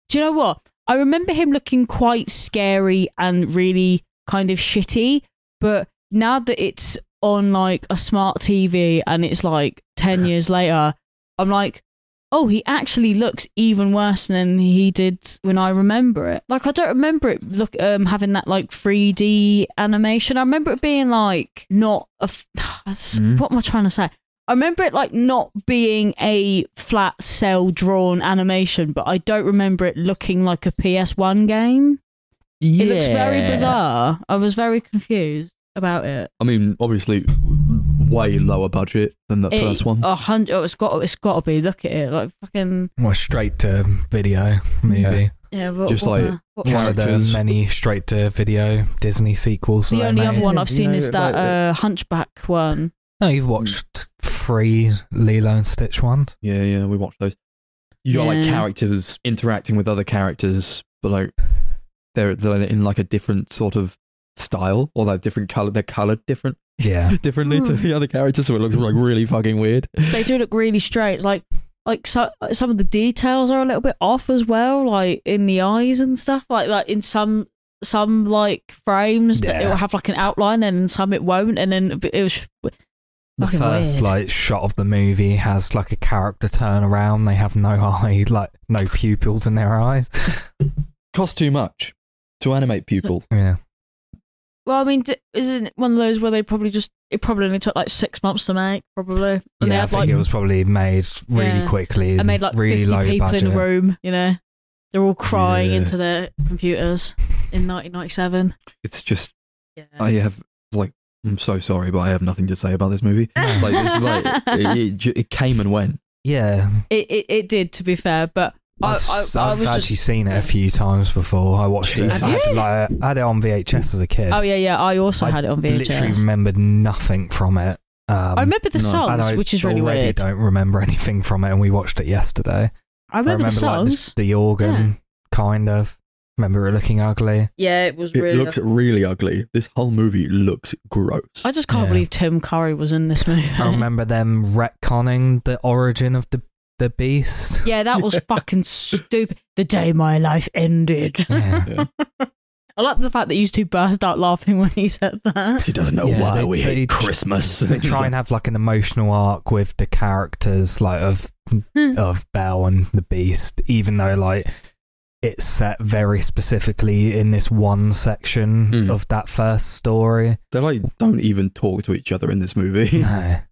[SPEAKER 3] do you know what? I remember him looking quite scary and really kind of shitty. But now that it's on like a smart TV and it's like 10 years later, I'm like, oh, he actually looks even worse than he did when I remember it. Like, I don't remember it look um, having that like 3D animation. I remember it being like not a. F-
[SPEAKER 1] Mm.
[SPEAKER 3] What am I trying to say? I remember it like not being a flat cell drawn animation, but I don't remember it looking like a PS1 game. It looks very
[SPEAKER 1] Yeah.
[SPEAKER 3] bizarre. I was very confused about it.
[SPEAKER 1] I mean, obviously, way lower budget than that
[SPEAKER 3] It-
[SPEAKER 1] first one.
[SPEAKER 3] A hundred. Oh, it's got. It's got to be. Look at it. Like fucking.
[SPEAKER 2] well, straight to video movie.
[SPEAKER 3] Yeah. What,
[SPEAKER 1] Just
[SPEAKER 3] what,
[SPEAKER 1] like
[SPEAKER 3] uh, what
[SPEAKER 2] One
[SPEAKER 3] was
[SPEAKER 2] of
[SPEAKER 3] it?
[SPEAKER 2] the
[SPEAKER 1] Characters.
[SPEAKER 2] many straight to video Disney sequels.
[SPEAKER 3] the
[SPEAKER 2] they
[SPEAKER 3] only
[SPEAKER 2] made.
[SPEAKER 3] other one I've
[SPEAKER 1] You
[SPEAKER 3] seen
[SPEAKER 1] know,
[SPEAKER 3] is
[SPEAKER 1] like
[SPEAKER 3] that
[SPEAKER 1] the- Hmm.
[SPEAKER 3] uh, Hunchback one.
[SPEAKER 2] No, you've watched three Lilo and Stitch ones.
[SPEAKER 1] Yeah, yeah, we watched those. You got like
[SPEAKER 3] Yeah.
[SPEAKER 1] characters interacting with other characters, but like they're they're in like a different sort of style, or they're different color. They're colored different,
[SPEAKER 2] Yeah.
[SPEAKER 1] differently to
[SPEAKER 3] Hmm.
[SPEAKER 1] the other characters, so it looks like really fucking weird.
[SPEAKER 3] They do look really straight. Like. Like so, some of the details are a little bit off as well, like in the eyes and stuff. Like like in some some like frames, that it
[SPEAKER 2] Yeah.
[SPEAKER 3] will have like an outline, and in some it won't. And then it was
[SPEAKER 2] The
[SPEAKER 3] Fucking
[SPEAKER 2] first
[SPEAKER 3] weird.
[SPEAKER 2] like shot of the movie has like a character turn around. They have no eye, like no pupils in their eyes.
[SPEAKER 1] Cost too much to animate people.
[SPEAKER 2] Yeah.
[SPEAKER 3] Well, I mean, d- isn't it one of those where they probably just it probably only took like six months to make, probably, and they
[SPEAKER 2] yeah, I
[SPEAKER 3] had
[SPEAKER 2] think
[SPEAKER 3] like
[SPEAKER 2] it was probably made really
[SPEAKER 3] Yeah.
[SPEAKER 2] quickly.
[SPEAKER 3] I made like
[SPEAKER 2] really low
[SPEAKER 3] fifty people
[SPEAKER 2] budget.
[SPEAKER 3] in a room. You know, they're all crying
[SPEAKER 1] Yeah.
[SPEAKER 3] into their computers in 1997.
[SPEAKER 1] It's just
[SPEAKER 2] Oh,
[SPEAKER 3] Yeah.
[SPEAKER 1] I have like I'm so sorry, but I have nothing to say about this movie. Like it's like it, it, ju- it came and went.
[SPEAKER 2] Yeah,
[SPEAKER 3] it, it it did, to be fair, but I,
[SPEAKER 2] I've,
[SPEAKER 3] I, I
[SPEAKER 2] I've
[SPEAKER 3] was
[SPEAKER 2] actually
[SPEAKER 3] just.
[SPEAKER 2] seen it a few times before. I watched
[SPEAKER 1] Jesus.
[SPEAKER 2] it. I
[SPEAKER 3] Have
[SPEAKER 2] had,
[SPEAKER 3] you?
[SPEAKER 2] like, I had it on VHS as a kid.
[SPEAKER 3] Oh yeah, yeah. I also
[SPEAKER 2] I
[SPEAKER 3] had it on
[SPEAKER 2] Literally
[SPEAKER 3] VHS.
[SPEAKER 2] remembered nothing from it. Um,
[SPEAKER 3] I remember the
[SPEAKER 1] No.
[SPEAKER 2] and
[SPEAKER 3] songs,
[SPEAKER 2] I
[SPEAKER 3] which is really
[SPEAKER 2] already
[SPEAKER 3] weird.
[SPEAKER 2] don't remember anything from it, and we watched it yesterday. I
[SPEAKER 3] I remember,
[SPEAKER 2] remember
[SPEAKER 3] the songs.
[SPEAKER 2] Like, the, the organ, kind of. Remember it looking ugly.
[SPEAKER 3] yeah, it was
[SPEAKER 1] It
[SPEAKER 3] really.
[SPEAKER 1] looks really ugly. This whole movie looks gross.
[SPEAKER 3] I just can't
[SPEAKER 2] Yeah. Oh,
[SPEAKER 3] believe Tim Curry was in this movie.
[SPEAKER 2] I remember them retconning the origin of the the beast.
[SPEAKER 3] Yeah, that was fucking stupid. The day my life ended.
[SPEAKER 2] Yeah.
[SPEAKER 1] Yeah.
[SPEAKER 3] I like the fact that you two burst out laughing when he said that.
[SPEAKER 1] He doesn't know
[SPEAKER 2] Yeah,
[SPEAKER 1] why
[SPEAKER 2] they-
[SPEAKER 1] we
[SPEAKER 2] they
[SPEAKER 1] hate
[SPEAKER 2] tr-
[SPEAKER 1] Christmas.
[SPEAKER 2] They try and have like an emotional arc with the characters, like of of Belle and the Beast, even though like it's set very specifically in this one section
[SPEAKER 1] Mm.
[SPEAKER 2] of that first story.
[SPEAKER 1] They like don't even talk to each other in this
[SPEAKER 3] Hmm.
[SPEAKER 1] movie.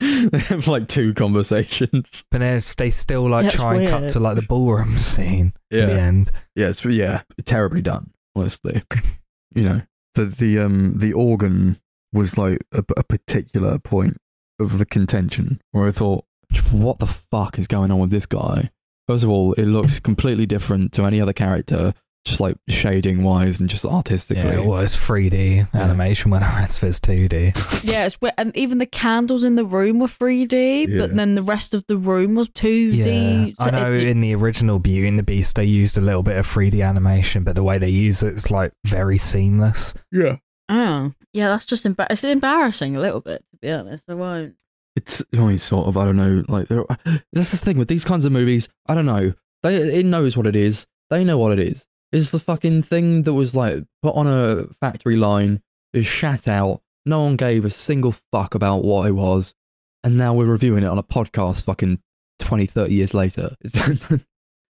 [SPEAKER 2] No.
[SPEAKER 1] they have like two conversations.
[SPEAKER 2] But there's- they still like
[SPEAKER 3] That's
[SPEAKER 2] try and cut
[SPEAKER 3] weird.
[SPEAKER 2] to like the ballroom scene at the
[SPEAKER 1] Yeah,
[SPEAKER 2] end.
[SPEAKER 1] yeah, it's, yeah, terribly done. Honestly, you know the the um the organ was like a, a particular point of the contention where I thought, what the fuck is going on with this guy? First of all, it looks completely different to any other character, just like shading wise and just artistically.
[SPEAKER 2] Yeah, it was 3D
[SPEAKER 1] Yeah.
[SPEAKER 2] animation when I rest of it's 2D.
[SPEAKER 3] yeah, it's weird. and even the candles in the room were 3D,
[SPEAKER 1] Yeah.
[SPEAKER 3] but then the rest of the room was 2D.
[SPEAKER 2] I
[SPEAKER 3] So
[SPEAKER 2] know
[SPEAKER 3] it-
[SPEAKER 2] in the original Beauty and the Beast they used a little bit of 3D animation, but the way they use it's like very seamless.
[SPEAKER 1] yeah.
[SPEAKER 3] oh, yeah, that's just embar- it's embarrassing a little bit, to be honest. I won't.
[SPEAKER 1] it's only sort of I don't know like there- that's the thing with these kinds of movies I don't know they it knows what it is they know what it is it's the fucking thing that was like put on a factory line is shat out no one gave a single fuck about what it was and now we're reviewing it on a podcast fucking 20 30 years later It's-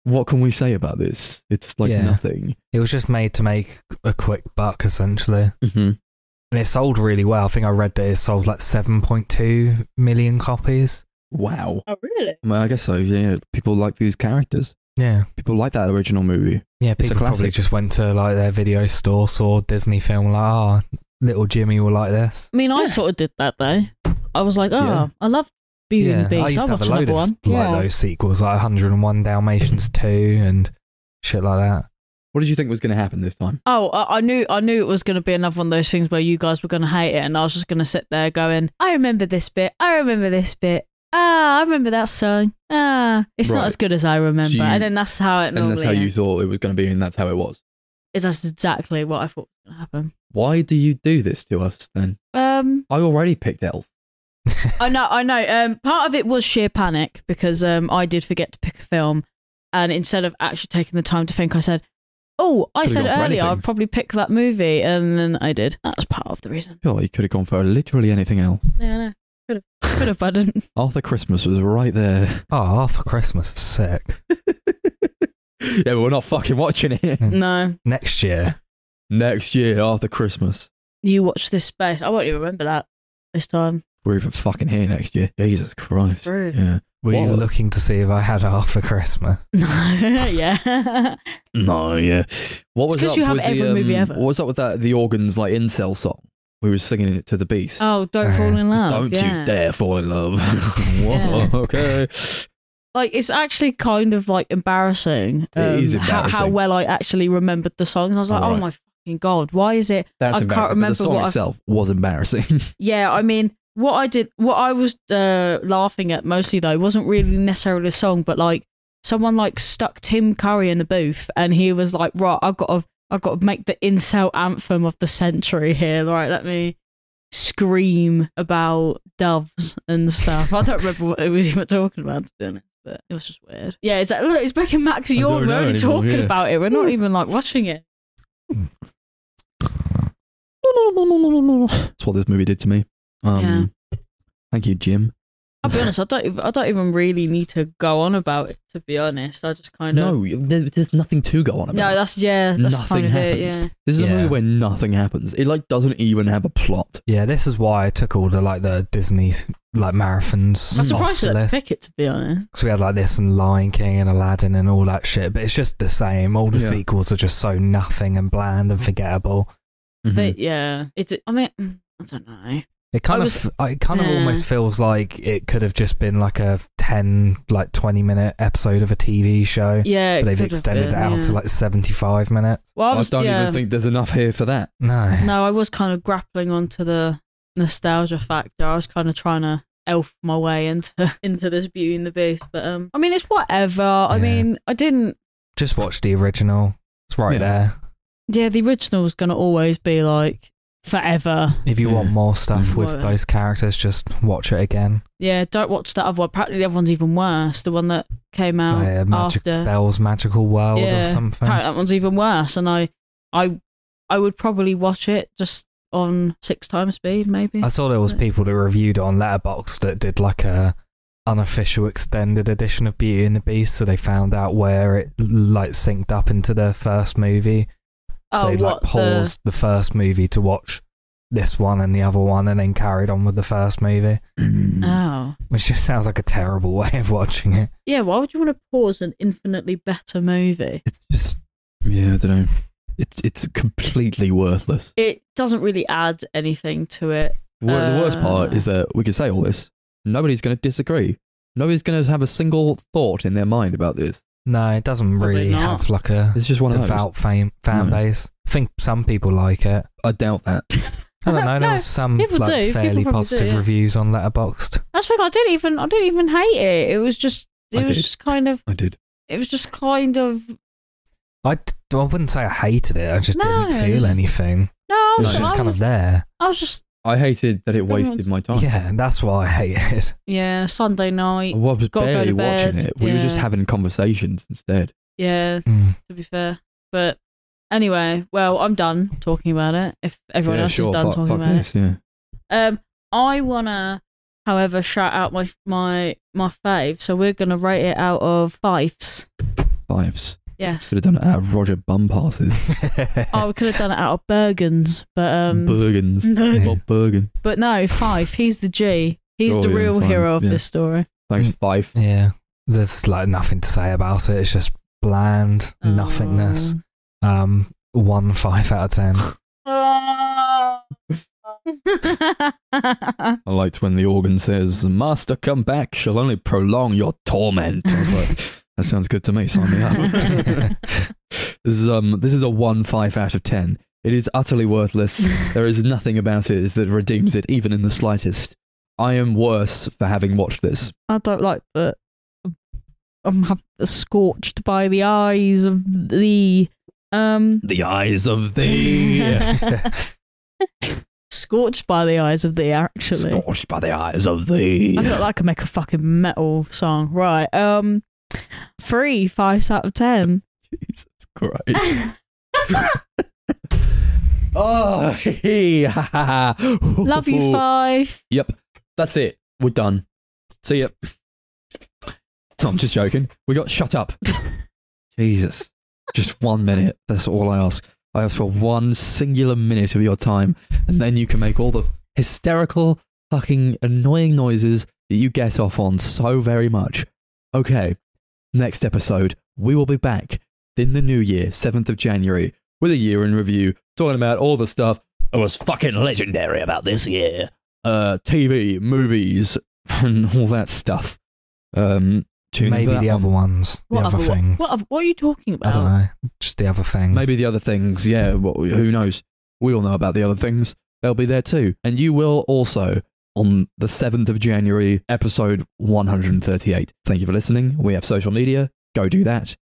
[SPEAKER 1] what can we say about this it's like
[SPEAKER 2] Yeah.
[SPEAKER 1] nothing
[SPEAKER 2] It was just made to make a quick buck essentially.
[SPEAKER 1] mm-hmm.
[SPEAKER 2] And it sold really well. I think I read that it sold like 7.2 million copies.
[SPEAKER 1] wow
[SPEAKER 3] Oh, really?
[SPEAKER 1] I mean I guess so yeah people like these characters
[SPEAKER 2] Yeah.
[SPEAKER 1] people like that original movie
[SPEAKER 2] Yeah,
[SPEAKER 1] It's a
[SPEAKER 2] people probably
[SPEAKER 1] classic.
[SPEAKER 2] just went to like their video store, saw Disney film, like, oh, little Jimmy will like this.
[SPEAKER 3] I mean, I
[SPEAKER 1] Yeah.
[SPEAKER 3] sort of did that though. I was like, oh,
[SPEAKER 1] Yeah.
[SPEAKER 3] I love Beauty
[SPEAKER 2] yeah,
[SPEAKER 3] and the
[SPEAKER 2] I
[SPEAKER 3] Beast.
[SPEAKER 2] used
[SPEAKER 3] I'll
[SPEAKER 2] to have
[SPEAKER 3] watch
[SPEAKER 2] a load
[SPEAKER 3] another
[SPEAKER 2] of
[SPEAKER 3] one.
[SPEAKER 2] like those sequels, like 101 Dalmatians 2 and shit like that.
[SPEAKER 1] What did you think was going to happen this time?
[SPEAKER 3] Oh, I, I knew I knew it was going to be another one of those things where you guys were going to hate it, and I was just going to sit there going, "I remember this bit. I remember this bit. Ah, I remember that song. Ah, it's
[SPEAKER 1] Right.
[SPEAKER 3] not as good as I remember."
[SPEAKER 1] you-
[SPEAKER 3] and then that's how it normally.
[SPEAKER 1] And that's how you
[SPEAKER 3] ends.
[SPEAKER 1] thought it was going to be, and that's how it was.
[SPEAKER 3] It's- that's exactly what I thought was going to happen.
[SPEAKER 1] Why do you do this to us then?
[SPEAKER 3] Um,
[SPEAKER 1] I already picked Elf.
[SPEAKER 3] I know, I know. Um, part of it was sheer panic because um, I did forget to pick a film, and instead of actually taking the time to think, I said, "Oh, I
[SPEAKER 1] Could've
[SPEAKER 3] said
[SPEAKER 1] gone for
[SPEAKER 3] earlier
[SPEAKER 1] anything."
[SPEAKER 3] I'd probably pick that movie," and then I did. That's part of the reason.
[SPEAKER 1] Sure, you could have gone for literally anything else.
[SPEAKER 3] Yeah, I know. Could have, could have, but I didn't.
[SPEAKER 1] Arthur Christmas was right there.
[SPEAKER 2] Oh, Arthur Christmas, sick.
[SPEAKER 1] yeah, but we're not fucking watching it.
[SPEAKER 3] No,
[SPEAKER 2] Next year,
[SPEAKER 1] Next year, Arthur Christmas.
[SPEAKER 3] you watch this space. I won't even remember that this time.
[SPEAKER 1] We're even fucking here next year. Jesus Christ.
[SPEAKER 3] True.
[SPEAKER 1] Yeah.
[SPEAKER 2] were you
[SPEAKER 1] What?
[SPEAKER 2] looking to see if I had Arthur Christmas?
[SPEAKER 3] No, yeah.
[SPEAKER 1] No, yeah. What
[SPEAKER 3] It's
[SPEAKER 1] was
[SPEAKER 3] 'cause
[SPEAKER 1] up
[SPEAKER 3] you have
[SPEAKER 1] with the,
[SPEAKER 3] every movie
[SPEAKER 1] um,
[SPEAKER 3] ever.
[SPEAKER 1] What was up with that? The organs like incel song. We were singing it to the beast.
[SPEAKER 3] Oh, don't fall in love.
[SPEAKER 1] Don't
[SPEAKER 3] yeah.
[SPEAKER 1] you dare fall in love. Whoa,
[SPEAKER 3] Yeah.
[SPEAKER 1] Okay.
[SPEAKER 3] Like it's actually kind of like embarrassing. um,
[SPEAKER 1] It is
[SPEAKER 3] How, how
[SPEAKER 1] embarrassing.
[SPEAKER 3] well I actually remembered the songs. I was like,
[SPEAKER 1] All
[SPEAKER 3] oh
[SPEAKER 1] right.
[SPEAKER 3] my fucking god, why is it?
[SPEAKER 1] That's
[SPEAKER 3] I can't
[SPEAKER 1] embarrassing. but
[SPEAKER 3] remember
[SPEAKER 1] the song
[SPEAKER 3] what I-
[SPEAKER 1] itself was embarrassing.
[SPEAKER 3] Yeah, I mean, what I did, what I was uh, laughing at mostly though, wasn't really necessarily a song, but like someone like stuck Tim Curry in a booth, and he was like, right, I've got to, I've got to make the incel anthem of the century here. Right, let me scream about doves and stuff. I don't remember what it was you were talking about. To be honest. But it was just weird. Yeah, it's like, look, it's Becky Max
[SPEAKER 1] I
[SPEAKER 3] Yawn.
[SPEAKER 1] don't
[SPEAKER 3] We're
[SPEAKER 1] know
[SPEAKER 3] only
[SPEAKER 1] anymore,
[SPEAKER 3] talking
[SPEAKER 1] yeah.
[SPEAKER 3] about it. We're not even like watching it.
[SPEAKER 1] That's what this movie did to me. Um, Thank you, Jim.
[SPEAKER 3] I'll be honest, I don't, ev- I don't even really need to go on about it. To be honest, I just kind of
[SPEAKER 1] No, there- there's nothing to go on about.
[SPEAKER 3] uh, No, that's yeah, that's
[SPEAKER 1] Nothing
[SPEAKER 3] kind of
[SPEAKER 1] happens.
[SPEAKER 3] it. Yeah,
[SPEAKER 1] this is a
[SPEAKER 2] Yeah.
[SPEAKER 1] movie where nothing happens. It like doesn't even have a plot.
[SPEAKER 2] Yeah, this is why I took all the like the Disney like marathons
[SPEAKER 3] I'm
[SPEAKER 2] off
[SPEAKER 3] surprised
[SPEAKER 2] the
[SPEAKER 3] you didn't
[SPEAKER 2] list.
[SPEAKER 3] pick it. To be honest,
[SPEAKER 2] Because we had like this and Lion King and Aladdin and all that shit, but it's just the same. All the
[SPEAKER 1] Yeah.
[SPEAKER 2] sequels are just so nothing and bland
[SPEAKER 3] Mm.
[SPEAKER 2] and forgettable.
[SPEAKER 1] Mm-hmm.
[SPEAKER 2] Mm-hmm.
[SPEAKER 3] but yeah, it's. I mean, mm, I don't know.
[SPEAKER 2] It kind
[SPEAKER 3] I
[SPEAKER 2] of of it kind of
[SPEAKER 3] Yeah.
[SPEAKER 2] almost feels like it could have just been like a 10 like 20 minute episode of a TV show.
[SPEAKER 3] Yeah, it
[SPEAKER 2] But they've
[SPEAKER 3] could have
[SPEAKER 2] extended
[SPEAKER 3] been,
[SPEAKER 2] it out to
[SPEAKER 3] yeah.
[SPEAKER 2] like 75 minutes.
[SPEAKER 3] Well, I,
[SPEAKER 1] I
[SPEAKER 3] was,
[SPEAKER 1] don't
[SPEAKER 3] yeah.
[SPEAKER 1] even think there's enough here for that.
[SPEAKER 2] No.
[SPEAKER 3] No, I was kind of grappling onto the nostalgia factor. I was kind of trying to elf my way into into this Beauty and the Beast, but um, I mean, it's whatever. I
[SPEAKER 2] Yeah.
[SPEAKER 3] mean, I didn't.
[SPEAKER 2] Just watch the original. It's
[SPEAKER 1] Yeah.
[SPEAKER 2] right there.
[SPEAKER 3] Yeah, the original was gonna always be like forever.
[SPEAKER 2] If you
[SPEAKER 1] Yeah.
[SPEAKER 2] want more stuff with
[SPEAKER 3] Well,
[SPEAKER 2] those characters, just watch it again.
[SPEAKER 3] Yeah, don't watch that other one. Practically, the other one's even worse. The one that came out
[SPEAKER 2] Uh, Magic
[SPEAKER 3] Oh, after
[SPEAKER 2] Bell's Magical World
[SPEAKER 3] Yeah.
[SPEAKER 2] or something.
[SPEAKER 3] Apparently that one's even worse, and I, I, I would probably watch it just on six times speed, maybe.
[SPEAKER 2] I saw there was people that reviewed on Letterbox that did like a unofficial extended edition of Beauty and the Beast, so they found out where it like synced up into the first movie.
[SPEAKER 3] Oh,
[SPEAKER 2] So they like paused the... first movie to watch this one and the other one, and then carried on with the first movie,
[SPEAKER 3] the? Oh,
[SPEAKER 2] which just sounds like a terrible way of watching it.
[SPEAKER 3] yeah. Why would you want to pause an infinitely better movie?
[SPEAKER 1] It's just, yeah, I don't know. It's it's completely worthless.
[SPEAKER 3] It doesn't really add anything to it.
[SPEAKER 1] Wor- the worst part
[SPEAKER 3] Uh.
[SPEAKER 1] is that we could say all this. Nobody's going to disagree. Nobody's going to have a single thought in their mind about this.
[SPEAKER 2] No, it doesn't
[SPEAKER 3] Probably
[SPEAKER 2] really
[SPEAKER 3] not.
[SPEAKER 2] have like a
[SPEAKER 1] It's just one of those.
[SPEAKER 2] devout fan fan
[SPEAKER 1] No.
[SPEAKER 2] base. I think some people like it.
[SPEAKER 1] I doubt that.
[SPEAKER 2] I don't know. There
[SPEAKER 3] No,
[SPEAKER 2] was some
[SPEAKER 3] people do,
[SPEAKER 2] like
[SPEAKER 3] people
[SPEAKER 2] fairly
[SPEAKER 3] probably do,
[SPEAKER 2] positive
[SPEAKER 3] yeah.
[SPEAKER 2] reviews on Letterboxd.
[SPEAKER 3] That's the thing. I didn't even. I didn't even hate it. It was just. It
[SPEAKER 1] I
[SPEAKER 3] was
[SPEAKER 1] did.
[SPEAKER 3] just kind of.
[SPEAKER 1] I did.
[SPEAKER 3] It was just kind of.
[SPEAKER 2] I, d- I wouldn't say I hated it. I just
[SPEAKER 3] No,
[SPEAKER 2] didn't feel
[SPEAKER 3] it's- Oh,
[SPEAKER 2] anything.
[SPEAKER 3] No, I
[SPEAKER 2] It
[SPEAKER 3] was,
[SPEAKER 2] was
[SPEAKER 1] No.
[SPEAKER 2] just
[SPEAKER 3] I
[SPEAKER 2] kind
[SPEAKER 3] was,
[SPEAKER 2] of there.
[SPEAKER 3] I was just.
[SPEAKER 1] I hated that it
[SPEAKER 3] Everyone's-
[SPEAKER 1] wasted my time.
[SPEAKER 2] Yeah, that's why I hate it.
[SPEAKER 3] Yeah, Sunday
[SPEAKER 1] I
[SPEAKER 3] night.
[SPEAKER 1] was
[SPEAKER 3] Gotta go
[SPEAKER 1] barely
[SPEAKER 3] to bed,
[SPEAKER 1] watching it. We were just
[SPEAKER 3] yeah.
[SPEAKER 1] having conversations instead.
[SPEAKER 3] Yeah,
[SPEAKER 2] Mm.
[SPEAKER 3] to be fair. But anyway, well, I'm done talking about it. If everyone
[SPEAKER 1] yeah,
[SPEAKER 3] else
[SPEAKER 1] sure,
[SPEAKER 3] is done
[SPEAKER 1] fuck,
[SPEAKER 3] talking
[SPEAKER 1] fuck
[SPEAKER 3] about it.
[SPEAKER 1] this, yeah.
[SPEAKER 3] Um, I wanna, however, shout out my my my fave. So we're gonna rate it out of fives.
[SPEAKER 1] Fives.
[SPEAKER 3] Yes.
[SPEAKER 1] Should have done it out of Roger Bum passes.
[SPEAKER 3] Oh, we could have done it out of Bergens, but um,
[SPEAKER 1] Bergens.
[SPEAKER 3] no,
[SPEAKER 1] Bob Bergen.
[SPEAKER 3] but no, five. He's the G. He's
[SPEAKER 1] Oh,
[SPEAKER 3] the
[SPEAKER 1] yeah,
[SPEAKER 3] real
[SPEAKER 1] fine,
[SPEAKER 3] hero of
[SPEAKER 1] yeah.
[SPEAKER 3] this story.
[SPEAKER 1] Thanks,
[SPEAKER 2] Mm.
[SPEAKER 1] Fife.
[SPEAKER 2] yeah, there's like nothing to say about it. It's just bland nothingness.
[SPEAKER 3] Oh.
[SPEAKER 2] Um, one five out of ten.
[SPEAKER 1] I liked when the organ says, Master, come back. She'll only prolong your torment. I was like, that sounds good to me. Sign me up. This is um this is a one five out of ten. It is utterly worthless. there is nothing about it that redeems it, even in the slightest. I am worse for having watched this.
[SPEAKER 3] I don't like that. I'm ha- scorched by the eyes of the um.
[SPEAKER 1] The eyes of thee,
[SPEAKER 3] scorched by the eyes of the actually.
[SPEAKER 1] scorched by the eyes of thee.
[SPEAKER 3] I feel like I can make a fucking metal song. Right. Um three, five out of ten.
[SPEAKER 1] Jesus Christ. oh, hee, ha, ha, ha.
[SPEAKER 3] Love you five.
[SPEAKER 1] Yep. That's it. We're done. So, yep. No, I'm just joking. We got shut up. Jesus. Just one minute. That's all I ask. I ask for one singular minute of your time, and then you can make all the hysterical, fucking annoying noises that you get off on so very much. Okay. Next episode, we will be back in the new year, 7th of January, with a year in review, talking about all the stuff that was fucking legendary about this year uh, TV, movies, and all that stuff. Um, tune into
[SPEAKER 2] Maybe
[SPEAKER 1] that
[SPEAKER 2] the
[SPEAKER 1] one.
[SPEAKER 2] other ones, the other
[SPEAKER 3] one-
[SPEAKER 2] things.
[SPEAKER 3] What, other- what are you talking
[SPEAKER 2] I
[SPEAKER 3] about?
[SPEAKER 2] don't know. Just the other things.
[SPEAKER 1] Maybe the other things. Yeah, what, who knows? We all know about the other things. They'll be there too, and you will also on the seventh of January, episode one hundred and thirty-eight. Thank you for listening. We have social media. Go do that.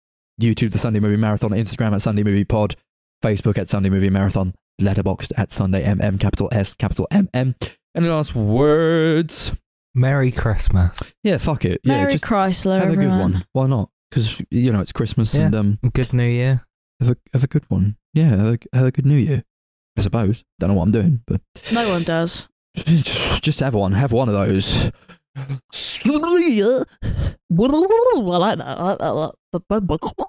[SPEAKER 1] YouTube, the Sunday Movie Marathon. Instagram at Sunday Movie Pod. Facebook at Sunday Movie Marathon. Letterboxd at Sunday MM capital S capital MM. Any last words?
[SPEAKER 2] Merry Christmas.
[SPEAKER 1] Yeah, fuck it. yeah,
[SPEAKER 3] Merry
[SPEAKER 1] just
[SPEAKER 3] Chrysler,
[SPEAKER 1] have a
[SPEAKER 3] everyone.
[SPEAKER 1] good one. Why not? Because you know it's Christmas
[SPEAKER 2] Yeah.
[SPEAKER 1] and um,
[SPEAKER 2] Good New Year.
[SPEAKER 1] have a have a good one. Yeah, have a, have a good New Year. I suppose. Don't know what I'm doing, but
[SPEAKER 3] No one does.
[SPEAKER 1] just have one. Have one of those.
[SPEAKER 3] I like that. I like that.